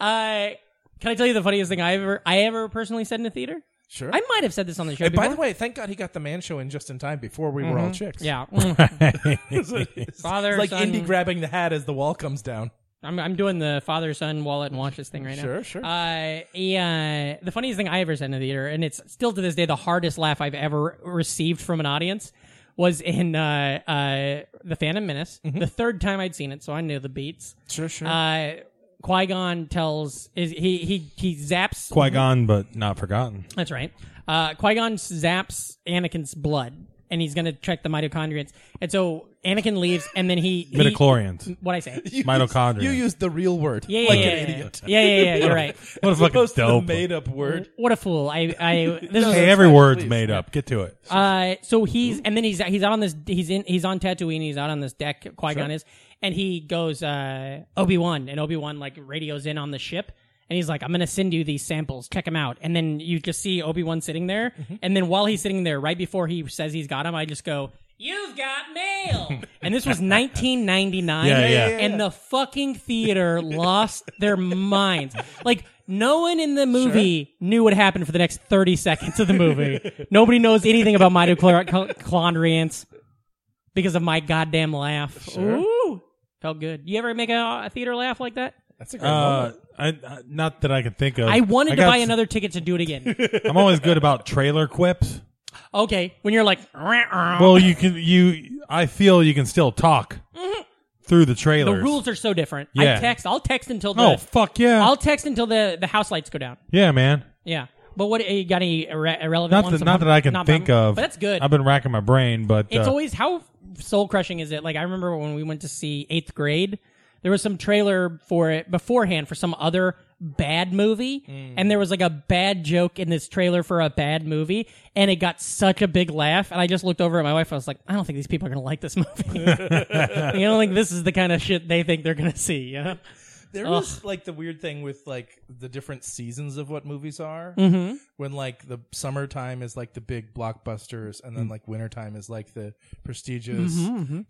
Speaker 1: Uh, can I tell you the funniest thing I ever I ever personally said in a theater?
Speaker 4: sure
Speaker 1: I might have said this on the show.
Speaker 4: and by the
Speaker 1: before.
Speaker 4: way thank god he got the man show in just in time before we were all chicks
Speaker 1: Mm-hmm. yeah, um,
Speaker 4: It's
Speaker 1: father
Speaker 4: like
Speaker 1: son.
Speaker 4: Indy grabbing the hat as the wall comes down.
Speaker 1: I'm I'm doing the father son wallet and watches thing right now.
Speaker 4: Sure, sure.
Speaker 1: Uh, yeah, the funniest thing I ever said in a theater, and it's still to this day the hardest laugh I've ever received from an audience, was in uh,
Speaker 4: Mm-hmm.
Speaker 1: uh, the Phantom Menace. The third time I'd seen it, so I knew the beats.
Speaker 4: Sure, sure.
Speaker 1: Uh, Qui Gon tells is he he he zaps.
Speaker 2: Qui Gon, but not forgotten.
Speaker 1: That's right. Uh, Qui Gon zaps Anakin's blood, and he's gonna check the mitochondria. And so Anakin leaves, and then he, he
Speaker 2: Midichlorians.
Speaker 1: What I say?
Speaker 4: You
Speaker 2: Mitochondria.
Speaker 4: used- You used the real word.
Speaker 1: Yeah, yeah,
Speaker 4: like
Speaker 1: yeah,
Speaker 4: an
Speaker 1: yeah,
Speaker 4: idiot.
Speaker 1: yeah, yeah, yeah, You're right.
Speaker 2: What a fucking
Speaker 4: Close to the
Speaker 2: dope.
Speaker 4: made up word.
Speaker 1: What a fool! I, I. This is
Speaker 2: Hey, every word's
Speaker 4: please.
Speaker 2: made up. Get to it.
Speaker 1: Uh, so he's and then he's he's out on this he's in he's on Tatooine. He's out on this deck. Qui Gon is, and he goes uh, Obi Wan, and Obi Wan like radios in on the ship, and he's like, "I'm gonna send you these samples. Check them out." And then you just see Obi Wan sitting there,
Speaker 2: Mm-hmm.
Speaker 1: and then while he's sitting there, right before he says he's got him, I just go. You've got mail, and this was 1999,
Speaker 2: Yeah, yeah.
Speaker 1: and the fucking theater lost their minds. Like no one in the movie knew what happened for the next 30 seconds of the movie. Nobody knows anything about mitochondrians because of my goddamn laugh. Ooh, felt good. You ever make a, a theater laugh like that?
Speaker 4: That's a great
Speaker 2: Uh,
Speaker 4: moment.
Speaker 2: I, I- not that I can think of.
Speaker 1: I wanted to
Speaker 2: got
Speaker 1: buy
Speaker 2: s-
Speaker 1: another ticket to do it again.
Speaker 2: I'm always good about trailer quips.
Speaker 1: Uh-huh. okay, when you're like
Speaker 2: Well, you can. You, I feel you can still talk through the
Speaker 1: Mm-hmm. the
Speaker 2: trailers.
Speaker 1: rules are so different. I
Speaker 2: Yeah.
Speaker 1: text. I'll text until the.
Speaker 2: Oh fuck yeah,
Speaker 1: I'll text until the the house lights go down.
Speaker 2: yeah, man.
Speaker 1: Yeah. But what you got any irre- irrelevant
Speaker 2: Not
Speaker 1: ones?
Speaker 2: that, not that I can
Speaker 1: Not
Speaker 2: think
Speaker 1: problem.
Speaker 2: of.
Speaker 1: But that's good.
Speaker 2: I've been racking my brain, but
Speaker 1: it's
Speaker 2: uh,
Speaker 1: always how soul crushing is it? Like I remember when we went to see Eighth Grade, there was some trailer for it beforehand for some other bad movie,
Speaker 2: Hmm.
Speaker 1: and there was like a bad joke in this trailer for a bad movie, and it got such a big laugh. And I just looked over at my wife. I was like, I don't think these people are gonna like this movie. you don't think this is the kind of shit they think they're gonna see. You know?
Speaker 4: There is like the weird thing with like the different seasons of what movies are.
Speaker 1: Mm-hmm.
Speaker 4: When like the summertime is like the big blockbusters, and
Speaker 1: Mm.
Speaker 4: then like wintertime is like the prestigious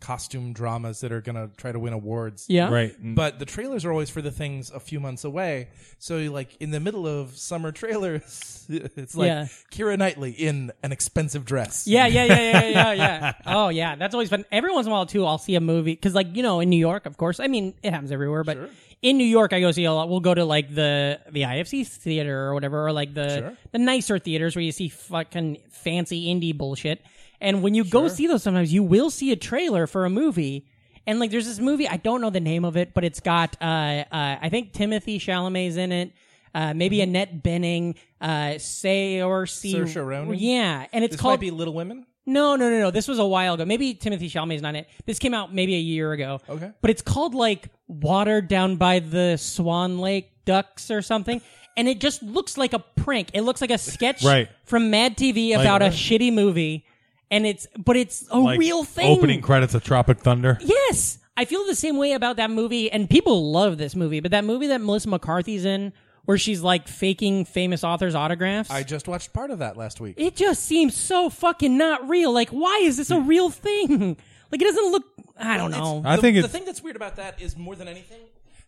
Speaker 4: costume dramas that are gonna try to win awards.
Speaker 1: Mm-hmm, Yeah.
Speaker 2: right.
Speaker 4: But the trailers are always for the things a few months away. So you like in the middle of summer trailers, it's like
Speaker 1: Yeah.
Speaker 4: Kira Knightley in an expensive dress.
Speaker 1: Yeah, yeah, yeah, yeah, yeah, yeah. oh, yeah. That's always fun. Every once in a while, too, I'll see a movie because, like, you know, in New York, of course. I mean, it happens everywhere, but in New York, I go see a lot. We'll go to like the the IFC theater or whatever, or like the the nicer theaters where you see fucking fancy indie bullshit. And when you go see those, sometimes you will see a trailer for a movie. And like, there's this movie I don't know the name of it, but it's got uh, uh I think Timothy Chalamet's in it. Uh, maybe Annette Benning, uh, say or see,
Speaker 4: Mm-hmm. Saoirse Ronan?
Speaker 1: yeah, and it's
Speaker 4: This
Speaker 1: called
Speaker 4: might be Little Women.
Speaker 1: no, no, no, no. This was a while ago. Maybe Timothy Chalamet's not in it. This came out maybe a year ago.
Speaker 4: Okay.
Speaker 1: But it's called like Water Down by the Swan Lake Ducks or something. And it just looks like a prank. It looks like a sketch
Speaker 2: Right.
Speaker 1: from Mad TV about a shitty movie. And it's, but it's a
Speaker 2: Like,
Speaker 1: real thing.
Speaker 2: Opening credits of Tropic Thunder.
Speaker 1: Yes, I feel the same way about that movie, and people love this movie. But that movie that Melissa McCarthy's in, where she's like faking famous authors' autographs,
Speaker 4: I just watched part of that last week.
Speaker 1: it just seems so fucking not real. Like, why is this a
Speaker 4: Hmm.
Speaker 1: real thing? Like, it doesn't look. I don't know.
Speaker 2: I
Speaker 4: the,
Speaker 2: think
Speaker 4: the
Speaker 2: it's
Speaker 4: thing that's weird about that is more than anything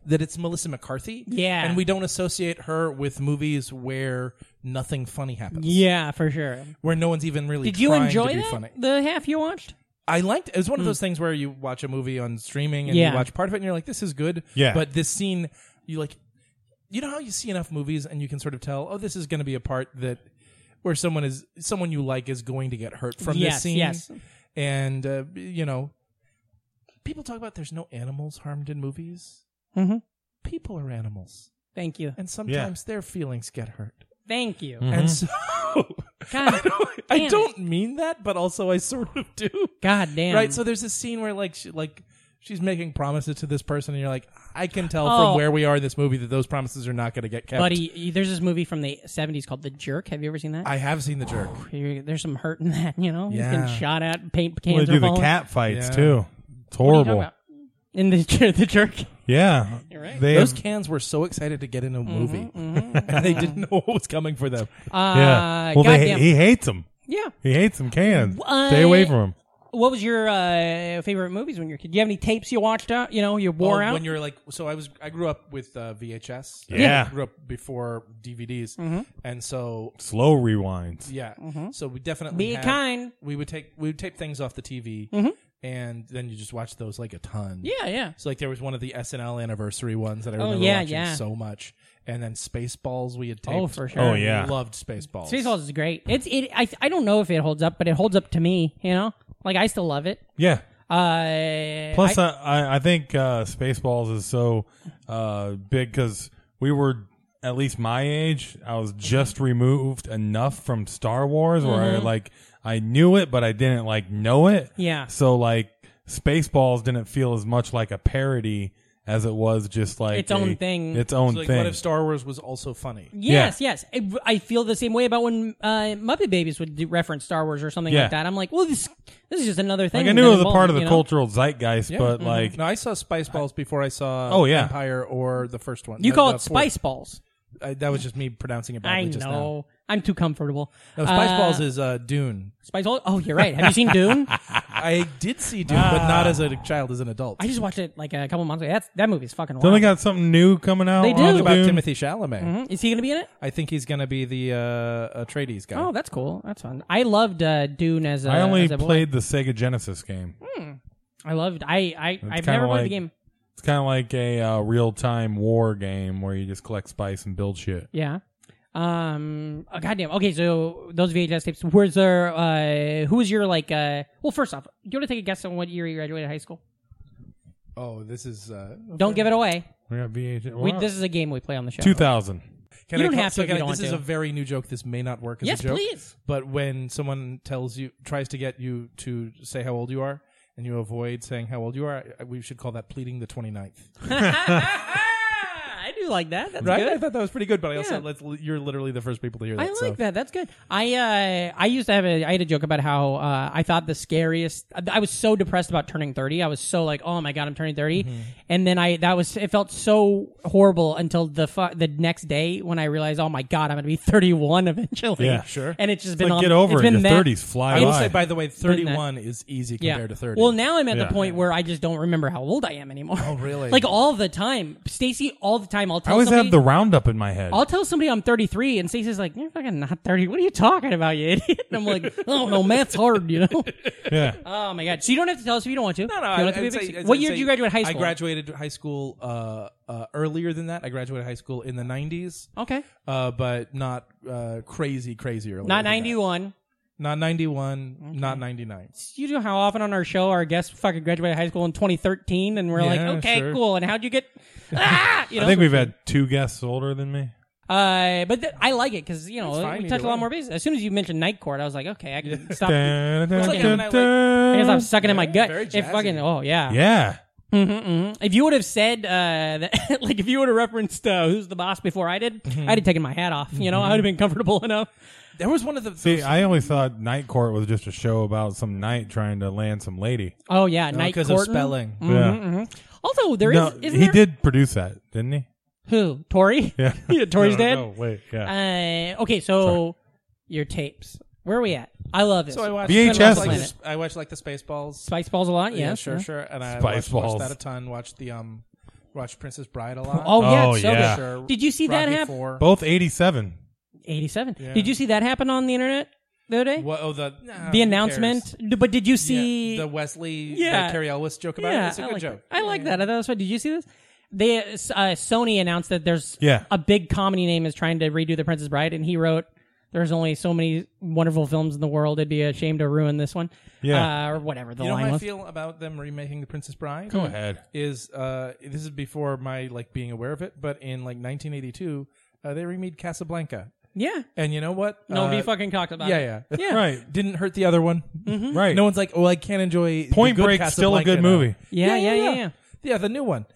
Speaker 4: that it's Melissa McCarthy.
Speaker 1: Yeah.
Speaker 4: and we don't associate her with movies where nothing funny happens.
Speaker 1: yeah, for sure.
Speaker 4: where no one's even really.
Speaker 1: Did you
Speaker 4: trying
Speaker 1: enjoy
Speaker 4: to be
Speaker 1: that?
Speaker 4: funny.
Speaker 1: The half you watched?
Speaker 4: I liked. It was one of those things where you watch a movie on streaming and
Speaker 1: Hmm. Yeah.
Speaker 4: you watch part of it and you're like, "This is good."
Speaker 2: Yeah.
Speaker 4: But this scene, you like, you know how you see enough movies and you can sort of tell, oh, this is going to be a part that where someone is someone you like is going to get hurt from
Speaker 1: Yes,
Speaker 4: this scene.
Speaker 1: yes.
Speaker 4: And uh, you know, people talk about there's no animals harmed in movies.
Speaker 1: Mhm.
Speaker 4: People are animals,
Speaker 1: Thank you.
Speaker 4: and sometimes their feelings get hurt.
Speaker 1: Thank you.
Speaker 4: And so, I
Speaker 1: God,
Speaker 4: don't,
Speaker 1: damn
Speaker 4: Hmm. I
Speaker 1: it.
Speaker 4: don't mean that, but also I sort of do.
Speaker 1: God damn.
Speaker 4: Right. So there's this scene where like she, like she's making promises to this person, and you're like, I can tell
Speaker 1: Oh.
Speaker 4: from where we are in this movie that those promises are not going to get kept.
Speaker 1: buddy, there's this movie from the '70s called The Jerk. Have you ever seen that?
Speaker 4: I have seen the jerk.
Speaker 1: You're- there's some hurt in that. You know, he's
Speaker 4: Yeah.
Speaker 1: getting shot at. Paint
Speaker 2: they
Speaker 1: cans
Speaker 2: do
Speaker 1: are
Speaker 2: the
Speaker 1: falling.
Speaker 2: cat fights
Speaker 4: Yeah.
Speaker 2: too. It's
Speaker 1: What are you talking
Speaker 2: horrible.
Speaker 1: about? In the jer- the jerk.
Speaker 2: Yeah,
Speaker 1: right.
Speaker 2: they
Speaker 4: Those
Speaker 2: have-
Speaker 4: cans were so excited to get in a
Speaker 1: Mm-hmm,
Speaker 4: movie, and they didn't know what was coming for them.
Speaker 1: Uh,
Speaker 2: yeah. well, they,
Speaker 1: goddamn.
Speaker 2: he hates them.
Speaker 1: yeah.
Speaker 2: He hates them cans.
Speaker 1: What?
Speaker 2: Stay away from them.
Speaker 1: What was your uh, favorite movies when you were a kid? Do you have any tapes you watched out? You know, you wore
Speaker 4: Oh,
Speaker 1: out.
Speaker 4: when you're like so i was i grew up with uh, vhs
Speaker 2: Yeah.
Speaker 4: I grew up before dvds
Speaker 1: Mm-hmm.
Speaker 4: and so
Speaker 2: Slow rewinds.
Speaker 4: yeah so we definitely
Speaker 1: Be
Speaker 4: had-
Speaker 1: kind. Mm-hmm.
Speaker 4: we would take we would tape things off the tv and then you just watch those like a ton
Speaker 1: yeah, yeah.
Speaker 4: so like there was one of the snl anniversary ones that i remember
Speaker 1: Oh, yeah,
Speaker 4: watching
Speaker 1: yeah.
Speaker 4: so much and then spaceballs we had taped
Speaker 1: Oh, for sure.
Speaker 2: Oh, yeah.
Speaker 4: loved spaceballs
Speaker 1: Spaceballs is great. It's it. I I don't know if it holds up, but it holds up to me. You know, like I still love it.
Speaker 2: Yeah.
Speaker 1: Uh,
Speaker 2: Plus, I, I, I think uh, Spaceballs is so uh, big because we were at least my age. I was just removed enough from Star Wars, where
Speaker 1: Mm-hmm.
Speaker 2: I like I knew it, but I didn't like know it.
Speaker 1: Yeah.
Speaker 2: So like Spaceballs didn't feel as much like a parody as it was just like
Speaker 1: Its own
Speaker 2: a-
Speaker 1: thing.
Speaker 2: Its own
Speaker 4: like,
Speaker 2: thing.
Speaker 4: what if Star Wars was also funny?
Speaker 1: Yes, yes. I, I feel the same way about when uh, Muppet Babies would do, reference Star Wars or something
Speaker 2: Yeah.
Speaker 1: like that. I'm like, well, this this is just another thing.
Speaker 2: like I knew it was a
Speaker 1: that
Speaker 2: part of the
Speaker 1: involves, you know?
Speaker 2: cultural zeitgeist, but like
Speaker 4: No, I saw Spice Balls before I saw
Speaker 2: Oh, yeah.
Speaker 4: Empire or the first one.
Speaker 1: You
Speaker 4: The-
Speaker 1: call
Speaker 4: the
Speaker 1: it Spice Balls.
Speaker 4: fourth. I, that was just me pronouncing it badly
Speaker 1: I
Speaker 4: just now.
Speaker 1: know. I'm too comfortable.
Speaker 4: No, Spice
Speaker 1: Uh,
Speaker 4: Balls is uh, Dune.
Speaker 1: Spice Balls. Oh, you're right. Have you seen Dune?
Speaker 4: I did see Dune, but not as a child, as an adult.
Speaker 1: I just watched it like a couple months ago. That's that movie's fucking
Speaker 2: Then they
Speaker 1: wild.
Speaker 2: got something new coming out.
Speaker 1: They
Speaker 2: on
Speaker 1: do.
Speaker 2: the
Speaker 4: about
Speaker 2: Dune.
Speaker 4: Timothy Chalamet.
Speaker 1: Mhm. Is he gonna be in it?
Speaker 4: I think he's going to be the uh, Atreides guy.
Speaker 1: Oh, that's cool. That's fun. I loved uh, Dune as a.
Speaker 2: I only
Speaker 1: as a boy.
Speaker 2: played the Sega Genesis game.
Speaker 1: I loved. I I I've
Speaker 2: kinda
Speaker 1: never played the
Speaker 2: like-
Speaker 1: game.
Speaker 2: It's kind of like a uh, real time war game where you just collect spice and build shit.
Speaker 1: Yeah. Um. Oh, goddamn. Okay. So those VHS tapes. Where's there? Uh. Who was your like? Uh. Well, first off, do you want to take a guess on what year you graduated high school?
Speaker 4: Oh, this is. Uh,
Speaker 1: Don't give it away.
Speaker 2: We got VH.
Speaker 1: We, this is a game we play on the show.
Speaker 2: two thousand.
Speaker 4: Can
Speaker 1: You
Speaker 4: I
Speaker 1: don't
Speaker 4: call-
Speaker 1: have to
Speaker 4: so
Speaker 1: if you
Speaker 4: can I-
Speaker 1: don't
Speaker 4: This
Speaker 1: want
Speaker 4: is
Speaker 1: to.
Speaker 4: a very new joke. This may not work as
Speaker 1: Yes,
Speaker 4: a joke.
Speaker 1: please.
Speaker 4: But when someone tells you, tries to get you to say how old you are, and you avoid saying how old you are, I- we should call that pleading the 29th.
Speaker 1: I do like that. That's
Speaker 4: Right?
Speaker 1: good.
Speaker 4: I thought that was pretty good, but I also
Speaker 1: Yeah.
Speaker 4: let's, you're literally the first people to hear that.
Speaker 1: I like
Speaker 4: so.
Speaker 1: that. That's good. I uh, I used to have a I had a joke about how uh, I thought the scariest. I was so depressed about turning thirty. I was so like, oh my god, I'm turning 30
Speaker 2: Mm-hmm.
Speaker 1: and then I that was it felt so horrible until the fu- the next day when I realized, oh my god, I'm gonna be thirty one eventually.
Speaker 2: Yeah, sure.
Speaker 1: And it's just
Speaker 2: It's
Speaker 1: been
Speaker 2: like,
Speaker 1: on,
Speaker 2: get over
Speaker 1: it's
Speaker 2: it.
Speaker 1: Been
Speaker 2: Your
Speaker 1: that-
Speaker 2: 30s fly
Speaker 4: I will
Speaker 2: by.
Speaker 4: say, by the way,
Speaker 1: that-
Speaker 4: 31 is easy
Speaker 1: Yeah.
Speaker 4: compared to 30.
Speaker 1: Well, now I'm at
Speaker 2: Yeah.
Speaker 1: the point where I just don't remember how old I am anymore. Oh,
Speaker 4: really?
Speaker 1: like all the time, Stacy. All the time, I'll
Speaker 2: I
Speaker 1: tell.
Speaker 2: always
Speaker 1: somebody,
Speaker 2: have the roundup in my head.
Speaker 1: I'll tell somebody I'm 33, and Stacey's like, "You're fucking not 30. What are you talking about, you idiot?" And I'm like, "I don't know. Math's hard, you know."
Speaker 2: yeah,
Speaker 1: Oh my god! So you don't have to tell us if you don't want to.
Speaker 4: No, no.
Speaker 1: You
Speaker 4: I,
Speaker 1: don't have to be
Speaker 4: I'd
Speaker 1: a big
Speaker 4: say-
Speaker 1: secret.
Speaker 4: I'd
Speaker 1: what year
Speaker 4: say
Speaker 1: did you graduate high school?
Speaker 4: I graduated high school uh, uh, earlier than that. I graduated high school in the 90s,
Speaker 1: Okay,
Speaker 4: uh, but not uh, crazy, crazy early.
Speaker 1: not 91.
Speaker 4: Not 91, not 99.
Speaker 1: You know how often on our show our guests fucking graduated high school in 2013, and we're like,
Speaker 2: Yeah,
Speaker 1: "Okay,
Speaker 2: sure.
Speaker 1: cool." And how'd you get? ah, you know.
Speaker 2: I think we've had two guests older than me.
Speaker 1: uh, but th- I like it because you know
Speaker 4: It's fine
Speaker 1: we touched
Speaker 4: either
Speaker 1: a lot
Speaker 4: way.
Speaker 1: more bases. As soon as you mentioned night court, I was like, "Okay, I can stop." I can
Speaker 2: Yeah,
Speaker 1: stop sucking in my gut.
Speaker 4: very
Speaker 1: If fucking
Speaker 4: jazzy.
Speaker 1: oh yeah. Mm-hmm, If you would have said, uh, that, like, if you would have referenced uh, "Who's the Boss" before I did,
Speaker 4: Mm-hmm.
Speaker 1: I'd have taken my hat off. You know, I would have been comfortable enough.
Speaker 4: There was one of the.
Speaker 2: See, I always thought Night Court was just a show about some knight trying to land some lady.
Speaker 1: Oh yeah, night
Speaker 4: because of
Speaker 1: Courtin.
Speaker 4: spelling.
Speaker 1: Mm-hmm.
Speaker 2: yeah,
Speaker 1: Also, there is
Speaker 2: no,
Speaker 1: isn't
Speaker 2: he
Speaker 1: there-
Speaker 2: did produce that, didn't he?
Speaker 1: Who? Tori?
Speaker 2: Yeah,
Speaker 1: Tori's
Speaker 2: No,
Speaker 1: dead.
Speaker 2: No, wait, yeah.
Speaker 1: Uh, okay, so your tapes. Where are we at? I love this.
Speaker 4: So I watched
Speaker 2: VHS.
Speaker 4: I watched, like,
Speaker 1: Planet.
Speaker 4: the sp- I watched like the Spaceballs.
Speaker 1: Spice Balls a lot. Yeah,
Speaker 4: yeah, sure, sure. And I watched,
Speaker 2: Spaceballs.
Speaker 4: watched that a ton. Watched the um, watched Princess Bride a lot.
Speaker 1: Oh yeah,
Speaker 2: Oh,
Speaker 1: it's so
Speaker 2: yeah.
Speaker 1: good.
Speaker 4: Sure.
Speaker 1: Did you see that
Speaker 4: Rocky
Speaker 1: happen?
Speaker 4: Four.
Speaker 2: Both eighty-seven.
Speaker 1: Eighty-seven. Did you see that happen on the internet the other day?
Speaker 4: What, oh, the nah, who
Speaker 1: The
Speaker 4: cares?
Speaker 1: announcement. D- But did you see?
Speaker 4: Yeah, the Wesley, yeah,
Speaker 1: Yeah.
Speaker 4: the Carrie Elwes joke about it.
Speaker 1: Yeah,
Speaker 4: It's a
Speaker 1: I
Speaker 4: good
Speaker 1: like
Speaker 4: joke.
Speaker 1: that. I like that. I thought it was fun. Did you see this? They uh, s- uh, Sony announced that there's
Speaker 2: Yeah.
Speaker 1: a big comedy name is trying to redo The Princess Bride, and he wrote, "There's only so many wonderful films in the world. It'd be a shame to ruin this one."
Speaker 2: Yeah.
Speaker 1: uh, or whatever the
Speaker 4: You know
Speaker 1: line
Speaker 4: how I
Speaker 1: was.
Speaker 4: feel about them remaking The Princess Bride?
Speaker 2: Go ahead.
Speaker 4: Is uh, this is before my like being aware of it, but in like 1982, uh, they remade Casablanca,
Speaker 1: yeah,
Speaker 4: and you know what?
Speaker 1: no,
Speaker 4: uh,
Speaker 1: be fucking cocked about it.
Speaker 4: Yeah, yeah,
Speaker 1: Yeah. Mm-hmm.
Speaker 2: Right,
Speaker 4: Didn't hurt the other one.
Speaker 2: right.
Speaker 4: No one's like, oh, I can't enjoy the
Speaker 2: Point
Speaker 4: good
Speaker 2: Break's still a
Speaker 4: Casablanca
Speaker 2: good
Speaker 4: now."
Speaker 2: movie.
Speaker 1: Yeah, yeah, yeah, yeah.
Speaker 4: Yeah, the new one.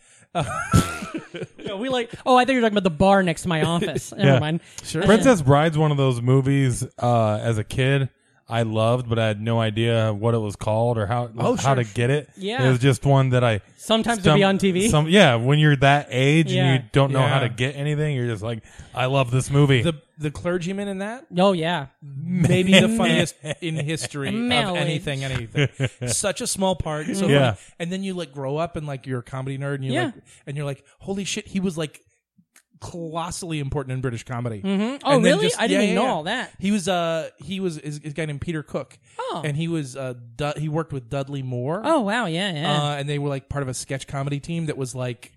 Speaker 1: Yeah, we like. Oh, I thought you were talking about the bar next to my office. Never
Speaker 2: Yeah.
Speaker 1: mind.
Speaker 4: Sure.
Speaker 2: Princess Bride's one of those movies uh, as a kid I loved, but I had no idea what it was called or how how to get it.
Speaker 1: Oh, Yeah.
Speaker 2: it was just one that I
Speaker 1: Sometimes it'll be on TV.
Speaker 2: Some, yeah, when you're that age
Speaker 1: Yeah.
Speaker 2: and you don't know how to
Speaker 4: Yeah.
Speaker 2: get anything, you're just like, I love this movie.
Speaker 4: The the clergyman in that
Speaker 1: oh yeah,
Speaker 4: maybe the funniest in history of
Speaker 1: Melly.
Speaker 4: anything, anything. Such a small part. So
Speaker 2: Yeah.
Speaker 4: funny. And then you like grow up and like you're a comedy nerd and you
Speaker 1: Yeah.
Speaker 4: like and you're like, holy shit, he was like colossally important in British comedy.
Speaker 1: Oh,
Speaker 4: And then
Speaker 1: really? I didn't even know all that.
Speaker 4: He was uh he was is is a guy named Peter Cook.
Speaker 1: Oh.
Speaker 4: And he was uh Du- he worked with Dudley Moore. Um,
Speaker 1: Oh wow. Yeah. Yeah.
Speaker 4: Uh, and they were like part of a sketch comedy team that was like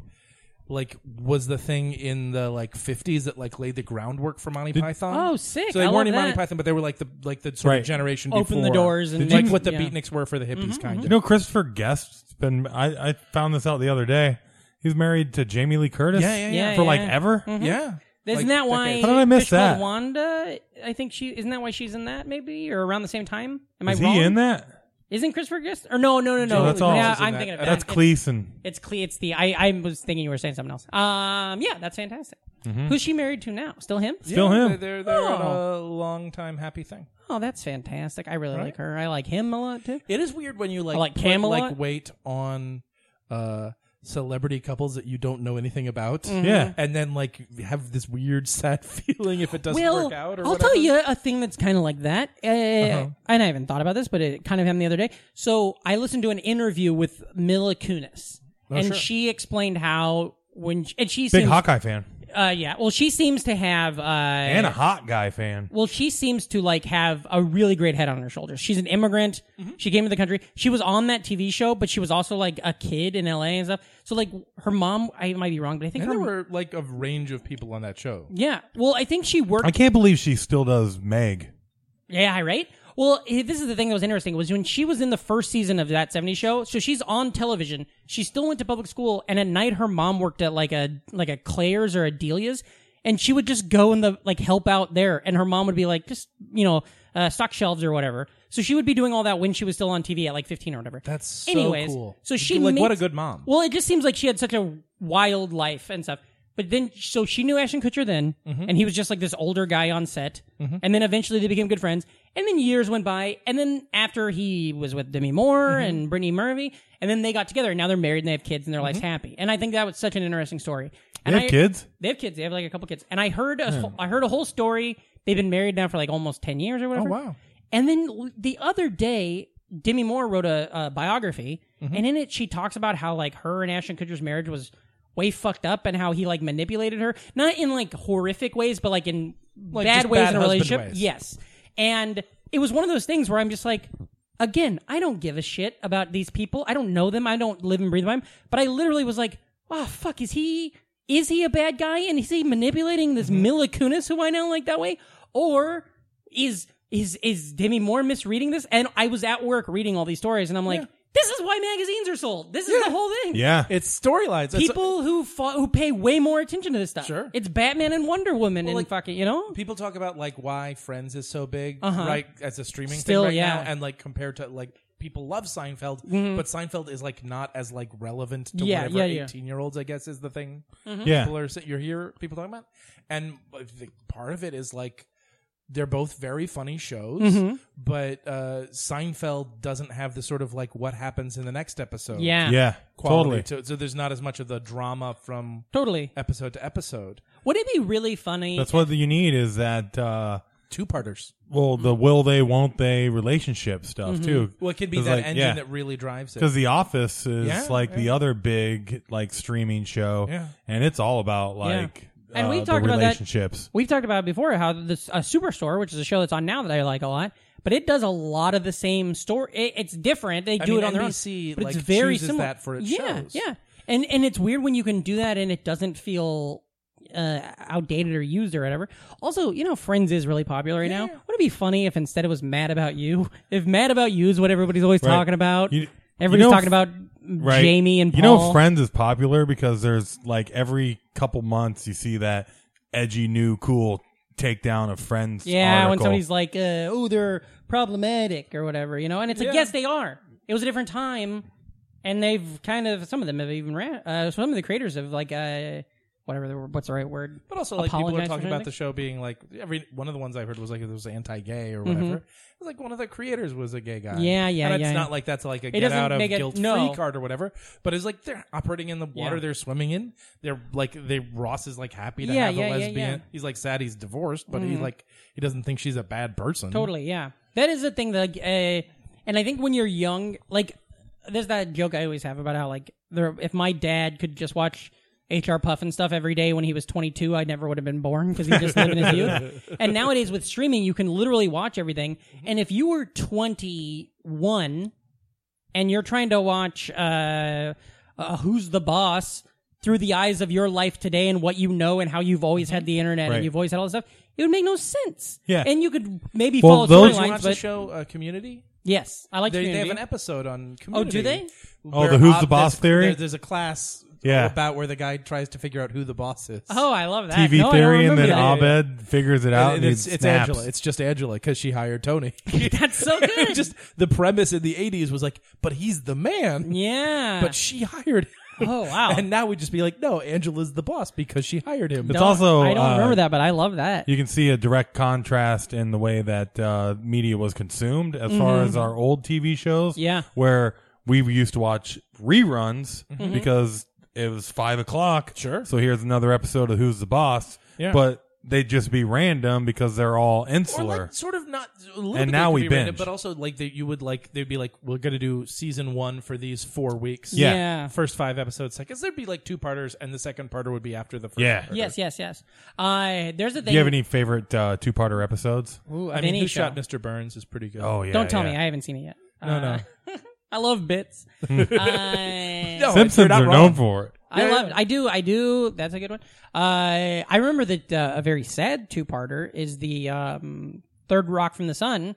Speaker 4: like was the thing in the like 50s that like laid the groundwork for Monty Python.
Speaker 1: Oh, sick.
Speaker 4: So they
Speaker 1: I love
Speaker 4: weren't in Monty
Speaker 1: that.
Speaker 4: Python, but they were like the like the sort
Speaker 2: Right.
Speaker 4: of generation
Speaker 1: Open the
Speaker 4: before,
Speaker 1: doors and
Speaker 4: like
Speaker 1: make-
Speaker 4: what the
Speaker 1: yeah.
Speaker 4: beatniks were for the hippies, kind
Speaker 2: You
Speaker 4: of.
Speaker 2: know, Christopher Guest's been. I, I found this out the other day. He's married to Jamie Lee Curtis.
Speaker 4: Yeah, yeah,
Speaker 1: yeah.
Speaker 2: For
Speaker 1: Yeah,
Speaker 2: like
Speaker 1: yeah. Mm-hmm.
Speaker 2: ever.
Speaker 4: Mm-hmm. Yeah,
Speaker 1: Isn't
Speaker 4: Like,
Speaker 1: that why?
Speaker 4: decades.
Speaker 2: How did I miss
Speaker 1: Fish Called
Speaker 2: that?
Speaker 1: Wanda. I think she isn't that why she's in that maybe or around the same time. Am
Speaker 2: Is
Speaker 1: I wrong?
Speaker 2: he in that?
Speaker 1: Isn't Christopher Guest? Or no, no, no, no.
Speaker 2: No, that's all.
Speaker 1: Oh, Yeah,
Speaker 2: He's in Uh,
Speaker 1: I'm
Speaker 4: that.
Speaker 1: thinking of that.
Speaker 2: That's
Speaker 1: It's-
Speaker 2: Cleason.
Speaker 1: It's Cle. It's the. I, I was thinking you were saying something else. Um. Yeah, that's fantastic.
Speaker 2: Mm-hmm.
Speaker 1: Who's she married to now? Still him?
Speaker 2: Still him.
Speaker 4: They're they're, they're on a long time happy thing.
Speaker 1: Oh, that's fantastic. I really like her. I like him a lot too.
Speaker 4: It is weird when you like
Speaker 1: I like
Speaker 4: put,
Speaker 1: Camelot.
Speaker 4: like weight on uh celebrity couples that you don't know anything about.
Speaker 2: Mm-hmm.
Speaker 1: Mm-hmm.
Speaker 2: Yeah.
Speaker 4: And then like have this weird sad feeling if it doesn't
Speaker 1: Well,
Speaker 4: work out or
Speaker 1: I'll
Speaker 4: whatever. Uh-huh.
Speaker 1: tell you a thing that's kind of like that, uh, and I haven't thought about this, but it kind of happened the other day. So I listened to an interview with Mila Kunis,
Speaker 4: Oh,
Speaker 1: and she explained how when she, and she
Speaker 2: Big
Speaker 1: seems,
Speaker 2: Hawkeye fan
Speaker 1: uh, yeah, well, she seems to have uh,
Speaker 2: and a hot guy fan.
Speaker 1: well, she seems to like have a really great head on her shoulders. She's an immigrant.
Speaker 4: Mm-hmm.
Speaker 1: She came to the country. She was on that TV show, but she was also like a kid in LA and stuff. So like her mom, I might be wrong, but I think
Speaker 4: And
Speaker 1: her
Speaker 4: there were like a range of people on that show.
Speaker 1: yeah. Well, I think she worked
Speaker 2: I can't believe she still does Meg.
Speaker 1: Yeah, right. Well, eh, this is the thing that was interesting was when she was in the first season of that 70s show. So she's on television. She still went to public school, and at night her mom worked at like a like a Claire's or a Delia's, and she would just go in the like help out there, and her mom would be like just you know uh, stock shelves or whatever. So she would be doing all that when she was still on TV at like 15 or whatever.
Speaker 4: That's so
Speaker 1: Anyways,
Speaker 4: cool.
Speaker 1: So she
Speaker 4: like what a
Speaker 1: meets-
Speaker 4: good mom.
Speaker 1: well, it just seems like she had such a wild life and stuff. But then, so she knew Ashton Kutcher then,
Speaker 4: Mm-hmm.
Speaker 1: and he was just like this older guy on set. And then eventually they became good friends. And then years went by. And then after he was with Demi Moore
Speaker 4: Mm-hmm.
Speaker 1: and Brittany Murphy, and then they got together. And now they're married and they have kids and their
Speaker 4: Mm-hmm.
Speaker 1: life's happy. And I think that was such an interesting story.
Speaker 2: They
Speaker 1: And
Speaker 2: have
Speaker 1: I-
Speaker 2: kids.
Speaker 1: They have kids. They have like a couple kids. And I heard a,
Speaker 4: Hmm.
Speaker 1: whole- I heard a whole story. They've been married now for like almost ten years or whatever.
Speaker 4: Oh, wow.
Speaker 1: And then l- the other day, Demi Moore wrote a, a biography,
Speaker 4: Mm-hmm.
Speaker 1: and in it she talks about how like her and Ashton Kutcher's marriage was way fucked up, and how he like manipulated her, not in like horrific ways, but like in bad
Speaker 4: just
Speaker 1: ways
Speaker 4: bad
Speaker 1: in a
Speaker 4: husband
Speaker 1: relationship.
Speaker 4: ways.
Speaker 1: Yes, and it was one of those things where I'm just like. Again, I don't give a shit about these people. I don't know them. I don't live and breathe by them. But I literally was like, "Wow, fuck, is he is he a bad guy and is he manipulating
Speaker 4: Mm-hmm.
Speaker 1: this Mila Kunis who I know like that way, or is is is Demi Moore misreading this? And I was at work reading all these stories, and I'm like, this is why magazines are sold. This is the whole thing.
Speaker 2: Yeah.
Speaker 4: It's storylines. It's-
Speaker 1: People who fa- who pay way more attention to this stuff.
Speaker 4: Sure.
Speaker 1: it's Batman and Wonder Woman and
Speaker 4: like,
Speaker 1: fucking you know.
Speaker 4: people talk about like why Friends is so big, right? As a streaming
Speaker 1: Uh-huh. Still,
Speaker 4: thing right
Speaker 1: yeah. Mm-hmm.
Speaker 4: now, and like compared to like people love Seinfeld, but Seinfeld is like not as like relevant to
Speaker 1: Yeah,
Speaker 4: whatever
Speaker 1: yeah, yeah.
Speaker 4: eighteen year olds, I guess, is the thing.
Speaker 1: Mm-hmm.
Speaker 4: People
Speaker 2: Yeah.
Speaker 4: are you're here, people talking about, and I think part of it is like they're both very funny shows,
Speaker 1: Mm-hmm.
Speaker 4: but uh, Seinfeld doesn't have the sort of like what happens in the next episode,
Speaker 1: Yeah,
Speaker 2: Yeah.
Speaker 4: quality
Speaker 2: Totally.
Speaker 4: totally. so there's not as much of the drama from
Speaker 1: totally.
Speaker 4: episode to episode.
Speaker 1: Would it be really funny?
Speaker 2: That's what you need is that. uh
Speaker 4: Two parters.
Speaker 2: Well,
Speaker 1: Mm-hmm.
Speaker 2: the will they, won't they relationship stuff too.
Speaker 4: Well, it could be
Speaker 2: 'Cause,
Speaker 4: that
Speaker 2: like,
Speaker 4: engine
Speaker 2: yeah.
Speaker 4: that really drives it.
Speaker 2: Because The Office is
Speaker 4: Yeah,
Speaker 2: like the other big like streaming show,
Speaker 4: Yeah.
Speaker 2: and it's all about like
Speaker 1: And
Speaker 2: uh,
Speaker 1: we've
Speaker 2: the
Speaker 1: talked about that-
Speaker 2: relationships.
Speaker 1: We've talked about it before how this uh, Superstore, which is a show that's on now that I like a lot, but it does a lot of the same story. It, it's different. They do it
Speaker 4: mean,
Speaker 1: on their
Speaker 4: NBC,
Speaker 1: own, but
Speaker 4: like,
Speaker 1: it's very
Speaker 4: chooses
Speaker 1: similar.
Speaker 4: that for its
Speaker 1: yeah,
Speaker 4: shows.
Speaker 1: yeah. And and it's weird when you can do that and it doesn't feel uh, outdated or used or whatever. Also, you know, Friends is really popular right now. Wouldn't it be funny if instead it was Mad About You? If Mad About You is what everybody's always talking about,
Speaker 2: You- you
Speaker 1: everybody's
Speaker 2: know,
Speaker 1: talking about
Speaker 2: Right.
Speaker 1: Jamie and Paul.
Speaker 2: You know, Friends is popular because there's like every couple months you see that edgy new cool takedown of Friends.
Speaker 1: Yeah, when
Speaker 2: article.
Speaker 1: somebody's like, uh, "Oh, they're problematic" or whatever, you know, and it's like, yes, they are. It was a different time, and they've kind of some of them have even ran. Uh, some of the creators have like, uh, whatever, the, what's the right word?
Speaker 4: But also, like people are
Speaker 1: Apologize for
Speaker 4: talking about
Speaker 1: anything?
Speaker 4: the show being like every one of the ones I heard was like it was anti-gay or whatever. It was like one of the creators was a gay guy.
Speaker 1: Mm-hmm. Yeah, yeah,
Speaker 4: And it's
Speaker 1: yeah,
Speaker 4: not
Speaker 1: yeah.
Speaker 4: like that's like a get
Speaker 1: doesn't
Speaker 4: out of
Speaker 1: make it-
Speaker 4: guilt-free
Speaker 1: no.
Speaker 4: card or whatever. But it's like they're operating in the water
Speaker 1: Yeah.
Speaker 4: they're swimming in. They're like they Ross is like happy to
Speaker 1: Yeah,
Speaker 4: have
Speaker 1: yeah,
Speaker 4: a
Speaker 1: yeah,
Speaker 4: lesbian.
Speaker 1: yeah. Mm-hmm.
Speaker 4: He's like sad he's divorced, but he like he doesn't think she's a bad person.
Speaker 2: Mm-hmm.
Speaker 1: Totally, yeah. That is the thing that, like, uh, and I think when you're young, like, there's that joke I always have about how, like, there, if my dad could just watch HR Puff and stuff every day when he was 22, I never would have been born because he just lived in his youth. And nowadays with streaming, you can literally watch everything.
Speaker 2: Mm-hmm.
Speaker 1: And if you were 21 and you're trying to watch, uh, uh Who's the Boss? through the eyes of your life today and what you know and how you've always had the internet
Speaker 2: Mm-hmm. Right.
Speaker 1: and you've always had all this stuff, it would make no sense.
Speaker 2: Yeah.
Speaker 1: and you could maybe
Speaker 2: Well,
Speaker 1: follow
Speaker 2: those-
Speaker 1: storylines,
Speaker 4: Watch the
Speaker 1: but
Speaker 4: show uh, Community.
Speaker 1: yes, I like
Speaker 4: They, they
Speaker 1: Community.
Speaker 4: have an episode on
Speaker 1: Oh,
Speaker 4: Community.
Speaker 1: do they?
Speaker 2: Oh,
Speaker 4: where
Speaker 2: the Who's
Speaker 4: ob-
Speaker 2: the Boss
Speaker 4: there's-
Speaker 2: theory?
Speaker 4: there- there's a class
Speaker 2: Yeah.
Speaker 4: about where the guy tries to figure out who the boss is.
Speaker 1: Oh, I love that
Speaker 2: TV
Speaker 1: No, I don't
Speaker 2: theory, and
Speaker 1: remember
Speaker 2: then
Speaker 1: that.
Speaker 2: Abed figures it
Speaker 4: And-
Speaker 2: out.
Speaker 4: and
Speaker 2: and he
Speaker 4: it's, it's
Speaker 2: snaps.
Speaker 4: Angela. It's just Angela because she hired Tony.
Speaker 1: That's so good.
Speaker 4: just the premise in the '80s was like, but he's the man.
Speaker 1: yeah,
Speaker 4: But she hired. Him.
Speaker 1: Oh, wow.
Speaker 4: And now we just be like, no, Angela's the boss because she hired him.
Speaker 2: It's also
Speaker 1: I don't
Speaker 2: uh,
Speaker 1: remember that, but I love that.
Speaker 2: You can see a direct contrast in the way that uh, media was consumed as far as our old TV shows.
Speaker 1: Mm-hmm. Yeah.
Speaker 2: Where we used to watch reruns
Speaker 1: Mm-hmm.
Speaker 2: because it was five o'clock.
Speaker 4: Sure.
Speaker 2: So here's another episode of Who's the Boss.
Speaker 4: Yeah.
Speaker 2: But they'd just be random because they're all
Speaker 4: or
Speaker 2: insular.
Speaker 4: like sort of not. A little
Speaker 2: And
Speaker 4: bit
Speaker 2: now
Speaker 4: could
Speaker 2: we
Speaker 4: be random,
Speaker 2: binge.
Speaker 4: but also like they, you would like they'd be like, we're gonna do season one for these four weeks.
Speaker 2: Yeah.
Speaker 1: yeah.
Speaker 4: First five episodes, because there'd be like two parters, and the second parter would be after the first.
Speaker 2: Yeah.
Speaker 4: parter.
Speaker 1: Yes, yes, yes. Uh, there's a thing.
Speaker 2: Do you have any favorite uh, two parter episodes?
Speaker 1: Ooh,
Speaker 4: I
Speaker 1: of
Speaker 4: mean,
Speaker 1: any
Speaker 4: who
Speaker 1: show.
Speaker 4: shot Mr. Burns is pretty good.
Speaker 2: Oh, yeah.
Speaker 1: Don't tell
Speaker 2: yeah.
Speaker 1: me. I haven't seen it yet. Uh,
Speaker 4: no, no.
Speaker 1: I love bits. uh, no,
Speaker 2: Simpsons are known for it.
Speaker 1: I love. I do. I do. That's a good one. Uh, I remember that uh, a very sad two-parter is the um, third rock from the sun,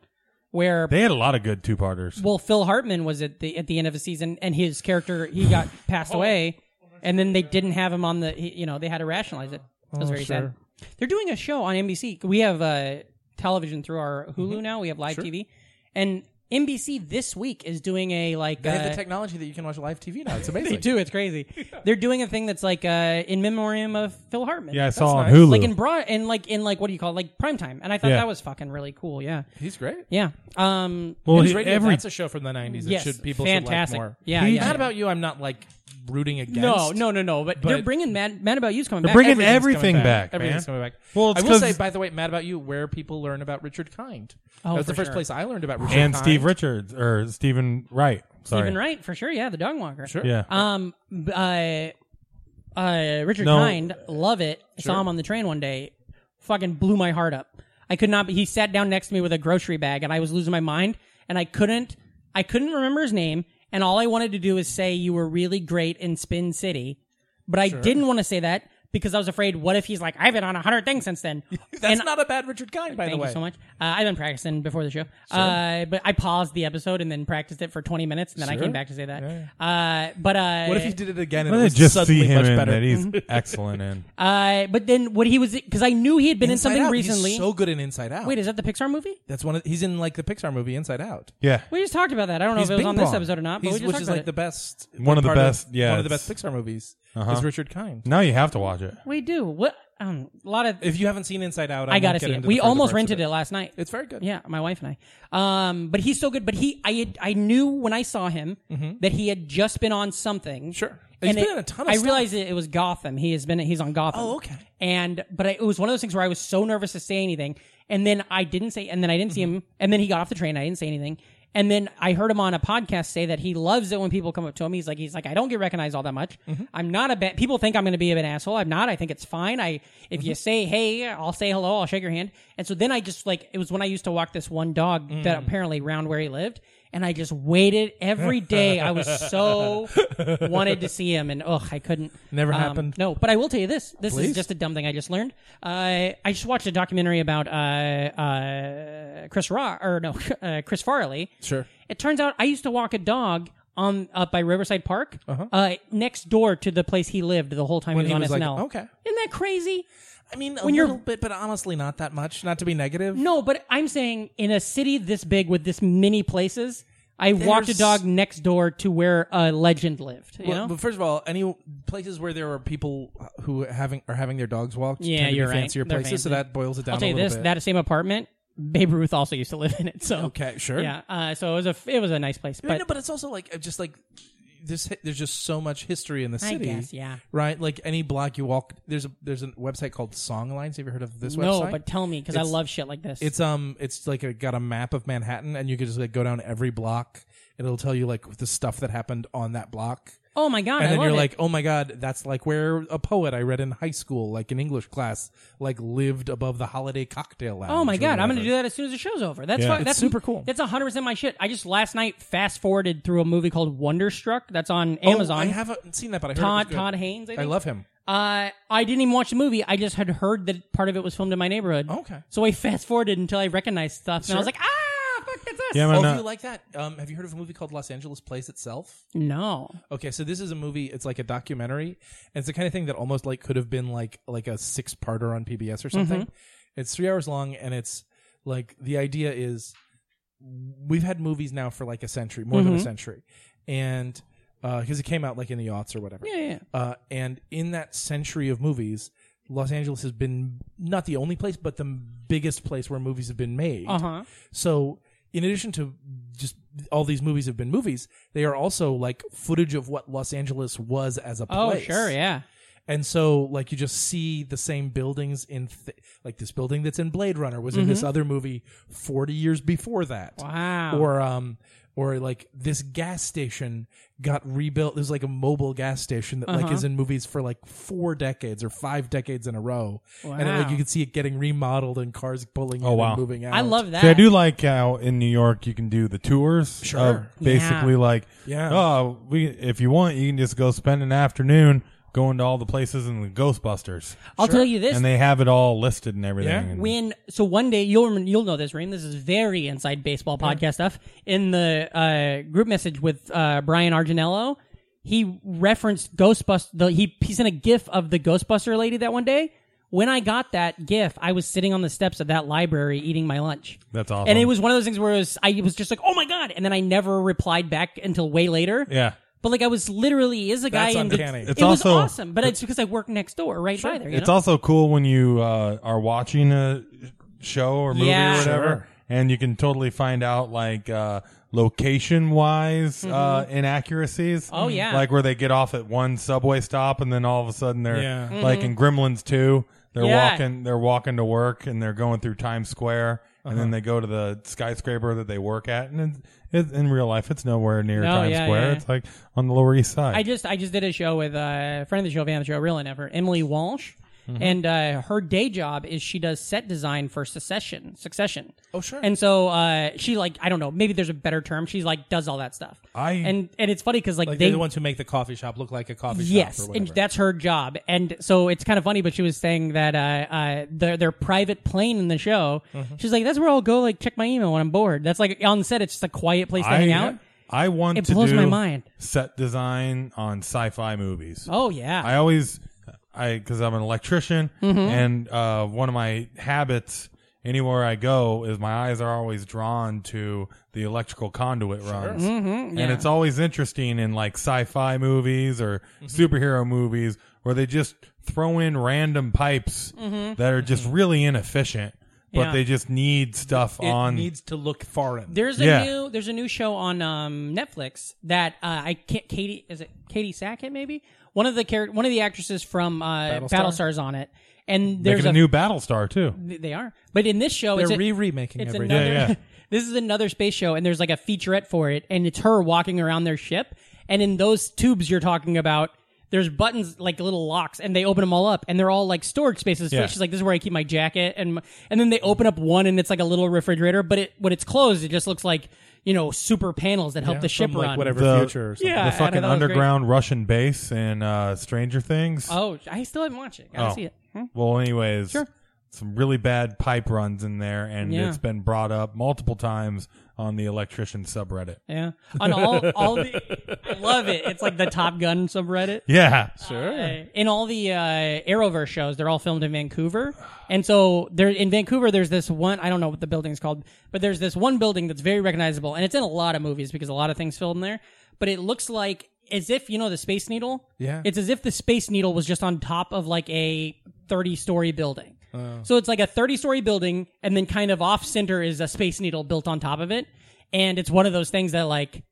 Speaker 1: where
Speaker 2: They had a lot of good two parters.
Speaker 1: well Phil Hartman was at the at the end of the season, and his character he got passed
Speaker 2: Oh.
Speaker 1: away, and then they didn't have him on the. he- You know, they had to rationalize it. It
Speaker 2: Oh,
Speaker 1: was very sad. They're doing a show on NBC. We have uh, television through our Hulu
Speaker 2: Mm-hmm.
Speaker 1: now. We have live TV, and NBC this week is doing a like
Speaker 4: They have
Speaker 1: uh,
Speaker 4: the technology that you can watch live TV now. It's amazing.
Speaker 1: They do. It's crazy. They're doing a thing that's like uh, in memoriam of Phil Hartman.
Speaker 2: yeah, I saw on
Speaker 4: nice.
Speaker 2: Hulu.
Speaker 1: Like in broad and like in like what do you call it? like prime time? And I thought
Speaker 2: Yeah.
Speaker 1: that was fucking really cool. Yeah,
Speaker 4: He's great.
Speaker 1: yeah. Um,
Speaker 2: well,
Speaker 4: News
Speaker 2: he-
Speaker 4: Radio,
Speaker 2: every
Speaker 4: that's a show from the '90s.
Speaker 1: yes,
Speaker 4: it should people
Speaker 1: fantastic.
Speaker 4: should like more.
Speaker 1: Yeah,
Speaker 2: He-
Speaker 1: yeah.
Speaker 4: Mad
Speaker 1: yeah.
Speaker 4: About You, I'm not like rooting against.
Speaker 1: no, no, no, no. But, they're
Speaker 4: But-
Speaker 1: bringing Mad, Mad About You's coming
Speaker 2: They're
Speaker 1: back.
Speaker 2: bringing
Speaker 1: Everything's
Speaker 2: everything
Speaker 1: coming
Speaker 2: back, man.
Speaker 4: Everything's coming back.
Speaker 2: Well, it's
Speaker 4: I will
Speaker 2: 'cause-
Speaker 4: say, by the way, Mad About You, where people learn about Richard Kind.
Speaker 1: Oh,
Speaker 4: that was
Speaker 1: for
Speaker 4: the first
Speaker 1: sure.
Speaker 4: place I learned about Richard
Speaker 2: and
Speaker 4: Kind.
Speaker 2: Steve Richards or Stephen Wright. Sorry.
Speaker 1: Stephen Wright for sure. Yeah, the dog walker.
Speaker 4: Sure.
Speaker 2: Yeah.
Speaker 1: Um, b- uh, uh, Richard
Speaker 2: No.
Speaker 1: Kind, love it. Saw him on the train one day. Fucking blew my heart up. I could not. be- He sat down next to me with a grocery bag, and I was losing my mind. And I couldn't. I couldn't remember his name. And all I wanted to do is say you were really great in Spin City, but I didn't want to say that because I was afraid. What if he's like, I've been on a hundred things since then.
Speaker 4: That's
Speaker 1: And-
Speaker 4: not a bad Richard Kind, by the
Speaker 1: Thank
Speaker 4: way.
Speaker 1: you so much. Uh, I've been practicing before the show, uh, but I paused the episode and then practiced it for 20 minutes, and then I came back to say that. Uh, but uh,
Speaker 4: What if you did it again? And
Speaker 2: Well,
Speaker 4: it
Speaker 2: they
Speaker 4: was
Speaker 2: just
Speaker 4: suddenly
Speaker 2: see him
Speaker 4: much
Speaker 2: in
Speaker 4: better.
Speaker 2: that he's excellent in.
Speaker 1: Uh, but then what he was because I knew he had been in
Speaker 4: Inside
Speaker 1: something
Speaker 4: Out,
Speaker 1: recently.
Speaker 4: He's so good in Inside Out.
Speaker 1: Wait, is that the Pixar movie?
Speaker 4: that's one? Of, he's in like the Pixar movie Inside Out.
Speaker 2: Yeah.
Speaker 1: We just talked about that. I don't know
Speaker 4: He's
Speaker 1: if it was
Speaker 4: Bing
Speaker 1: on this
Speaker 4: Bong.
Speaker 1: episode or not, but
Speaker 4: He's-
Speaker 1: we just
Speaker 4: which
Speaker 1: talked
Speaker 4: is
Speaker 1: about
Speaker 4: like
Speaker 1: it.
Speaker 4: the best,
Speaker 2: One of the
Speaker 4: part
Speaker 2: best- yeah,
Speaker 4: one of the
Speaker 2: it's-
Speaker 4: best Pixar movies
Speaker 2: Uh-huh.
Speaker 4: is Richard Kind.
Speaker 2: Now you have to watch it.
Speaker 1: we do. What? Um, a lot of.
Speaker 4: If you haven't seen Inside Out, I,
Speaker 1: I
Speaker 4: won't
Speaker 1: gotta
Speaker 4: get
Speaker 1: see it.
Speaker 4: into
Speaker 1: We
Speaker 4: the further
Speaker 1: almost
Speaker 4: parts of
Speaker 1: rented it. last night.
Speaker 4: It's very good.
Speaker 1: yeah, my wife and I. Um, but he's so good. But he, I, had, I knew when I saw him that he had just been on something.
Speaker 4: Mm-hmm. Sure.
Speaker 1: and
Speaker 4: He's been
Speaker 1: it-
Speaker 4: on a ton of
Speaker 1: I
Speaker 4: stuff.
Speaker 1: realized it, it was Gotham. He has been. He's on Gotham.
Speaker 4: Oh, okay.
Speaker 1: And but I, it was one of those things where I was so nervous to say anything, and then I didn't say, and then I didn't
Speaker 4: Mm-hmm.
Speaker 1: see him, and then he got off the train. I didn't say anything, and then I heard him on a podcast say that he loves it when people come up to him. He's like, he's like, I don't get recognized all that much.
Speaker 4: Mm-hmm.
Speaker 1: I'm not a bad. People think I'm going to be an asshole. I'm not. I think it's fine. I if
Speaker 4: Mm-hmm.
Speaker 1: you say hey, I'll say hello. I'll shake your hand. And so then I just like it was when I used to walk this one dog
Speaker 4: Mm.
Speaker 1: that apparently round where he lived. And I just waited every day. I was so wanted to see him, and ugh, I couldn't.
Speaker 4: Never
Speaker 1: Um,
Speaker 4: happened.
Speaker 1: No, but I will tell you this. This is
Speaker 4: Please.
Speaker 1: just a dumb thing I just learned. Uh, I just watched a documentary about uh, uh, Chris Ra or no uh, Chris Farley.
Speaker 4: Sure.
Speaker 1: It turns out I used to walk a dog on up by Riverside Park, uh next door to the place he lived the whole time
Speaker 4: Uh-huh. When
Speaker 1: he
Speaker 4: he
Speaker 1: was on
Speaker 4: was like,
Speaker 1: SNL.
Speaker 4: okay.
Speaker 1: isn't that crazy?
Speaker 4: I mean, a
Speaker 1: When you're-
Speaker 4: little bit, but honestly, not that much. Not to be negative.
Speaker 1: No, but I'm saying in a city this big with this many places, I walked a
Speaker 4: There's-
Speaker 1: dog next door to where a legend lived. You
Speaker 4: Well,
Speaker 1: know?
Speaker 4: but first of all, any places where there are people who having are having their dogs walked,
Speaker 1: Yeah,
Speaker 4: tend to
Speaker 1: you're
Speaker 4: be
Speaker 1: right.
Speaker 4: fancier
Speaker 1: They're
Speaker 4: places. So
Speaker 1: fancy.
Speaker 4: that boils it down
Speaker 1: I'll tell
Speaker 4: a
Speaker 1: you
Speaker 4: little
Speaker 1: this:
Speaker 4: bit.
Speaker 1: that same apartment, Babe Ruth also used to live in it. So
Speaker 4: okay, sure.
Speaker 1: Yeah, uh, so it was a it was a nice place,
Speaker 4: but,
Speaker 1: but
Speaker 4: no, but it's also like uh, just like this. There's just so much history in the
Speaker 1: I
Speaker 4: city.
Speaker 1: guess, yeah.
Speaker 4: Right. Like any block you walk, there's a there's a website called Songlines. Have you heard of this
Speaker 1: no,
Speaker 4: website?
Speaker 1: but tell me because I
Speaker 4: It's-
Speaker 1: love shit like this.
Speaker 4: It's um, it's like a, got a map of Manhattan, and you can just like go down every block, and it'll tell you like the stuff that happened on that block.
Speaker 1: Oh my god!
Speaker 4: and
Speaker 1: I
Speaker 4: then
Speaker 1: love
Speaker 4: you're
Speaker 1: it.
Speaker 4: like, oh my god, that's like where a poet I read in high school, like in English class, like lived above the holiday cocktail lounge.
Speaker 1: Oh my
Speaker 4: or
Speaker 1: god, I'm gonna
Speaker 4: whatever.
Speaker 1: do that as soon as the show's over. That's
Speaker 2: Yeah.
Speaker 1: why,
Speaker 2: It's
Speaker 1: that's
Speaker 4: super cool.
Speaker 1: That's 100 percent my shit. I just last night fast forwarded through a movie called Wonderstruck that's on
Speaker 4: Oh,
Speaker 1: Amazon.
Speaker 4: I haven't seen that, but I heard
Speaker 1: Todd
Speaker 4: it was good.
Speaker 1: Todd Haynes. I, think.
Speaker 4: I love him.
Speaker 1: Uh, I didn't even watch the movie. I just had heard that part of it was filmed in my neighborhood.
Speaker 4: Oh, Okay.
Speaker 1: So I fast forwarded until I recognized stuff, and I was like, ah, fuck, that's us.
Speaker 2: Yeah, man,
Speaker 4: oh,
Speaker 2: uh,
Speaker 4: if you like that, um, have you heard of a movie called Los Angeles Plays Itself?
Speaker 1: No.
Speaker 4: Okay, so this is a movie. It's like a documentary. And it's the kind of thing that almost like could have been like like a six parter on PBS or something. It's three hours long, and it's like the idea is we've had movies now for like a century, more than a century, and because it came out like in the aughts or whatever.
Speaker 1: Yeah, yeah.
Speaker 4: Uh, and in that century of movies, Los Angeles has been not the only place, but the biggest place where movies have been made.
Speaker 1: Uh huh.
Speaker 4: So, in addition to just all these movies have been movies, they are also like footage of what Los Angeles was as a
Speaker 1: Oh
Speaker 4: place.
Speaker 1: sure, yeah.
Speaker 4: And so, like, you just see the same buildings in, th- like, this building that's in Blade Runner was in this other movie 40 years before that.
Speaker 1: Mm-hmm. Wow.
Speaker 4: Or, um, or like this gas station got rebuilt. There's like a mobile gas station that
Speaker 1: Uh-huh.
Speaker 4: like is in movies for like four decades or five decades in a row, and it, like
Speaker 1: Wow.
Speaker 4: you can see it getting remodeled and cars pulling
Speaker 2: Oh,
Speaker 4: in
Speaker 2: wow.
Speaker 4: and moving out.
Speaker 1: I love that.
Speaker 2: See, I do like how in New York you can do the tours.
Speaker 4: Sure.
Speaker 2: of basically, like,
Speaker 4: Yeah.
Speaker 2: oh, we if you want, you can just go spend an afternoon going to all the places in the Ghostbusters,
Speaker 1: I'll tell you this.
Speaker 2: and they have it all listed and everything.
Speaker 4: Yeah.
Speaker 2: And-
Speaker 1: when so one day you'll rem- you'll know this, Reem. This is very inside baseball podcast stuff. In the uh, group message with uh, Brian Arginello, he referenced Ghostbust. The, he he sent a GIF of the Ghostbuster lady that one day. When I got that GIF, I was sitting on the steps of that library eating my lunch.
Speaker 2: That's awesome.
Speaker 1: And it was one of those things where it was, I was just like, "Oh my god!" And then I never replied back until way later.
Speaker 2: yeah,
Speaker 1: But like I was literally is a guy.
Speaker 4: That's
Speaker 1: in the-
Speaker 4: uncanny.
Speaker 2: It's
Speaker 1: it was
Speaker 2: also-
Speaker 1: awesome, but it's because I work next door, right by there. You
Speaker 2: it's
Speaker 1: know?
Speaker 2: also cool when you uh, are watching a show or movie
Speaker 1: Yeah.
Speaker 2: or whatever,
Speaker 4: Sure.
Speaker 2: and you can totally find out like uh, location wise uh, inaccuracies.
Speaker 1: Mm-hmm. Oh, yeah.
Speaker 2: like where they get off at one subway stop, and then all of a sudden they're
Speaker 4: Yeah.
Speaker 2: like in Gremlins two. They're
Speaker 1: Mm-hmm. Yeah.
Speaker 2: walking. They're walking to work, and they're going through Times Square, and
Speaker 4: Uh-huh.
Speaker 2: then they go to the skyscraper that they work at. And it's, it, in real life, it's nowhere near
Speaker 1: No,
Speaker 2: Times
Speaker 1: yeah,
Speaker 2: Square.
Speaker 1: yeah, yeah.
Speaker 2: It's like on the Lower East Side.
Speaker 1: I just I just did a show with uh, a friend of the show, fan of the show, real and ever, Emily Walsh,
Speaker 4: Mm-hmm.
Speaker 1: and uh, her day job is she does set design for Succession. Succession.
Speaker 4: Oh, sure.
Speaker 1: And so uh, she like I don't know maybe there's a better term. She's like does all that stuff.
Speaker 2: I-
Speaker 1: and and it's funny because like,
Speaker 4: Like
Speaker 1: they
Speaker 4: they, are the ones who make the coffee shop look like a coffee shop.
Speaker 1: Yes,
Speaker 4: or
Speaker 1: and
Speaker 4: whatever.
Speaker 1: that's her job, and so it's kind of funny. But she was saying that uh, uh, their their private plane in the show.
Speaker 4: Mm-hmm.
Speaker 1: She's like, "That's where I'll go, like check my email when I'm bored." That's like on set. It's just a quiet place to hang out.
Speaker 2: I want
Speaker 1: It
Speaker 2: to
Speaker 1: blows
Speaker 2: do
Speaker 1: my mind.
Speaker 2: set design on sci-fi movies.
Speaker 1: Oh yeah,
Speaker 2: I always, I because I'm an electrician,
Speaker 1: Mm-hmm.
Speaker 2: and uh, one of my habits anywhere I go is my eyes are always drawn to the electrical conduit runs,
Speaker 1: Mm-hmm.
Speaker 2: and it's always interesting in like sci-fi movies or
Speaker 1: Mm-hmm.
Speaker 2: superhero movies where they just throw in random pipes that are just really inefficient, but
Speaker 1: Mm-hmm. Yeah.
Speaker 2: they just need stuff
Speaker 4: it
Speaker 2: on.
Speaker 4: needs to look foreign.
Speaker 1: There's a
Speaker 2: Yeah.
Speaker 1: new there's a new show on um, Netflix that uh, I can't Katie is it Katie Sackett maybe one of the char- one of the actresses from uh,
Speaker 4: Battlestar?
Speaker 1: Battlestar's on it and there's
Speaker 2: Making
Speaker 1: a,
Speaker 2: a new Battlestar too.
Speaker 1: they are but in this show it's
Speaker 4: They're
Speaker 1: a,
Speaker 4: re remaking
Speaker 1: it's
Speaker 4: everything.
Speaker 1: another
Speaker 2: Yeah, yeah.
Speaker 1: this is another space show and there's like a featurette for it and it's her walking around their ship and in those tubes you're talking about there's buttons like little locks and they open them all up and they're all like storage spaces
Speaker 2: Yeah.
Speaker 1: she's like this is where i keep my jacket and my- and then they open up one and it's like a little refrigerator but it when it's closed it just looks like you know super panels that help the ship
Speaker 4: From, like,
Speaker 1: run
Speaker 4: whatever
Speaker 2: The-
Speaker 4: future or something.
Speaker 1: Yeah,
Speaker 2: the
Speaker 1: and I thought
Speaker 2: fucking
Speaker 1: it was great.
Speaker 2: underground Russian base in uh, Stranger Things.
Speaker 1: oh i still haven't watched it
Speaker 2: Oh.
Speaker 1: gotta see it Hmm?
Speaker 2: Well, anyways, some really bad pipe runs in there, and
Speaker 1: Yeah.
Speaker 2: it's been brought up multiple times on the electrician subreddit.
Speaker 1: yeah on all all the i love it it's like the top gun subreddit
Speaker 2: Yeah,
Speaker 1: Uh, in all the uh, Arrowverse shows, they're all filmed in Vancouver, and so there in Vancouver, there's this one. I don't know what the building's called, but there's this one building that's very recognizable, and it's in a lot of movies because a lot of things filmed there. But it looks like as if you know the Space Needle.
Speaker 4: Yeah.
Speaker 1: it's as if the Space Needle was just on top of like a thirty-story building. So it's like a thirty-story building, and then kind of off center is a Space Needle built on top of it, and it's one of those things that like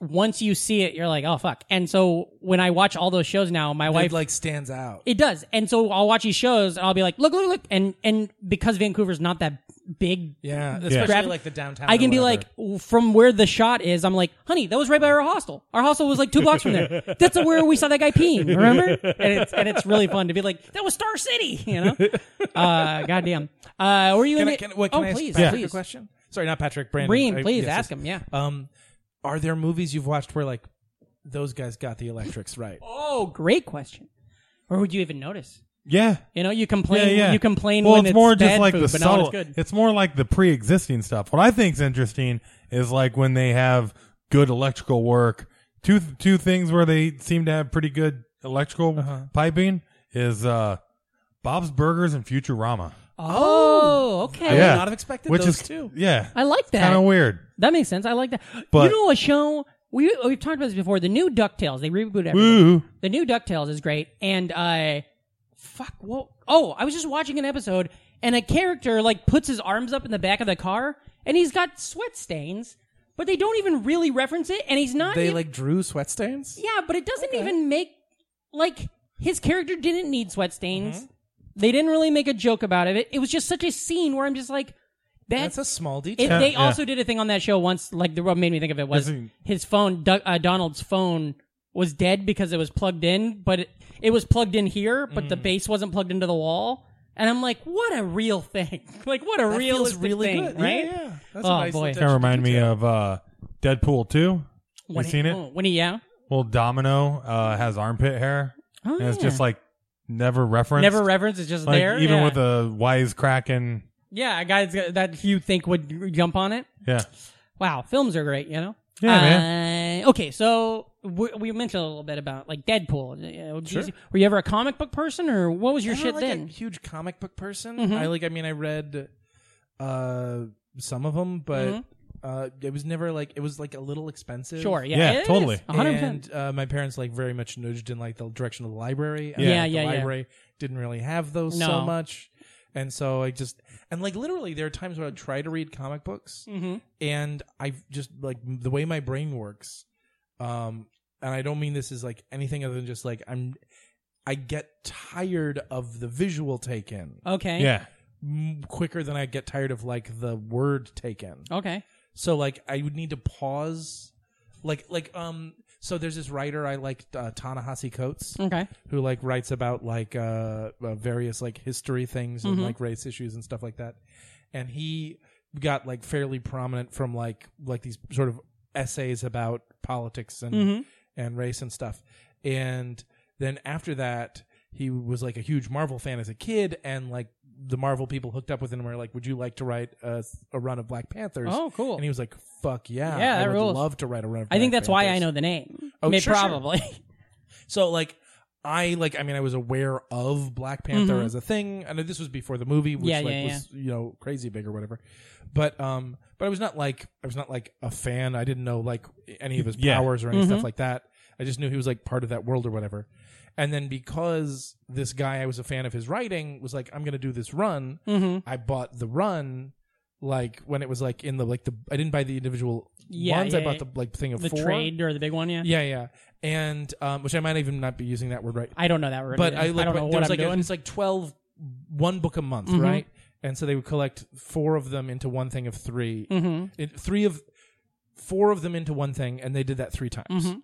Speaker 1: once you see it, you're like, oh fuck. And so when I watch all those shows now, my wife
Speaker 4: It like stands out.
Speaker 1: It does. And so I'll watch these shows and I'll be like, look, look, look. And, and because Vancouver's not that big,
Speaker 4: yeah, especially
Speaker 1: Graphic-
Speaker 4: like the downtown.
Speaker 1: I
Speaker 4: or
Speaker 1: can be
Speaker 4: whatever.
Speaker 1: like, from where the shot is, I'm like, honey, that was right by our hostel. Our hostel was like two blocks from there. That's where we saw that guy peeing, remember? And it's, and it's really fun to be like, that was Star City, you know? Uh, goddamn. Uh, were you
Speaker 4: Can
Speaker 1: in
Speaker 4: I,
Speaker 1: it?
Speaker 4: can, what, can
Speaker 1: oh,
Speaker 4: I ask
Speaker 1: please,
Speaker 4: Patrick a
Speaker 1: please.
Speaker 4: question? Sorry, not Patrick. Brandon.
Speaker 1: Breen,
Speaker 4: I-
Speaker 1: please
Speaker 4: yes,
Speaker 1: ask
Speaker 4: yes.
Speaker 1: him. Yeah.
Speaker 4: Um, are there movies you've watched where like those guys got the electrics right?
Speaker 1: Oh, great question. Or would you even notice?
Speaker 2: Yeah.
Speaker 1: You know, you complain.
Speaker 2: yeah, yeah.
Speaker 1: You complain
Speaker 2: well,
Speaker 1: when
Speaker 2: it's more just
Speaker 1: bad
Speaker 2: like
Speaker 1: food,
Speaker 2: the
Speaker 1: but
Speaker 2: subtle,
Speaker 1: now it's good.
Speaker 2: It's more like the pre-existing stuff. What I think's interesting is like when they have good electrical work. Two two things where they seem to have pretty good electrical
Speaker 1: Uh-huh.
Speaker 2: piping is uh, Bob's Burgers and Futurama,
Speaker 1: oh, okay.
Speaker 2: Yeah.
Speaker 4: I would not have expected
Speaker 2: which
Speaker 4: those
Speaker 2: is
Speaker 4: two.
Speaker 2: yeah,
Speaker 1: I like that.
Speaker 2: kind of weird.
Speaker 1: That makes sense. I like that.
Speaker 2: But-
Speaker 1: you know, a show we we've talked about this before. The new Ducktales. They reboot everything.
Speaker 2: Woo.
Speaker 1: The new Ducktales is great, and uh, fuck. Whoa. Oh, I was just watching an episode, and a character like puts his arms up in the back of the car, and he's got sweat stains, but they don't even really reference it, and he's not.
Speaker 4: They
Speaker 1: even-
Speaker 4: like drew sweat stains.
Speaker 1: yeah, but it doesn't even make like his character didn't need sweat stains.
Speaker 4: Mm-hmm.
Speaker 1: They didn't really make a joke about it. It was just such a scene where I'm just like,
Speaker 4: That's
Speaker 1: that's
Speaker 4: a small detail.
Speaker 1: it, they
Speaker 2: yeah.
Speaker 1: also did a thing on that show once. Like the what made me think of it was
Speaker 2: Isn't-
Speaker 1: his phone. Du- uh, Donald's phone was dead because it was plugged in, but it, it was plugged in here, but
Speaker 2: Mm.
Speaker 1: the base wasn't plugged into the wall. And I'm like, what a real thing! like what a
Speaker 4: That
Speaker 1: real
Speaker 4: feels really
Speaker 1: thing,
Speaker 4: good. Yeah,
Speaker 1: right?
Speaker 4: yeah. That's a
Speaker 1: oh
Speaker 4: nice
Speaker 1: boy,
Speaker 4: attention.
Speaker 2: Kind of remind me of uh, Deadpool two. You
Speaker 1: when he-
Speaker 2: seen it?
Speaker 1: oh, when he yeah,
Speaker 2: Well, Domino uh, has armpit hair,
Speaker 1: oh,
Speaker 2: and it's
Speaker 1: yeah.
Speaker 2: just like never referenced.
Speaker 1: never reference. It's just
Speaker 2: like
Speaker 1: there.
Speaker 2: even
Speaker 1: yeah.
Speaker 2: with a wisecracking.
Speaker 1: yeah, a guy that's got- that you think would jump on it.
Speaker 2: Yeah.
Speaker 1: Wow, films are great, you know.
Speaker 2: Yeah,
Speaker 1: uh,
Speaker 2: man.
Speaker 1: Okay, so we, we mentioned a little bit about like Deadpool. Uh, geez, Were you ever a comic book person, or what was your
Speaker 4: I'm not,
Speaker 1: shit
Speaker 4: like
Speaker 1: then? Mm-hmm.
Speaker 4: A huge comic book person. I like. I mean, I read uh, some of them, but uh, it was never like it was like a little expensive.
Speaker 1: Mm-hmm. sure, yeah,
Speaker 2: Yeah,
Speaker 1: it is.
Speaker 2: totally.
Speaker 1: A hundred percent.
Speaker 4: And uh, my parents like very much nudged in like the direction of the library. I
Speaker 2: Yeah.
Speaker 4: like,
Speaker 1: Yeah, yeah,
Speaker 4: The
Speaker 1: yeah.
Speaker 4: library didn't really have those
Speaker 1: No.
Speaker 4: so much, and so I just and like literally there are times where I try to read comic books,
Speaker 1: Mm-hmm.
Speaker 4: and I just like m- the way my brain works, um, and I don't mean this is like anything other than just like I'm. I get tired of the visual taken
Speaker 1: Okay,
Speaker 2: Yeah.
Speaker 4: m- quicker than I get tired of like the word taken.
Speaker 1: okay,
Speaker 4: So like I would need to pause, like like um. So there's this writer I like, uh, Tanahasi Coates,
Speaker 1: okay,
Speaker 4: who like writes about like uh, uh various like history things
Speaker 1: Mm-hmm.
Speaker 4: and like race issues and stuff like that, and he got like fairly prominent from like like these sort of essays about politics and
Speaker 1: Mm-hmm.
Speaker 4: and race and stuff, and then after that he was like a huge Marvel fan as a kid and like. The Marvel people hooked up with him and were like, "Would you like to write a, a run of Black Panthers?"
Speaker 1: Oh, cool.
Speaker 4: And he was like, "Fuck yeah,
Speaker 1: Yeah,
Speaker 4: I
Speaker 1: that
Speaker 4: would
Speaker 1: rules.
Speaker 4: love to write a run of."
Speaker 1: I think
Speaker 4: Black
Speaker 1: that's why I
Speaker 4: Panthers."
Speaker 1: know the name.
Speaker 4: Oh,
Speaker 1: May-
Speaker 4: sure, sure.
Speaker 1: probably.
Speaker 4: So like I like I mean I was aware of Black Panther as a thing. I know this was before the movie, which
Speaker 1: Mm-hmm. Yeah,
Speaker 4: like
Speaker 1: yeah,
Speaker 4: was you know crazy big or whatever. But um, but I was not like I was not like a fan. I didn't know like any of his
Speaker 2: Yeah.
Speaker 4: powers or any
Speaker 1: Mm-hmm.
Speaker 4: stuff like that. I just knew he was like part of that world or whatever. And then because this guy I was a fan of his writing was like I'm gonna do this run.
Speaker 1: Mm-hmm.
Speaker 4: I bought the run. Like when it was like in the like the I didn't buy the individual
Speaker 1: Yeah,
Speaker 4: ones. I
Speaker 1: yeah,
Speaker 4: bought
Speaker 1: yeah.
Speaker 4: the like thing of
Speaker 1: the
Speaker 4: four.
Speaker 1: trade or the big one, yeah.
Speaker 4: Yeah, yeah, and um, which I might even not be using that word right
Speaker 1: I don't know that word,
Speaker 4: but
Speaker 1: either.
Speaker 4: I, like,
Speaker 1: don't know
Speaker 4: but
Speaker 1: what
Speaker 4: there
Speaker 1: I'm
Speaker 4: was like a-
Speaker 1: doing. Mm-hmm.
Speaker 4: it's like 12 one book a month, right? And so they would collect four of them into one thing of 3
Speaker 1: Mm-hmm.
Speaker 4: It- three of four of them into one thing and they did that three times.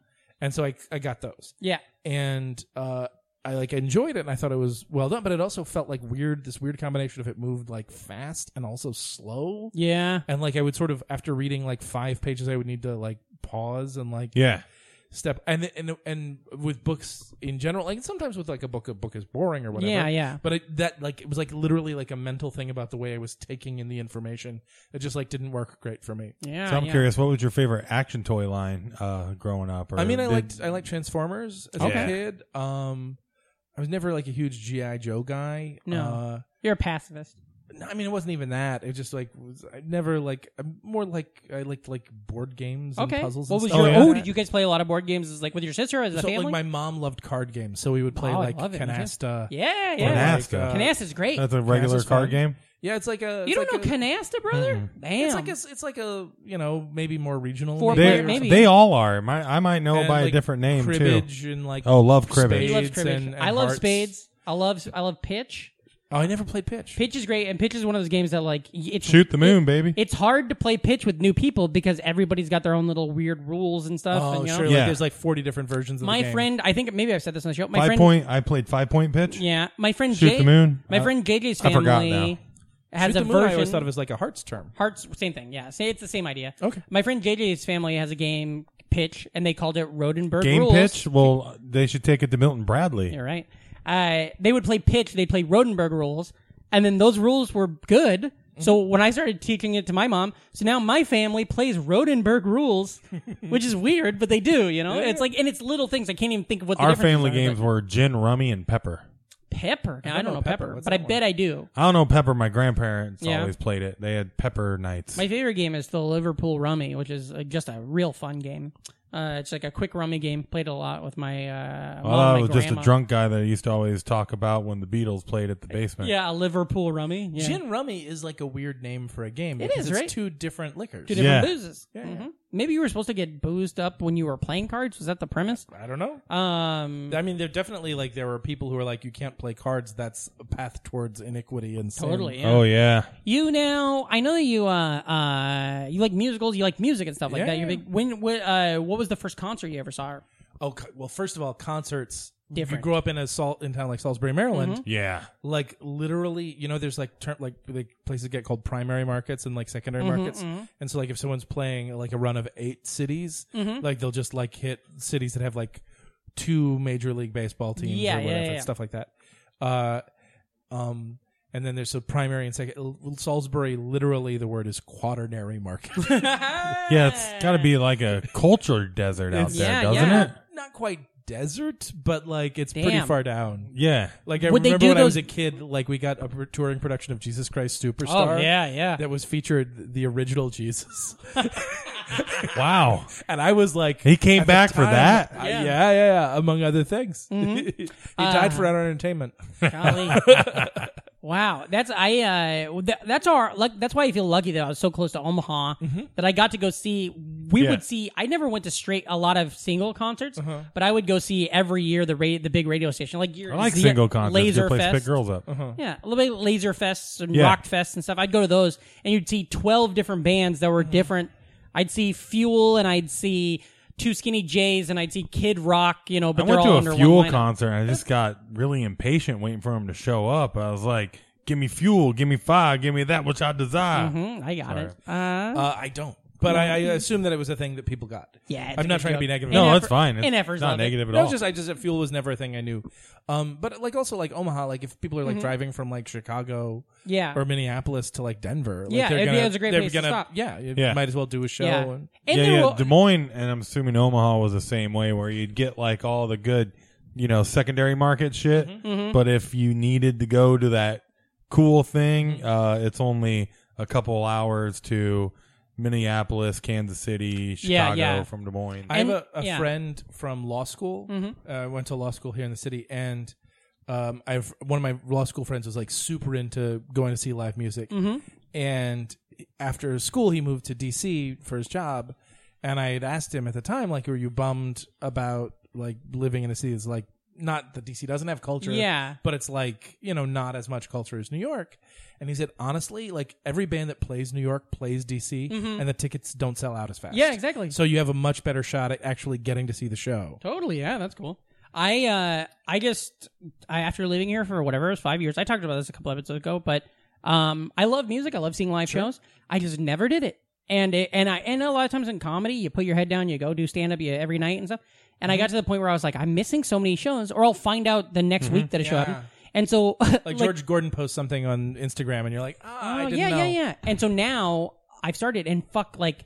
Speaker 4: And so I I got those.
Speaker 1: Mm-hmm. yeah,
Speaker 4: And uh I like enjoyed it and I thought it was well done, but it also felt like weird this weird combination of it moved like fast and also slow.
Speaker 1: yeah.
Speaker 4: And like I would sort of after reading like five pages I would need to like pause and like
Speaker 2: Yeah.
Speaker 4: step and and and with books in general like sometimes with like a book a book is boring or whatever
Speaker 1: Yeah, yeah.
Speaker 4: but it, that like it was like literally like a mental thing about the way i was taking in the information it just like didn't work great for me
Speaker 1: Yeah,
Speaker 2: So I'm
Speaker 1: yeah.
Speaker 2: curious, what was your favorite action toy line uh, growing up? Or
Speaker 4: i mean i
Speaker 2: did-
Speaker 4: liked i liked transformers as
Speaker 2: Okay.
Speaker 4: a kid um i was never like a huge gi joe guy
Speaker 1: No.
Speaker 4: uh,
Speaker 1: You're a pacifist.
Speaker 4: no, I mean, it wasn't even that. It just like was, I never like I'm more like I liked like board games and
Speaker 1: Okay.
Speaker 4: puzzles.
Speaker 1: What
Speaker 4: and
Speaker 1: was
Speaker 4: stuff
Speaker 1: your? Oh,
Speaker 4: like that.
Speaker 1: did you guys play a lot of board games? Is like with your sister or as a
Speaker 4: So
Speaker 1: family?
Speaker 4: like my mom loved card games, so we would play
Speaker 1: Oh, I
Speaker 4: like
Speaker 1: love it, me too.
Speaker 4: Canasta.
Speaker 1: yeah,
Speaker 4: or,
Speaker 1: yeah.
Speaker 2: Canasta.
Speaker 4: uh,
Speaker 1: Canasta is great.
Speaker 2: That's a regular
Speaker 4: Canasa's
Speaker 2: card
Speaker 4: fun.
Speaker 2: game.
Speaker 4: Yeah, it's like a.
Speaker 1: You
Speaker 4: it's
Speaker 1: don't
Speaker 4: like
Speaker 1: know
Speaker 4: a-
Speaker 1: canasta, brother? Damn.
Speaker 4: It's like a. It's like a. You know, maybe more regional.
Speaker 1: Four
Speaker 4: maybe,
Speaker 1: player,
Speaker 2: They
Speaker 4: or
Speaker 1: maybe.
Speaker 2: they all are. My, I might know
Speaker 4: And,
Speaker 2: by
Speaker 4: like,
Speaker 2: a different name too.
Speaker 4: cribbage and like
Speaker 2: Oh, love cribbage.
Speaker 1: He loves
Speaker 4: spades
Speaker 1: cribbage.
Speaker 4: and- and
Speaker 1: I love
Speaker 4: hearts.
Speaker 1: spades. I love I love pitch.
Speaker 4: Oh, I never played pitch.
Speaker 1: Pitch is great, and pitch is one of those games that like y- it's
Speaker 2: Shoot the moon,
Speaker 1: it-
Speaker 2: baby.
Speaker 1: It's hard to play pitch with new people because everybody's got their own little weird rules and stuff.
Speaker 4: Oh,
Speaker 1: and, you know?
Speaker 4: sure.
Speaker 2: Yeah.
Speaker 4: Like there's like 40 different versions of the
Speaker 1: My
Speaker 4: game.
Speaker 1: friend, I think maybe I've said this on the show. My
Speaker 2: five
Speaker 1: friend,
Speaker 2: point. I played five point pitch.
Speaker 1: yeah, my friend
Speaker 2: Shoot
Speaker 1: Jay,
Speaker 2: the moon?
Speaker 1: My
Speaker 2: I-
Speaker 1: friend JJ's
Speaker 2: I forgot
Speaker 1: family has a
Speaker 4: Shoot the moon, I
Speaker 1: version.
Speaker 4: always thought of it as like a hearts term.
Speaker 1: Hearts, same thing. Yeah, say it's the same idea.
Speaker 4: Okay.
Speaker 1: My friend JJ's family has a game pitch, and they called it Rodenberg
Speaker 2: Game
Speaker 1: rules.
Speaker 2: pitch. Well, they should take it to Milton Bradley.
Speaker 1: You're right. Uh, they would play pitch. They'd play Rodenberg rules, and then those rules were good. So
Speaker 2: Mm-hmm.
Speaker 1: when I started teaching it to my mom, so now my family plays Rodenberg rules, which is weird, but they do. You know, it's like and it's little things. I can't even think of what the
Speaker 2: Our
Speaker 1: differences
Speaker 2: family
Speaker 1: are. It's
Speaker 2: games
Speaker 1: like
Speaker 2: were gin, rummy, and pepper.
Speaker 1: pepper. Now, I don't, know pepper,
Speaker 4: What's
Speaker 1: but I
Speaker 4: that
Speaker 1: bet I do.
Speaker 2: I don't know pepper. My grandparents
Speaker 1: Yeah.
Speaker 2: always played it. They had pepper nights.
Speaker 1: My favorite game is the Liverpool Rummy, which is uh, just a real fun game. Uh, it's like a quick rummy game. Played a lot with my uh, mom,
Speaker 2: I thought
Speaker 1: my
Speaker 2: it was just a
Speaker 1: grandma.
Speaker 2: drunk guy that I used to always talk about when the Beatles played at the basement.
Speaker 1: Yeah, a Liverpool Rummy. Yeah.
Speaker 4: Gin rummy is like a weird name for a game. because
Speaker 1: is,
Speaker 4: it's
Speaker 1: right?
Speaker 4: two different liquors.
Speaker 1: Two different
Speaker 2: Yeah.
Speaker 1: boozes. Mhm. Maybe you were supposed to get boozed up when you were playing cards. Was that the premise?
Speaker 4: I don't know.
Speaker 1: Um,
Speaker 4: I mean, there definitely like there were people who were like, you can't play cards. That's a path towards iniquity and sin.
Speaker 1: totally. Yeah.
Speaker 2: Oh yeah.
Speaker 1: You now, I know that you uh, uh, you like musicals. You like music and stuff like that. You're
Speaker 4: Yeah.
Speaker 1: big. When what, uh, what was the first concert you ever saw?
Speaker 4: Oh co- well, first of all, concerts.
Speaker 1: Different.
Speaker 4: You grow up in a salt in town like Salisbury, Maryland.
Speaker 1: Mm-hmm.
Speaker 2: Yeah.
Speaker 4: Like literally, you know, there's like term like like places get called primary markets and like secondary
Speaker 1: Mm-hmm,
Speaker 4: markets. And so like if someone's playing like a run of eight cities,
Speaker 1: Mm-hmm.
Speaker 4: like they'll just like hit cities that have like two major league baseball teams
Speaker 1: Yeah,
Speaker 4: or
Speaker 1: yeah,
Speaker 4: whatever
Speaker 1: yeah, yeah.
Speaker 4: stuff like that. Uh, um, and then there's a primary and second Salisbury. Literally, the word is quaternary market.
Speaker 2: Yeah, it's got to be like a culture desert out
Speaker 4: It's-
Speaker 2: there,
Speaker 1: Yeah,
Speaker 2: doesn't
Speaker 1: yeah.
Speaker 2: it?
Speaker 4: Not quite desert, but like it's
Speaker 1: Damn.
Speaker 4: pretty far down.
Speaker 2: Yeah.
Speaker 4: Like I
Speaker 1: Would they
Speaker 4: remember
Speaker 1: do
Speaker 4: when I was
Speaker 1: those- Oh,
Speaker 4: a kid, like we got a pr- touring production of Jesus Christ Superstar.
Speaker 1: yeah.
Speaker 4: That was featured the original Jesus,
Speaker 2: Wow.
Speaker 4: and I was like,
Speaker 2: He came
Speaker 4: at the
Speaker 2: back for
Speaker 4: time,
Speaker 2: that?
Speaker 4: I- yeah. yeah, yeah, among other things.
Speaker 1: Mm-hmm.
Speaker 4: he died
Speaker 1: Um,
Speaker 4: for our entertainment.
Speaker 1: Golly. wow, that's I. Uh, th- that's our. Like, that's why I feel lucky that I was so close to Omaha that I got to go see. We
Speaker 2: Mm-hmm. Yeah. Uh-huh.
Speaker 1: would see. I never went to straight a lot of single concerts, but I would go see every year the ra- the big radio station. Like your
Speaker 2: I like
Speaker 1: Zia-
Speaker 2: single concerts.
Speaker 1: Laser
Speaker 2: Good place to
Speaker 1: Fest. Uh-huh.
Speaker 2: pick girls up.
Speaker 1: Yeah, a little bit laser fests and
Speaker 2: Yeah.
Speaker 1: rock fests and stuff. I'd go to those, and you'd see twelve different bands that
Speaker 2: Mm-hmm.
Speaker 1: were different. I'd see Fuel, and I'd see Two Skinny Jays, and I'd see Kid Rock. You know,
Speaker 2: I
Speaker 1: but they're
Speaker 2: went to
Speaker 1: all
Speaker 2: a
Speaker 1: under
Speaker 2: fuel
Speaker 1: one lineup.
Speaker 2: concert and I just got really impatient waiting for him to show up. I was like, "Give me fuel, give me fire, give me that which I desire."
Speaker 1: Mm, I got it.
Speaker 4: Uh, I don't, but I, I assume that it was a thing that people got.
Speaker 1: Yeah, it's a
Speaker 4: I'm not
Speaker 1: good
Speaker 4: trying
Speaker 1: joke.
Speaker 4: to be negative.
Speaker 2: No,
Speaker 1: And
Speaker 2: that's
Speaker 1: effort-
Speaker 2: fine. It's
Speaker 1: and effort's
Speaker 2: not
Speaker 1: love it.
Speaker 2: negative at
Speaker 4: No,
Speaker 2: all.
Speaker 4: just I just fuel was never a thing I knew. Um, but like also like Omaha, like if people are like driving from like Chicago,
Speaker 1: Mm-hmm. Yeah.
Speaker 4: or Minneapolis to like Denver, like
Speaker 1: Yeah,
Speaker 4: they're
Speaker 1: it'd be-
Speaker 4: gonna,
Speaker 1: it's a great
Speaker 4: they're
Speaker 1: place to
Speaker 4: gonna,
Speaker 1: stop.
Speaker 4: Yeah, you
Speaker 2: Yeah.
Speaker 4: might as well do a show.
Speaker 1: yeah.
Speaker 4: And,
Speaker 1: And
Speaker 2: yeah,
Speaker 1: there
Speaker 2: yeah.
Speaker 1: were-
Speaker 2: Des Moines, and I'm assuming Omaha was the same way, where you'd get like all the good, you know, secondary market shit.
Speaker 1: Mm-hmm.
Speaker 2: But if you needed to go to that cool
Speaker 1: Mm-hmm.
Speaker 2: thing, uh, it's only a couple hours to Minneapolis, Kansas City,
Speaker 1: Yeah,
Speaker 2: Chicago
Speaker 1: yeah.
Speaker 2: from Des Moines.
Speaker 4: I have a, a
Speaker 1: And- yeah. Mm-hmm.
Speaker 4: friend from law school. Uh, I went to law school here in the city, and um, I've one of my law school friends was like super into going to see live music.
Speaker 1: Mm. mm-hmm,
Speaker 4: And after school, he moved to DC for his job. And I had asked him at the time, like, were you bummed about like living in a city that's like not that DC doesn't have culture,
Speaker 1: Yeah.
Speaker 4: but it's like you know not as much culture as New York. And he said, honestly, like every band that plays New York plays DC, and the tickets don't sell out as fast.
Speaker 1: Mm-hmm. Yeah, exactly.
Speaker 4: So you have a much better shot at actually getting to see the show.
Speaker 1: Totally, yeah, that's cool. I uh I just I after living here for whatever it was five years, I talked about this a couple episodes ago, but um I love music, I love seeing live shows. I just never did it. And it, and I and a lot of times in comedy, you put your head down, you go do stand up every night and stuff. And
Speaker 4: Mm-hmm.
Speaker 1: I got to the point where I was like, I'm missing so many shows, or I'll find out the next week that a show happened. And so
Speaker 4: Mm-hmm. Like, George Gordon posts something on Instagram, and you're like, ah, I
Speaker 1: Oh
Speaker 4: didn't
Speaker 1: yeah,
Speaker 4: know.
Speaker 1: yeah, yeah. And so now I've started and fuck like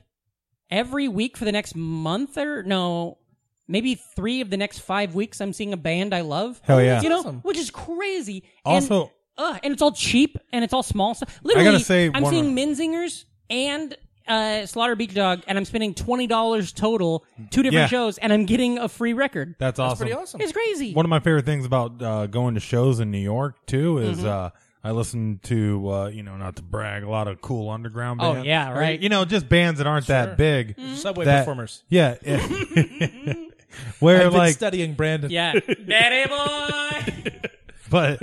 Speaker 1: every week for the next month or no, maybe three of the next five weeks. I'm seeing a band I love.
Speaker 2: Hell yeah.
Speaker 1: you know,
Speaker 4: Awesome.
Speaker 1: which is crazy.
Speaker 2: Also-
Speaker 1: and, uh, and it's all cheap and it's all small stuff. Literally,
Speaker 2: say
Speaker 1: I'm
Speaker 2: one-
Speaker 1: seeing Minzingers and. Uh, Slaughter Beach Dog, and I'm spending twenty dollars total, two different
Speaker 2: Yeah.
Speaker 1: shows, and I'm getting a free record.
Speaker 2: That's awesome.
Speaker 4: Pretty awesome.
Speaker 1: It's crazy. Mm-hmm.
Speaker 2: One of my favorite things about uh, going to shows in New York too is uh, I listened to, uh, you know, not to brag, a lot of cool underground
Speaker 1: Oh,
Speaker 2: bands.
Speaker 1: yeah,
Speaker 2: Or,
Speaker 1: right. Mm-hmm.
Speaker 2: you know, just bands that aren't
Speaker 4: Sure.
Speaker 2: that big.
Speaker 4: Subway
Speaker 2: That-
Speaker 4: performers.
Speaker 2: Yeah. Where
Speaker 4: I've been
Speaker 2: like
Speaker 4: studying Brandon.
Speaker 1: Yeah, daddy boy.
Speaker 2: but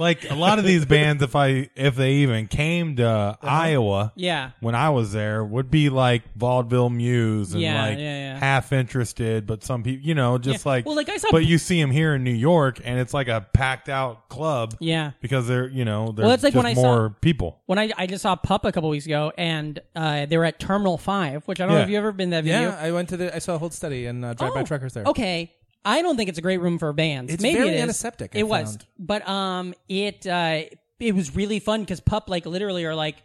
Speaker 2: like a lot of these bands if I if they even came to Iowa
Speaker 1: Uh-huh. Yeah,
Speaker 2: when I was there would be like vaudeville muse and
Speaker 1: Yeah,
Speaker 2: like
Speaker 1: yeah, yeah.
Speaker 2: half interested, but some people, you know, just
Speaker 1: Yeah.
Speaker 2: like,
Speaker 1: Well, like, I saw-
Speaker 2: but you see them here in New York and it's like a packed out club
Speaker 1: yeah.
Speaker 2: because they're, you know, there's
Speaker 1: that's like when
Speaker 2: just
Speaker 1: I saw-
Speaker 2: more people.
Speaker 1: When I I just saw Pup a couple weeks ago, and uh, they were at Terminal Five, which I don't know
Speaker 2: Yeah.
Speaker 1: if you have ever been to that venue.
Speaker 4: Yeah, I went to the. I saw Hold Steady and uh, Drive By
Speaker 1: Oh,
Speaker 4: Truckers there.
Speaker 1: Okay. I don't think it's a great room for bands.
Speaker 4: It's
Speaker 1: Maybe
Speaker 4: very
Speaker 1: it is.
Speaker 4: antiseptic, I
Speaker 1: it was,
Speaker 4: found.
Speaker 1: but um, it uh, it was really fun because Pup like literally are like,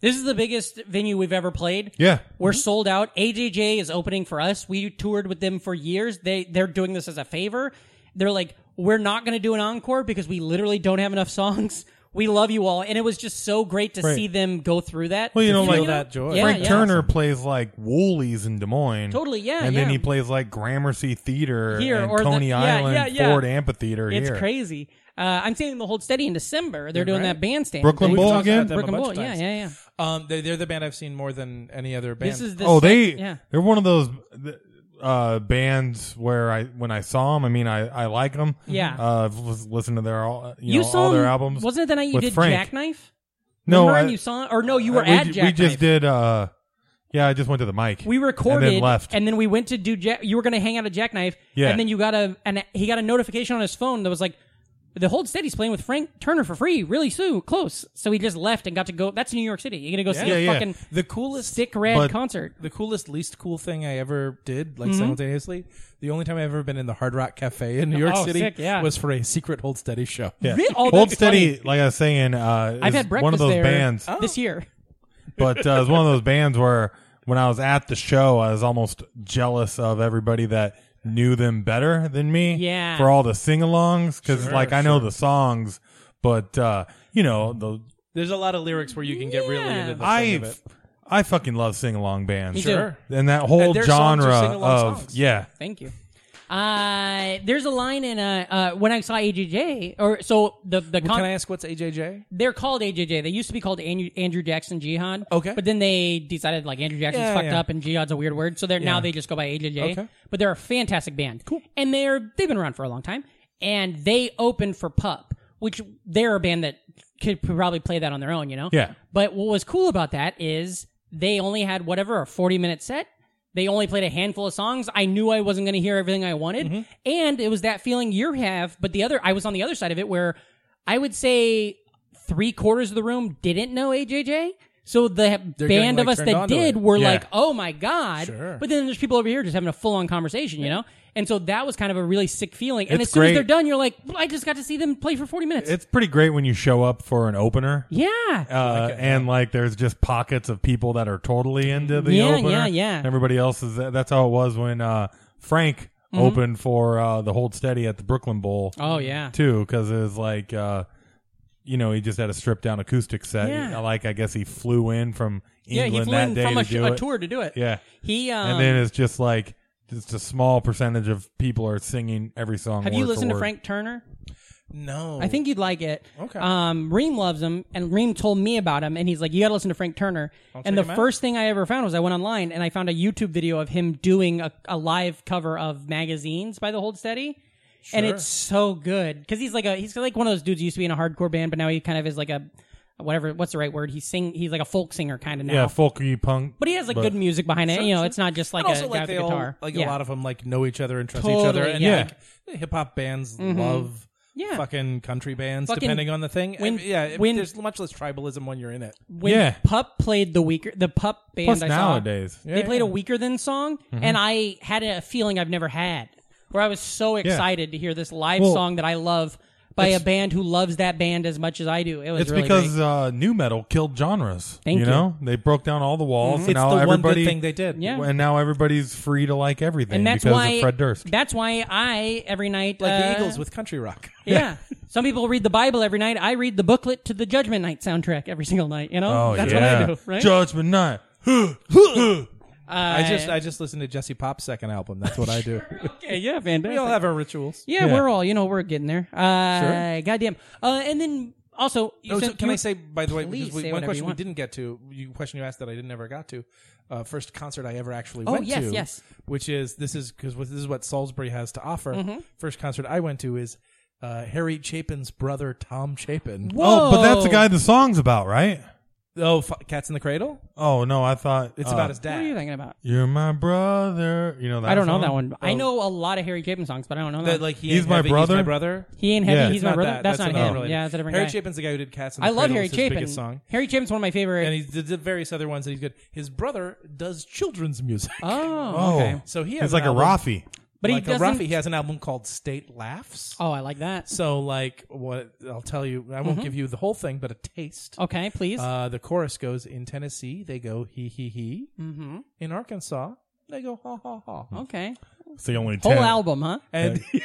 Speaker 1: this is the biggest venue we've ever played.
Speaker 2: Yeah.
Speaker 1: We're sold out. AJJ is opening for us. We toured with them for years. They they're doing this as a favor. They're like, we're not going to do an encore because we literally don't have enough songs. We love you all, and it was just so great to see them go through that.
Speaker 2: Well, you know,
Speaker 1: To
Speaker 2: like
Speaker 1: feel
Speaker 4: that joy.
Speaker 1: Yeah,
Speaker 2: Frank
Speaker 1: yeah.
Speaker 2: Turner plays like Woolies in Des Moines.
Speaker 1: Totally, yeah,
Speaker 2: And then
Speaker 1: yeah.
Speaker 2: he plays like Gramercy Theater
Speaker 1: Here,
Speaker 2: and
Speaker 1: or the-
Speaker 2: Coney
Speaker 1: yeah,
Speaker 2: Island
Speaker 1: yeah, yeah.
Speaker 2: Ford Amphitheater
Speaker 1: It's
Speaker 2: here.
Speaker 1: crazy. Uh, I'm seeing the Hold Steady in December. They're doing that bandstand.
Speaker 2: Brooklyn
Speaker 1: thing.
Speaker 2: Bowl
Speaker 4: talked
Speaker 2: again?
Speaker 4: about them a
Speaker 1: Brooklyn
Speaker 4: bunch
Speaker 1: Bowl.
Speaker 4: of
Speaker 1: Yeah,
Speaker 4: times.
Speaker 1: yeah, yeah.
Speaker 4: Um, they, they're the band I've seen more than any other band.
Speaker 1: This is the
Speaker 2: oh,
Speaker 1: sec-
Speaker 2: they
Speaker 1: yeah.
Speaker 2: they're one of those uh, bands where I when I saw them, I mean I I like them.
Speaker 1: Yeah.
Speaker 2: uh, I've lis- listened to their all uh, you,
Speaker 1: You
Speaker 2: know,
Speaker 1: saw
Speaker 2: all their
Speaker 1: him-
Speaker 2: albums.
Speaker 1: Wasn't it the night you
Speaker 2: with
Speaker 1: did
Speaker 2: Frank.
Speaker 1: Jackknife?
Speaker 2: No,
Speaker 1: Remember
Speaker 2: I-
Speaker 1: and you saw or no, you were
Speaker 2: we,
Speaker 1: at
Speaker 2: ju- we
Speaker 1: Jackknife.
Speaker 2: just did. Uh, yeah, I just went to the mic.
Speaker 1: We recorded
Speaker 2: and then left.
Speaker 1: and then we went to do. Jack, you were going to hang out at Jackknife,
Speaker 2: Yeah.
Speaker 1: And then you got a and he got a notification on his phone that was like, "The Hold Steady's playing with Frank Turner for free, really soon, close." So he just left and got to go. That's New York City. You're going to go see
Speaker 2: Yeah,
Speaker 1: a
Speaker 2: yeah.
Speaker 1: fucking
Speaker 4: the coolest
Speaker 1: stick red
Speaker 2: But-
Speaker 1: concert.
Speaker 4: the coolest, least cool thing I ever did, like simultaneously. The only time I've ever been in the Hard Rock Cafe in New York
Speaker 1: Oh,
Speaker 4: City
Speaker 1: sick, yeah.
Speaker 4: was for a secret Hold Steady show.
Speaker 2: yeah.
Speaker 1: Really? Oh,
Speaker 2: Old
Speaker 1: that's
Speaker 2: Steady, like I was saying, uh,
Speaker 1: I've
Speaker 2: is
Speaker 1: had breakfast
Speaker 2: one of those
Speaker 1: there
Speaker 2: bands.
Speaker 1: this year.
Speaker 2: but uh, it was one of those bands where when I was at the show, I was almost jealous of everybody that knew them better than me.
Speaker 1: Yeah.
Speaker 2: For all the sing-alongs, because like I know the songs, but uh, you know the
Speaker 4: There's a lot of lyrics where you can get really
Speaker 1: Yeah.
Speaker 4: into the thing
Speaker 2: I
Speaker 4: of it.
Speaker 2: I fucking love sing-along bands.
Speaker 1: Me too. Sure.
Speaker 2: And that whole
Speaker 4: And their songs are
Speaker 2: genre
Speaker 4: sing-along
Speaker 2: of
Speaker 4: songs.
Speaker 2: yeah.
Speaker 1: Thank you. Uh, there's a line in uh, uh when I saw AJJ or so the the con-
Speaker 4: Can I ask what's AJJ?
Speaker 1: they're called AJJ. They used to be called Andrew, Andrew Jackson Jihad.
Speaker 4: Okay.
Speaker 1: but then they decided like Andrew Jackson's
Speaker 4: Yeah,
Speaker 1: fucked
Speaker 4: yeah.
Speaker 1: up and Jihad's a weird word, so they're now they just go by AJJ.
Speaker 4: Okay.
Speaker 1: but they're a fantastic band. Cool, and they're they've been around for a long time, and they opened for Pup, which they're a band that could probably play that on their own, you know.
Speaker 2: Yeah.
Speaker 1: But what was cool about that is they only had whatever a forty minute set. They only played a handful of songs. I knew I wasn't going to hear everything I wanted,
Speaker 4: Mm-hmm.
Speaker 1: and it was that feeling you have. But the other, I was on the other side of it where I would say three quarters of the room didn't know AJJ. So the band
Speaker 4: like,
Speaker 1: of us
Speaker 4: turned
Speaker 1: that
Speaker 4: onto
Speaker 1: did
Speaker 4: it.
Speaker 1: were
Speaker 2: Yeah.
Speaker 1: like, "Oh my god!" But then there's people over here just having a full on conversation, you know. And so that was kind of a really sick feeling. And
Speaker 2: It's
Speaker 1: as soon as
Speaker 2: great.
Speaker 1: they're done, you're like, "I just got to see them play for 40 minutes."
Speaker 2: It's pretty great when you show up for an opener.
Speaker 1: yeah,
Speaker 2: Uh, and like there's just pockets of people that are totally into the
Speaker 1: Yeah,
Speaker 2: opener.
Speaker 1: yeah, yeah.
Speaker 2: Everybody else is that's how it was when uh, Frank opened for uh, the Hold Steady at the Brooklyn Bowl.
Speaker 1: Mm-hmm. Oh, yeah.
Speaker 2: too because it was like uh, you know he just had a stripped down acoustic set.
Speaker 1: Yeah.
Speaker 2: Like I guess he flew in from
Speaker 1: yeah.
Speaker 2: England
Speaker 1: he flew
Speaker 2: that
Speaker 1: in
Speaker 2: day
Speaker 1: from
Speaker 2: to
Speaker 1: a, sh-
Speaker 2: do
Speaker 1: a
Speaker 2: it.
Speaker 1: tour to do it.
Speaker 2: Yeah,
Speaker 1: He um,
Speaker 2: and then it's just like just a small percentage of people are singing every song.
Speaker 1: have
Speaker 2: word
Speaker 1: you
Speaker 2: for
Speaker 1: listened to
Speaker 2: word.
Speaker 1: Frank Turner?
Speaker 4: No.
Speaker 1: I think you'd like it.
Speaker 4: Okay.
Speaker 1: Um, Reem loves him, and Reem told me about him, and he's like, "You got to listen to Frank Turner." and the
Speaker 4: him out.
Speaker 1: first thing I ever found was I went online and I found a YouTube video of him doing a, a live cover of magazines by the Hold Steady, and it's so good because he's like a he's like one of those dudes who used to be in a hardcore band, but now he kind of is like a whatever what's the right word? He's sing he's like a folk singer kind of now.
Speaker 2: Yeah, folky punk.
Speaker 1: but he has like good music behind it. you know, it's not just like
Speaker 4: And also,
Speaker 1: a guy
Speaker 4: like
Speaker 1: with
Speaker 4: they
Speaker 1: a
Speaker 4: all,
Speaker 1: guitar.
Speaker 4: like
Speaker 1: yeah.
Speaker 4: a lot of them, like know each other and trust each other.
Speaker 1: Totally,
Speaker 4: And
Speaker 1: yeah. Mm-hmm.
Speaker 4: like, hip hop bands love
Speaker 1: Yeah.
Speaker 4: fucking country bands,
Speaker 1: Fucking
Speaker 4: depending on the thing.
Speaker 1: when-
Speaker 4: And, yeah, it-
Speaker 1: when-
Speaker 4: there's much less tribalism when you're in it.
Speaker 1: when
Speaker 2: Yeah.
Speaker 1: Pup played the weaker the Pup band
Speaker 2: Plus
Speaker 1: I
Speaker 2: nowadays. Mm-hmm.
Speaker 1: saw, they played a weaker than song and I had a feeling I've never had where I was so excited to hear this live
Speaker 2: Well,
Speaker 1: song that I love by a band who loves that band as much as I do. It was
Speaker 2: It's
Speaker 1: really
Speaker 2: because
Speaker 1: great.
Speaker 2: uh, new metal killed genres.
Speaker 1: Thank
Speaker 2: you.
Speaker 1: you. Mm-hmm.
Speaker 2: know, they broke down all the walls, and
Speaker 4: It's
Speaker 2: now
Speaker 4: the one
Speaker 2: everybody
Speaker 4: good thing they did.
Speaker 1: Yeah.
Speaker 2: and now everybody's free to like everything
Speaker 1: and that's
Speaker 2: because
Speaker 1: why
Speaker 2: of Fred Durst.
Speaker 1: That's why I every night
Speaker 4: Like the
Speaker 1: uh,
Speaker 4: Eagles with country rock.
Speaker 1: Yeah. Some people read the Bible every night. I read the booklet to the Judgment Night soundtrack every single night, you know?
Speaker 2: oh
Speaker 1: that's
Speaker 2: yeah,
Speaker 1: what I do, right? Uh,
Speaker 2: Judgment Night.
Speaker 4: I just I just listened to Jesse Pop's second album. That's what I do.
Speaker 1: okay, yeah, fantastic.
Speaker 4: we all have our rituals.
Speaker 1: Yeah, we're all you know we're getting there. Uh,
Speaker 4: Sure.
Speaker 1: Goddamn. Uh, and then Also, you
Speaker 4: Oh,
Speaker 1: said,
Speaker 4: so can
Speaker 1: you-
Speaker 4: I say, by the way,
Speaker 1: Please
Speaker 4: because
Speaker 1: say
Speaker 4: we, one
Speaker 1: whatever you
Speaker 4: question we
Speaker 1: want.
Speaker 4: didn't get to, you question you asked that I didn't ever got to, uh, first concert I ever actually
Speaker 1: Oh,
Speaker 4: went
Speaker 1: yes,
Speaker 4: to,
Speaker 1: yes.
Speaker 4: which is this is because this is what Salisbury has to offer.
Speaker 1: Mm-hmm.
Speaker 4: First concert I went to is uh, Harry Chapin's brother Tom Chapin.
Speaker 2: Oh, but that's the
Speaker 1: Whoa.
Speaker 2: guy the song's about, right?
Speaker 4: Oh, f- Cats in the Cradle.
Speaker 2: Oh no, I thought
Speaker 4: It's
Speaker 2: uh,
Speaker 4: about his
Speaker 1: What are you
Speaker 4: dad.
Speaker 1: thinking about?
Speaker 2: You're my brother. You know that
Speaker 1: I don't know
Speaker 2: song?
Speaker 1: that one. I know a lot of Harry Chapin songs, but I don't know that.
Speaker 4: That, Oh. like he
Speaker 2: He's
Speaker 4: ain't
Speaker 2: my
Speaker 4: heavy,
Speaker 2: brother?
Speaker 4: He's my brother.
Speaker 1: he ain't heavy.
Speaker 2: Yeah.
Speaker 1: he's
Speaker 2: It's
Speaker 1: my
Speaker 4: Not
Speaker 1: brother.
Speaker 4: that.
Speaker 1: That's, not
Speaker 4: another
Speaker 1: him.
Speaker 4: related.
Speaker 1: Yeah, that's a different
Speaker 4: Harry
Speaker 1: guy.
Speaker 4: Chapin's the guy who did Cats in the
Speaker 1: I love
Speaker 4: Cradle.
Speaker 1: Harry
Speaker 4: It's his
Speaker 1: Chapin.
Speaker 4: biggest song.
Speaker 1: Harry Chapin's one of my favorite.
Speaker 4: And he did the various other ones that he's good. His brother does children's music.
Speaker 1: oh,
Speaker 2: Oh,
Speaker 1: okay.
Speaker 4: So he has
Speaker 2: he's like a
Speaker 4: an album-
Speaker 2: Rafi.
Speaker 1: But he
Speaker 4: like a
Speaker 1: doesn't-
Speaker 4: Ruffy, he has an album called State Laughs.
Speaker 1: Oh, I like that.
Speaker 4: So like what I'll tell you, I won't give you the whole thing, but a taste.
Speaker 1: Okay, please.
Speaker 4: Uh, the chorus goes in Tennessee, they go he he he. Mm-hmm. In Arkansas, they go ha ha ha.
Speaker 1: okay.
Speaker 2: It's the only
Speaker 1: Whole
Speaker 2: ten.
Speaker 1: album, huh?
Speaker 4: And yeah,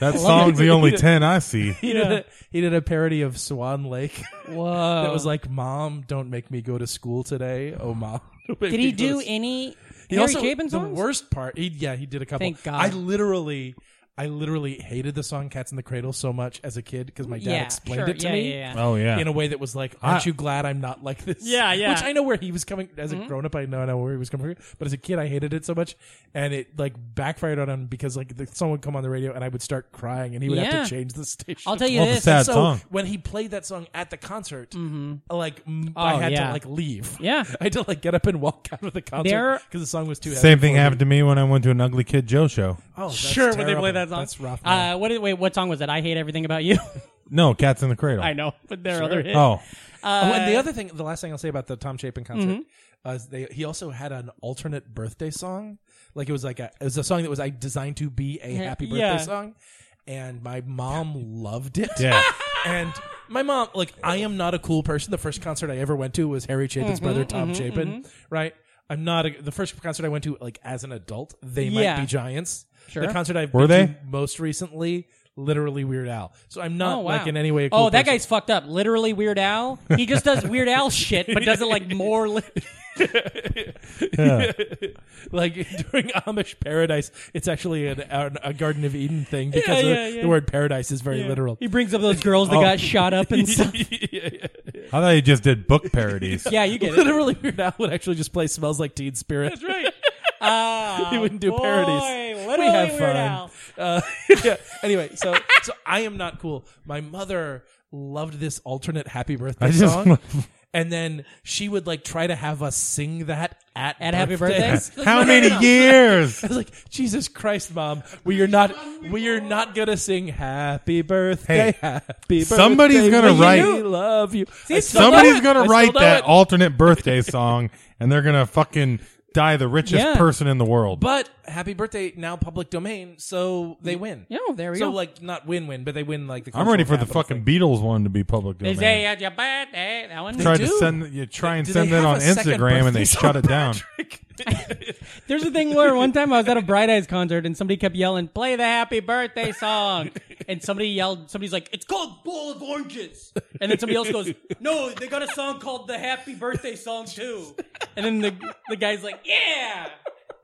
Speaker 2: That song's the only ten I see.
Speaker 4: he did a, he did a parody of Swan Lake
Speaker 1: Whoa.
Speaker 4: that was like, "Mom, don't make me go to school today." Oh, mom. don't make
Speaker 1: Did
Speaker 4: me
Speaker 1: he
Speaker 4: go to
Speaker 1: do
Speaker 4: school."
Speaker 1: any
Speaker 4: He
Speaker 1: Harry
Speaker 4: also-
Speaker 1: Chapin songs?
Speaker 4: The worst part, he, yeah, he did a couple.
Speaker 1: Thank God.
Speaker 4: I literally, I literally hated the song "Cats in the Cradle" so much as a kid because my dad
Speaker 1: yeah,
Speaker 4: explained
Speaker 1: sure.
Speaker 4: it to
Speaker 1: yeah,
Speaker 4: me.
Speaker 1: Yeah, yeah.
Speaker 2: Oh yeah.
Speaker 4: In a way that was like, aren't
Speaker 2: I-
Speaker 4: you glad I'm not like this?
Speaker 1: Yeah, yeah. Mm-hmm.
Speaker 4: Which I know where he was coming. As a grown up, I know I know where he was coming from. But as a kid, I hated it so much, and it like backfired on him because like the, someone would come on the radio and I would start crying, and he would
Speaker 1: Yeah.
Speaker 4: have to change the station.
Speaker 1: I'll tell you
Speaker 2: Well, the
Speaker 1: this.
Speaker 2: sad- That
Speaker 4: so
Speaker 2: song.
Speaker 4: when he played that song at the concert, like m I I
Speaker 1: Oh,
Speaker 4: had
Speaker 1: yeah.
Speaker 4: to like leave.
Speaker 1: Yeah.
Speaker 4: I had to like get up and walk out of the concert
Speaker 1: There-
Speaker 4: because the song was too. heavy
Speaker 2: Same thing
Speaker 4: for me.
Speaker 2: happened to me when I went to an Ugly Kid Joe show.
Speaker 4: Oh, that's
Speaker 1: sure, when they play
Speaker 4: terrible.
Speaker 1: that song.
Speaker 4: that's rough. man.
Speaker 1: Uh, what? Did, wait, what song was that? I hate everything about you.
Speaker 2: No, Cats in the Cradle.
Speaker 1: I know, but there are other hits.
Speaker 2: Oh,
Speaker 4: oh, and the other thing, the last thing I'll say about the Tom Chapin concert
Speaker 1: Mm-hmm.
Speaker 4: uh, is they he also had an alternate birthday song. Like it was like a it was a song that was I designed to be a happy birthday
Speaker 1: yeah.
Speaker 4: song, and my mom loved it.
Speaker 2: yeah.
Speaker 4: and my mom like i am not a cool person the first concert i ever went to was harry chapin's
Speaker 1: Mm-hmm,
Speaker 4: brother tom chapin right i'm not a, the first concert i went to like as an adult they might
Speaker 1: Yeah.
Speaker 4: be giants
Speaker 1: Sure.
Speaker 4: the concert i've
Speaker 2: Were
Speaker 4: been
Speaker 2: they?
Speaker 4: to most recently literally weird al so i'm not
Speaker 1: Oh, wow.
Speaker 4: like in any way a cool
Speaker 1: oh, that
Speaker 4: person.
Speaker 1: guy's fucked up. Literally, Weird Al. He just does Weird Al shit, but does it like more. Li-
Speaker 4: like during amish paradise it's actually an, an, a garden of eden thing because
Speaker 1: yeah,
Speaker 4: the,
Speaker 1: yeah.
Speaker 4: the word paradise is very literal Oh.
Speaker 1: he brings up those girls that got shot up and stuff.
Speaker 2: I thought you just did book parodies.
Speaker 1: Yeah, you get it.
Speaker 4: literally weird al would actually just play smells like teen spirit
Speaker 1: That's right. Ah,
Speaker 4: he wouldn't do
Speaker 1: boy,
Speaker 4: parodies.
Speaker 1: Literally
Speaker 4: we have
Speaker 1: Weird
Speaker 4: fun.
Speaker 1: Al.
Speaker 4: Uh, yeah. Anyway, so so I am not cool. My mother loved this alternate Happy Birthday
Speaker 2: I just-
Speaker 4: song. And then she would like try to have us sing that at,
Speaker 1: At Happy
Speaker 4: birthdays.
Speaker 1: Birthdays?
Speaker 2: How many years?
Speaker 4: I was like, Jesus Christ, Mom, we are not we are not gonna sing Happy Birthday,
Speaker 2: Hey,
Speaker 4: Happy Birthday.
Speaker 2: somebody's gonna
Speaker 4: we
Speaker 2: write-
Speaker 4: love you. I still know
Speaker 2: Somebody's
Speaker 4: it.
Speaker 2: gonna
Speaker 4: I still
Speaker 2: write
Speaker 4: know
Speaker 2: that
Speaker 4: it.
Speaker 2: alternate birthday song, and they're gonna fucking die the richest
Speaker 1: Yeah.
Speaker 2: person in the world.
Speaker 4: But Happy Birthday now public domain, so they win.
Speaker 1: Yeah, there we
Speaker 4: so
Speaker 1: go.
Speaker 4: like not win win, but they win like the.
Speaker 2: I'm ready for
Speaker 4: cultural
Speaker 2: the
Speaker 4: capital
Speaker 2: fucking
Speaker 4: thing.
Speaker 2: Beatles one to be public
Speaker 4: Oh,
Speaker 1: They
Speaker 2: domain.
Speaker 1: say at your birthday. That one.
Speaker 2: try to
Speaker 4: do.
Speaker 2: send you try and
Speaker 4: Do
Speaker 2: send
Speaker 4: they
Speaker 2: that
Speaker 4: have
Speaker 2: on
Speaker 4: a second
Speaker 2: Instagram, and
Speaker 4: birthday
Speaker 2: they
Speaker 4: song,
Speaker 2: shut it down.
Speaker 1: There's a thing where one time I was at a Bright Eyes concert and somebody kept yelling, "Play the Happy Birthday song," and somebody yelled, "Somebody's like, it's called Bowl of Oranges," and then somebody else goes, "No, they got a song called the Happy Birthday song too," and then the the guy's like, "Yeah."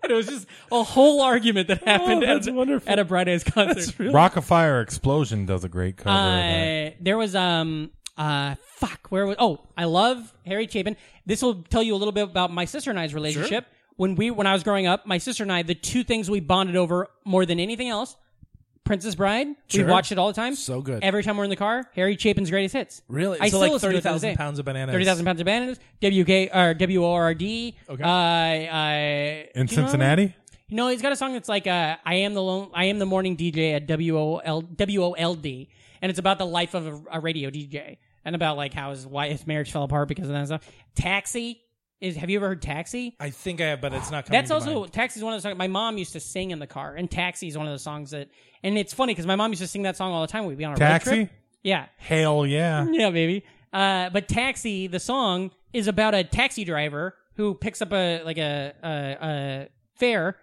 Speaker 1: And it was just a whole argument that happened
Speaker 4: Oh, that's
Speaker 1: at,
Speaker 4: wonderful.
Speaker 1: at a Bright Eyes concert.
Speaker 2: Rock of Fire Explosion does a great cover. of that.
Speaker 1: Uh, there was um uh fuck where was oh I love Harry Chapin. This will tell you a little bit about my sister and I's relationship. When we when I was growing up, my sister and I, the two things we bonded over more than anything else, Princess Bride. We watched it all the time.
Speaker 4: So good.
Speaker 1: Every time we're in the car, Harry Chapin's greatest hits.
Speaker 4: Really?
Speaker 1: I
Speaker 4: So,
Speaker 1: still
Speaker 4: like,
Speaker 1: listen to it to this
Speaker 4: 30,000
Speaker 1: day.
Speaker 4: pounds of bananas.
Speaker 1: Thirty thousand pounds of bananas. WK or WORD.
Speaker 4: Okay.
Speaker 1: Uh, I,
Speaker 2: in
Speaker 1: do you know-
Speaker 2: Cincinnati.
Speaker 1: no, he's got a song that's like uh, "I am the lone, I am the morning DJ at W O L W O L D," and it's about the life of a, a radio DJ and about like how his wife, his marriage fell apart because of that stuff. Taxi is. Have you ever heard Taxi?
Speaker 4: I think I have, but it's not coming.
Speaker 1: That's
Speaker 4: to
Speaker 1: also
Speaker 4: mind.
Speaker 1: Taxi is one of the songs my mom used to sing in the car, and Taxi is one of the songs that. And it's funny because my mom used to sing that song all the time. when We'd be on a road
Speaker 2: Taxi.
Speaker 1: trip. Yeah,
Speaker 2: Hell yeah!
Speaker 4: Mm,
Speaker 1: yeah, baby. Uh, but Taxi, the song, is about a taxi driver who picks up a like a a, a fare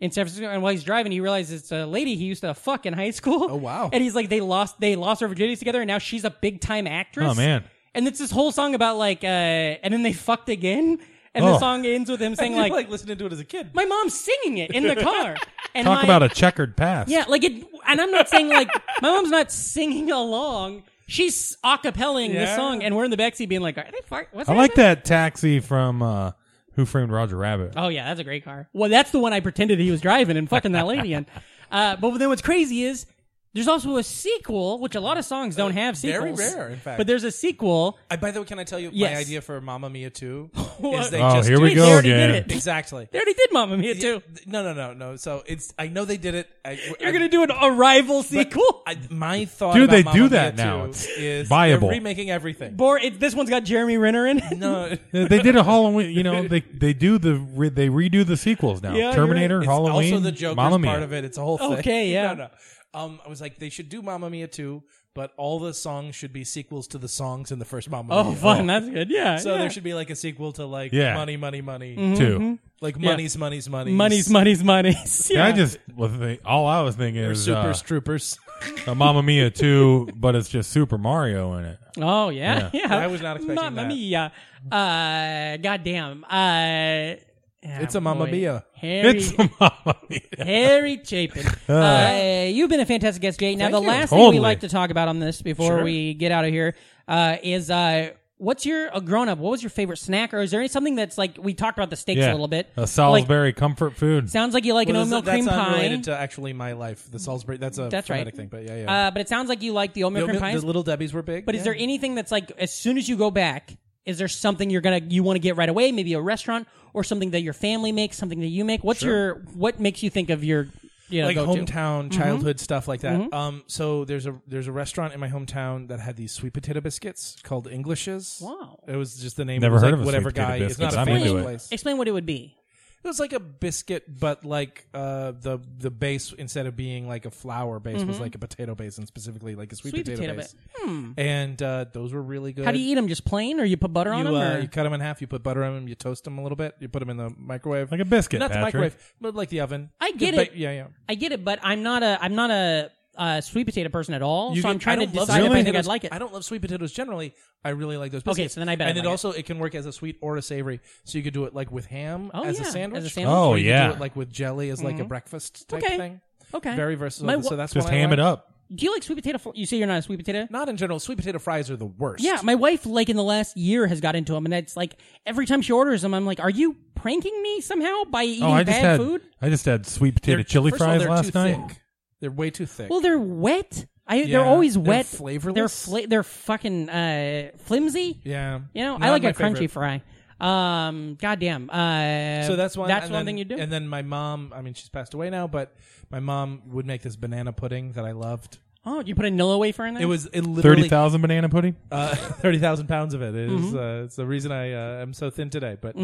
Speaker 1: in San Francisco, and while he's driving, he realizes it's a lady he used to fuck in high school. Oh
Speaker 4: wow.
Speaker 1: And he's like, they lost they lost their virginities together, and now she's a big time actress.
Speaker 2: Oh, man.
Speaker 1: And it's this whole song about like, uh, and then they fucked again, and
Speaker 2: Oh.
Speaker 1: the song ends with him saying like,
Speaker 4: like, like listening to it as a kid.
Speaker 1: my mom's singing it in the car. And
Speaker 2: Talk
Speaker 1: my,
Speaker 2: about a checkered past.
Speaker 1: yeah, like it, and I'm not saying like my mom's not singing along. she's acapelling this
Speaker 4: Yeah.
Speaker 1: song, and we're in the backseat being like, "Are they fart? What's
Speaker 2: I like
Speaker 1: happening?"
Speaker 2: that taxi from uh, Who Framed Roger Rabbit.
Speaker 1: Oh yeah, that's a great car. Well, that's the one I pretended he was driving and fucking that lady in. Uh, but then what's crazy is there's also a sequel, which a lot of songs don't have
Speaker 4: Uh, very
Speaker 1: sequels.
Speaker 4: rare, in fact.
Speaker 1: But there's a sequel.
Speaker 4: I, by the way, can I tell you
Speaker 1: Yes.
Speaker 4: my idea for Mamma Mia 2?
Speaker 1: What?
Speaker 4: is they
Speaker 2: Oh,
Speaker 4: just
Speaker 2: here we
Speaker 1: Wait,
Speaker 2: go
Speaker 1: they already
Speaker 2: again.
Speaker 1: did it.
Speaker 4: Exactly.
Speaker 1: They already did Mamma Mia too.
Speaker 4: No, no, no, no. So it's I know they did it. I,
Speaker 1: You're gonna do an arrival sequel.
Speaker 4: I, my thought,
Speaker 2: Dude,
Speaker 4: about
Speaker 2: they do
Speaker 4: Mamma Mia
Speaker 2: that now.
Speaker 4: 2
Speaker 2: It's
Speaker 4: is
Speaker 2: viable.
Speaker 4: They're remaking everything.
Speaker 1: Bor, it, this one's got Jeremy Renner in it.
Speaker 4: No,
Speaker 2: They- they did a Halloween. You know, they they do the re, they redo the sequels now.
Speaker 1: Yeah, you're
Speaker 2: Terminator,
Speaker 4: it's
Speaker 2: Halloween,
Speaker 4: also the Joker's
Speaker 2: Mamma Mia.
Speaker 4: part of it. It's a whole thing.
Speaker 1: Okay, yeah.
Speaker 4: no, no. Um, I was like, they should do Mamma Mia 2, but all the songs should be sequels to the songs in the first Mamma
Speaker 1: Oh,
Speaker 4: Mia.
Speaker 1: fun. That's good. Yeah.
Speaker 4: So
Speaker 1: yeah.
Speaker 4: there should be like a sequel to like
Speaker 2: Yeah.
Speaker 4: Money, Money, Money,
Speaker 1: Mm-hmm.
Speaker 2: Too.
Speaker 4: Mm-hmm. like Money's, Money's, Money's,
Speaker 1: money's money's money's.
Speaker 2: And
Speaker 1: Yeah.
Speaker 2: I just was thi- all I was thinking
Speaker 4: Or
Speaker 2: is
Speaker 4: Super
Speaker 2: uh,
Speaker 4: Troopers.
Speaker 2: a Mamma Mia two, but it's just Super Mario in it.
Speaker 1: oh yeah. Yeah.
Speaker 4: I was not expecting
Speaker 1: Mamma
Speaker 4: that.
Speaker 1: mia. Uh, goddamn. Uh,
Speaker 4: It's a Mamma Mia.
Speaker 1: Harry,
Speaker 2: It's a Mamma Mia.
Speaker 1: Harry Chapin. Uh, you've been a fantastic guest, Jay. Now, the last thing
Speaker 2: Totally.
Speaker 1: we like to talk about on this before we get out of here uh, is uh, what's your a grown up? What was your favorite snack, or is there any, something that's like we talked about the steaks
Speaker 2: Yeah,
Speaker 1: a little bit?
Speaker 2: A
Speaker 1: Like,
Speaker 2: Salisbury comfort food.
Speaker 1: sounds like you like
Speaker 4: Well,
Speaker 1: an
Speaker 4: is
Speaker 1: oatmeal
Speaker 4: that-
Speaker 1: cream
Speaker 4: that's
Speaker 1: pie.
Speaker 4: unrelated to actually my life. The Salisbury. That's a
Speaker 1: That's right.
Speaker 4: phonetic thing, but yeah, yeah.
Speaker 1: uh, but it sounds like you like the
Speaker 4: the,
Speaker 1: oatmeal cream
Speaker 4: oatmeal-
Speaker 1: pies.
Speaker 4: the little Debbie's were big.
Speaker 1: But is there anything that's like as soon as you go back, is there something you're gonna you want to get right away? Maybe a restaurant or something that your family makes, something that you make. What's your what makes you think of your you know
Speaker 4: like
Speaker 1: go-to? Mm-hmm.
Speaker 4: hometown childhood stuff like that? Um, so there's a there's a restaurant in my hometown that had these sweet potato biscuits called Englishes.
Speaker 1: Wow.
Speaker 4: it was just the name.
Speaker 2: Never
Speaker 4: it was
Speaker 2: heard
Speaker 4: like
Speaker 2: of a sweet
Speaker 4: whatever
Speaker 2: potato
Speaker 4: guy. It's
Speaker 2: biscuits.
Speaker 4: not a
Speaker 2: I'm
Speaker 4: famous
Speaker 2: into it.
Speaker 4: place.
Speaker 1: Explain what it would be.
Speaker 4: It was like a biscuit, but like uh, the the base instead of being like a flour base was like a potato base, and specifically like a sweet,
Speaker 1: Mm-hmm. Sweet potato Hmm.
Speaker 4: base. And uh, those were really good.
Speaker 1: How do you eat them? Just plain, or you put butter on
Speaker 4: You,
Speaker 1: them?
Speaker 4: uh,
Speaker 1: or?
Speaker 4: you cut them in half. You put butter on them. You toast them a little bit. You put them in the microwave,
Speaker 2: Like a biscuit,
Speaker 4: Not the
Speaker 2: Patrick.
Speaker 4: microwave, but like the oven.
Speaker 1: I get
Speaker 4: The
Speaker 1: it.
Speaker 4: yeah, yeah.
Speaker 1: I get it, but I'm not a I'm not a uh, sweet potato person at all.
Speaker 4: You
Speaker 1: so
Speaker 4: get-
Speaker 1: I'm trying to
Speaker 4: don't love
Speaker 1: decide
Speaker 4: sweet
Speaker 1: if I think I'd
Speaker 4: potatoes.
Speaker 1: like it.
Speaker 4: I don't love sweet potatoes generally. I really like those.
Speaker 1: Okay,
Speaker 4: Biscuits.
Speaker 1: so then I bet
Speaker 4: And
Speaker 1: I
Speaker 4: it
Speaker 1: like
Speaker 4: also it can work as a sweet or a savory. So you could do it like with ham
Speaker 1: Oh,
Speaker 4: as
Speaker 1: yeah,
Speaker 4: a
Speaker 1: as a
Speaker 4: sandwich.
Speaker 1: sandwich. Mm-hmm.
Speaker 2: Oh
Speaker 4: or you could
Speaker 2: yeah,
Speaker 4: do it like with jelly as like a breakfast type
Speaker 1: Okay.
Speaker 4: thing.
Speaker 1: okay.
Speaker 4: Very versatile.
Speaker 1: My wa-
Speaker 4: so that's
Speaker 2: just
Speaker 4: what I
Speaker 2: ham it
Speaker 4: like.
Speaker 2: up.
Speaker 1: Do you like sweet potato? fl- You say you're not a sweet potato.
Speaker 4: Not in general. Sweet potato fries are the worst.
Speaker 1: Yeah, my wife like in the last year has got into them, and it's like every time she orders them, I'm like, "Are you pranking me somehow by eating
Speaker 2: Oh, I
Speaker 1: bad
Speaker 2: just had
Speaker 1: food?"
Speaker 2: I just had sweet potato
Speaker 4: They're-
Speaker 2: chili
Speaker 4: first of all,
Speaker 2: fries
Speaker 4: they're
Speaker 2: last
Speaker 4: too
Speaker 2: night.
Speaker 4: Thick. They're way too thick.
Speaker 1: Well, they're wet. I
Speaker 4: Yeah,
Speaker 1: they're always
Speaker 4: they're
Speaker 1: wet.
Speaker 4: flavorless.
Speaker 1: They're fla- they're fucking uh, flimsy.
Speaker 4: yeah.
Speaker 1: You know, I
Speaker 4: Not
Speaker 1: like
Speaker 4: my
Speaker 1: a crunchy fry.
Speaker 4: favorite.
Speaker 1: Um, goddamn. Uh,
Speaker 4: So that's one.
Speaker 1: That's
Speaker 4: and
Speaker 1: one
Speaker 4: then-
Speaker 1: thing you do.
Speaker 4: And then my mom. I mean, she's passed away now, but my mom would make this banana pudding that I loved.
Speaker 1: oh, you put a Nilla wafer in there.
Speaker 4: It was it literally
Speaker 2: Thirty thousand banana pudding.
Speaker 4: uh, thirty thousand pounds of it. It
Speaker 1: Mm-hmm.
Speaker 4: is, uh, it's the reason I uh, am so thin today. But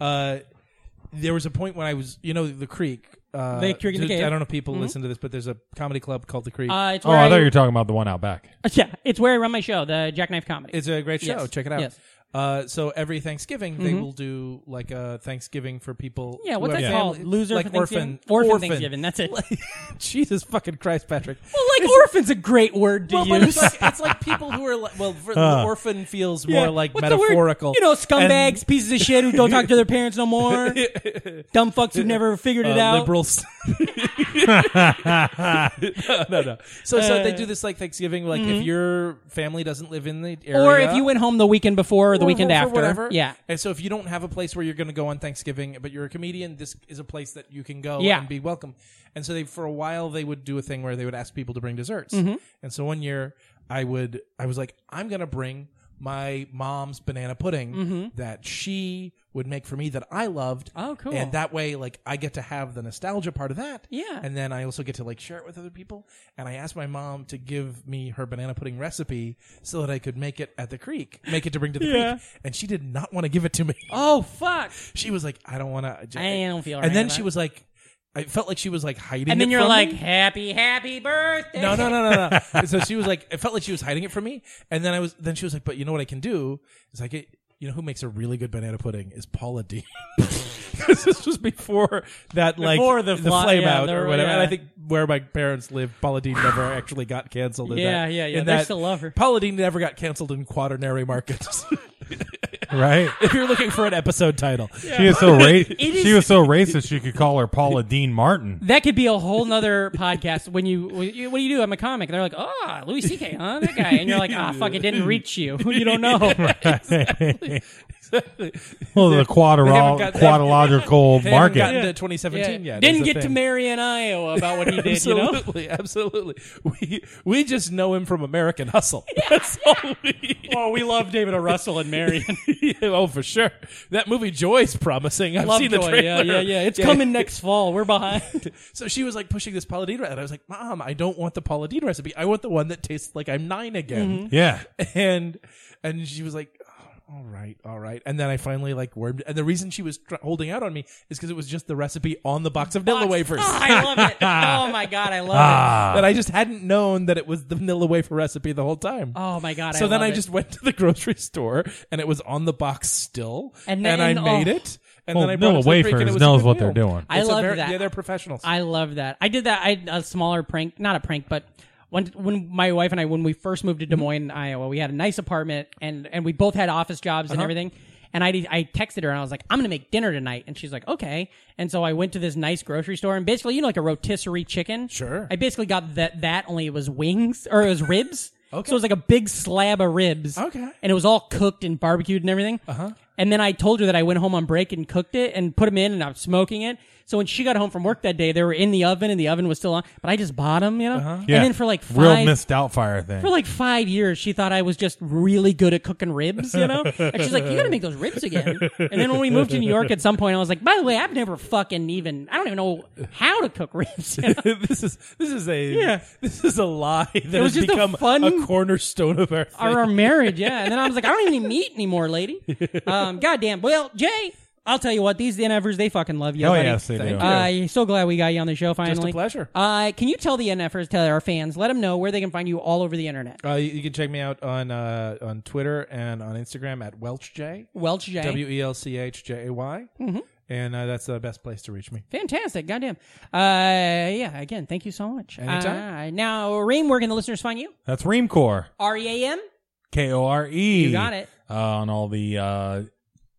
Speaker 4: uh, there was a point when I was, you know, the Creek. Uh,
Speaker 1: The Creek in the
Speaker 4: just-
Speaker 1: Cave. Mm-hmm.
Speaker 4: I don't know if people listen to this, but there's a comedy club called the Creek.
Speaker 1: Uh, it's
Speaker 2: Oh,
Speaker 1: where
Speaker 2: I thought
Speaker 1: I,
Speaker 2: you were talking about the one out back.
Speaker 1: yeah, it's where I run my show, the Jackknife Comedy.
Speaker 4: it's a great show.
Speaker 1: yes,
Speaker 4: Check it out.
Speaker 1: yes.
Speaker 4: Uh, so every Thanksgiving they will do like a Thanksgiving for people.
Speaker 1: yeah, what's
Speaker 4: who
Speaker 1: that
Speaker 4: have
Speaker 1: called?
Speaker 4: family-
Speaker 1: Loser
Speaker 4: like
Speaker 1: for Thanksgiving.
Speaker 4: Orphan.
Speaker 1: Thanksgiving. That's it. well,
Speaker 4: Jesus fucking Christ, Patrick.
Speaker 1: like orphan's a great word to
Speaker 4: Well, but
Speaker 1: use.
Speaker 4: it's like, it's like people who are like, well, for, the orphan feels more
Speaker 1: Yeah.
Speaker 4: like
Speaker 1: What's the word?
Speaker 4: metaphorical.
Speaker 1: You know,
Speaker 4: And-
Speaker 1: scumbags, pieces of shit who don't talk to their parents no more. Dumb fucks who've never figured it
Speaker 4: uh,
Speaker 1: out.
Speaker 4: liberals. no, no, no. So, so they do this like Thanksgiving. Like, if your family doesn't live in the area,
Speaker 1: Or if you went home the weekend before or the
Speaker 4: or-
Speaker 1: weekend
Speaker 4: or
Speaker 1: after.
Speaker 4: whatever.
Speaker 1: Yeah.
Speaker 4: And so, if you don't have a place where you're going to go on Thanksgiving, but you're a comedian, this is a place that you can go
Speaker 1: Yeah.
Speaker 4: and be welcome. And so, they for a while they would do a thing where they would ask people to bring desserts.
Speaker 1: Mm-hmm.
Speaker 4: And so, one year I would, I was like, I'm going to bring my mom's banana pudding that she would make for me that I loved.
Speaker 1: Mm-hmm. Oh, cool.
Speaker 4: And that way, like, I get to have the nostalgia part of that.
Speaker 1: Yeah.
Speaker 4: And then I also get to like share it with other people. And I asked my mom to give me her banana pudding recipe so that I could make it at the creek, make it to bring to the
Speaker 1: Yeah.
Speaker 4: creek. And she did not want to give it to me.
Speaker 1: Oh, fuck.
Speaker 4: She was like, I don't want to.
Speaker 1: I don't feel right
Speaker 4: And then
Speaker 1: about
Speaker 4: she
Speaker 1: it.
Speaker 4: was like, I felt like she was like hiding.
Speaker 1: And then
Speaker 4: it
Speaker 1: you're
Speaker 4: from
Speaker 1: like,
Speaker 4: me.
Speaker 1: happy, happy birthday.
Speaker 4: No, no, no, no, no. And so she was like, it felt like she was hiding it from me. And then I was, then she was like, but you know what I can do? It's like, it, you know who makes a really good banana pudding is Paula D. 'Cause this was before that, like
Speaker 1: Before the fly-
Speaker 4: flame
Speaker 1: yeah,
Speaker 4: out
Speaker 1: the-
Speaker 4: or whatever. And
Speaker 1: yeah.
Speaker 4: I think where my parents lived, Paula Deen never actually got canceled. In
Speaker 1: Yeah,
Speaker 4: that,
Speaker 1: yeah, yeah.
Speaker 4: in
Speaker 1: They
Speaker 4: that-
Speaker 1: still love her.
Speaker 4: Paula Deen never got canceled in quaternary markets.
Speaker 2: right?
Speaker 5: if you're looking for an episode title.
Speaker 2: She was so ra-
Speaker 1: is-
Speaker 2: she was so racist she could call her Paula Dean Martin.
Speaker 1: That could be a whole nother podcast. When you, when you- what do you do? I'm a comic. And they're like, oh, Louis C.K., huh? That guy. And you're like, ah, fuck, it didn't reach you. you don't know.
Speaker 2: Well, the
Speaker 4: haven't
Speaker 2: quadrilateral,
Speaker 4: got-
Speaker 2: quadrilogical
Speaker 4: They haven't
Speaker 2: market.
Speaker 4: gotten to 2017 yet.
Speaker 1: Didn't
Speaker 4: is the
Speaker 1: get to
Speaker 4: thing.
Speaker 1: Marion, Iowa about what he did, you know?
Speaker 4: absolutely, absolutely. We we just know him from American Hustle. That's all we.
Speaker 1: Oh, we love David O. Russell and Marion.
Speaker 4: Yeah, oh, for sure. That movie Joy's promising. I've seen the
Speaker 1: Lovejoy.
Speaker 4: trailer.
Speaker 1: Yeah, yeah, yeah. It's coming next fall. We're behind.
Speaker 4: So she was like pushing this Paula Deen, re- and I was like, "Mom, I don't want the Paula Deen recipe. I want the one that tastes like I'm nine again."
Speaker 2: Yeah.
Speaker 1: Mm-hmm.
Speaker 4: And and she was like, oh, "All right, all right." And then I finally like wormed. And the reason she was tr- holding out on me is because it was just the recipe on the box of vanilla wafers. Ah.
Speaker 1: Oh, I love it. Oh, my God. I love
Speaker 4: that I just hadn't known that it was the vanilla wafer recipe the whole time.
Speaker 1: it. Oh, my God.
Speaker 4: so
Speaker 1: I
Speaker 4: then
Speaker 1: love
Speaker 4: I
Speaker 1: it.
Speaker 4: just went to the grocery store and it was on the box still,
Speaker 1: And then-
Speaker 4: and, I
Speaker 1: and-
Speaker 4: made
Speaker 1: oh.
Speaker 4: it. And
Speaker 2: Well,
Speaker 4: then I brought it
Speaker 2: Vanilla
Speaker 4: to the freak and it
Speaker 2: Wafers
Speaker 4: was
Speaker 2: knows
Speaker 4: a good
Speaker 2: what they're
Speaker 4: meal.
Speaker 2: doing.
Speaker 1: I
Speaker 4: It's a
Speaker 1: love
Speaker 4: very-
Speaker 1: that.
Speaker 4: Yeah, they're professionals.
Speaker 1: I love that. I did that. I had a smaller prank, not a prank, but when when my wife and I when we first moved to
Speaker 4: Mm-hmm.
Speaker 1: Des Moines, Iowa, we had a nice apartment and and we both had office jobs
Speaker 4: Uh-huh.
Speaker 1: and everything. And I I texted her and I was like, I'm gonna make dinner tonight, and she's like, okay. And so I went to this nice grocery store and basically, you know, like a rotisserie chicken.
Speaker 4: Sure.
Speaker 1: I basically got that that only it was wings or it was ribs. Okay. So it was like a big slab of ribs.
Speaker 4: Okay.
Speaker 1: And it was all cooked and barbecued and everything. Uh-huh. And then I told her that I went home on break and cooked it and put them in and I was smoking it. So when she got home from work that day, they were in the oven and the oven was still on. But I just bought them, you know.
Speaker 2: Yeah.
Speaker 1: And then for like
Speaker 2: real
Speaker 1: five
Speaker 2: Miss Doubtfire thing.
Speaker 1: for like five years, she thought I was just really good at cooking ribs, you know. and she's like, "You got to make those ribs again." And then when we moved to New York, at some point, I was like, "By the way, I've never fucking even I don't even know how to cook ribs." You know?
Speaker 5: this is this is a this is a lie that
Speaker 1: was
Speaker 5: has
Speaker 1: just a
Speaker 5: become
Speaker 1: fun-
Speaker 5: a cornerstone of our
Speaker 1: our, our marriage, yeah. And then I was like, I don't even eat meat anymore, lady. Um, goddamn. Well, Jay, I'll tell you what, these NFers, they fucking love you.
Speaker 2: oh
Speaker 1: buddy.
Speaker 2: yes, they do.
Speaker 1: Uh, so glad we got you on the show finally.
Speaker 4: pleasure.
Speaker 1: Uh, can you tell the NFers, tell our fans, let them know where they can find you all over the internet?
Speaker 4: Uh, you, you can check me out on uh, on Twitter and on Instagram at WelchJ.
Speaker 1: Welch Jay.
Speaker 4: W E L C H J A Y.
Speaker 1: Mm-hmm.
Speaker 4: And uh, that's the best place to reach me.
Speaker 1: Fantastic. Goddamn. Uh, yeah, again, thank you so much.
Speaker 4: Anytime.
Speaker 1: Uh, now, Reem, where can the listeners find you?
Speaker 2: That's Reamcore.
Speaker 1: R E A M?
Speaker 2: K O R E.
Speaker 1: You got it.
Speaker 2: Uh, on all the uh,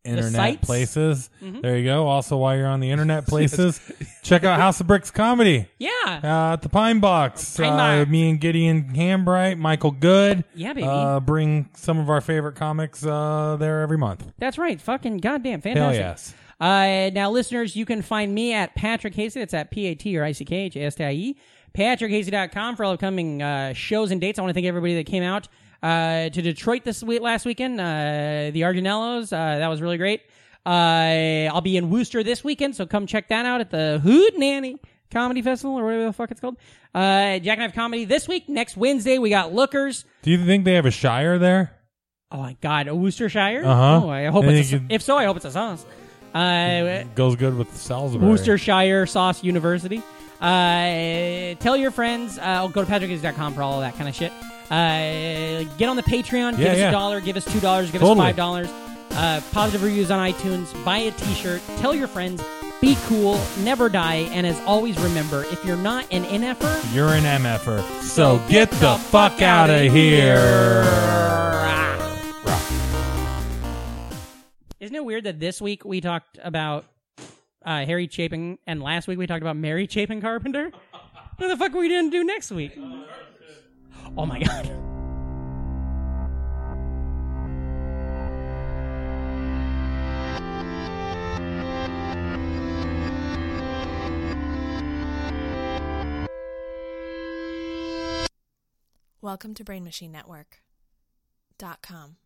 Speaker 2: internet
Speaker 1: sites? Mm-hmm.
Speaker 2: places. There you go. Also, while you're on the internet places, check out House of Bricks comedy
Speaker 1: Yeah.
Speaker 2: uh, at the Pine Box.
Speaker 1: Pine
Speaker 2: uh,
Speaker 1: Box.
Speaker 2: Me and Gideon Hambright, Michael Good.
Speaker 1: Yeah, baby.
Speaker 2: Uh, bring some of our favorite comics uh, there every month.
Speaker 1: That's right. Fucking goddamn.
Speaker 2: Hell
Speaker 1: Fantastic.
Speaker 2: yes.
Speaker 1: Uh, now, listeners, you can find me at Patrick Hasty. That's at P A T or I C K H A S T I E. PatrickHasty.com for all upcoming uh, shows and dates. I want to thank everybody that came out uh, to Detroit this week, last weekend. Uh, the Arginellos. Uh, that was really great. Uh, I'll be in Wooster this weekend, so come check that out at the Hood Nanny Comedy Festival or whatever the fuck it's called. Uh, Jackknife Comedy this week. Next Wednesday, we got Lookers.
Speaker 2: Do you think they have a Shire there?
Speaker 1: Oh, my God. Woostershire?
Speaker 2: Uh-huh.
Speaker 1: Oh, I hope
Speaker 2: And
Speaker 1: it's
Speaker 2: you
Speaker 1: a,
Speaker 2: can-
Speaker 1: If so, I hope it's a sauce. Uh,
Speaker 2: Goes good with Salisbury.
Speaker 1: Worcestershire Sauce University. Uh, tell your friends. Uh, go to patrickis.com for all that kind of shit. Uh, get on the Patreon. give
Speaker 2: Yeah,
Speaker 1: us
Speaker 2: yeah.
Speaker 1: a dollar. Give us two dollars. Give
Speaker 2: Totally.
Speaker 1: us five dollars. Uh, positive reviews on iTunes. Buy a T-shirt. Tell your friends. Be cool. Never die. And as always, remember if you're not an NFer,
Speaker 2: You're an MFer. So get the fuck out of here.
Speaker 1: isn't it weird that this week we talked about uh, Harry Chapin and last week we talked about Mary Chapin Carpenter? What the fuck are we gonna do next week? Oh my god.
Speaker 6: Welcome to Brain Machine Network. dot com.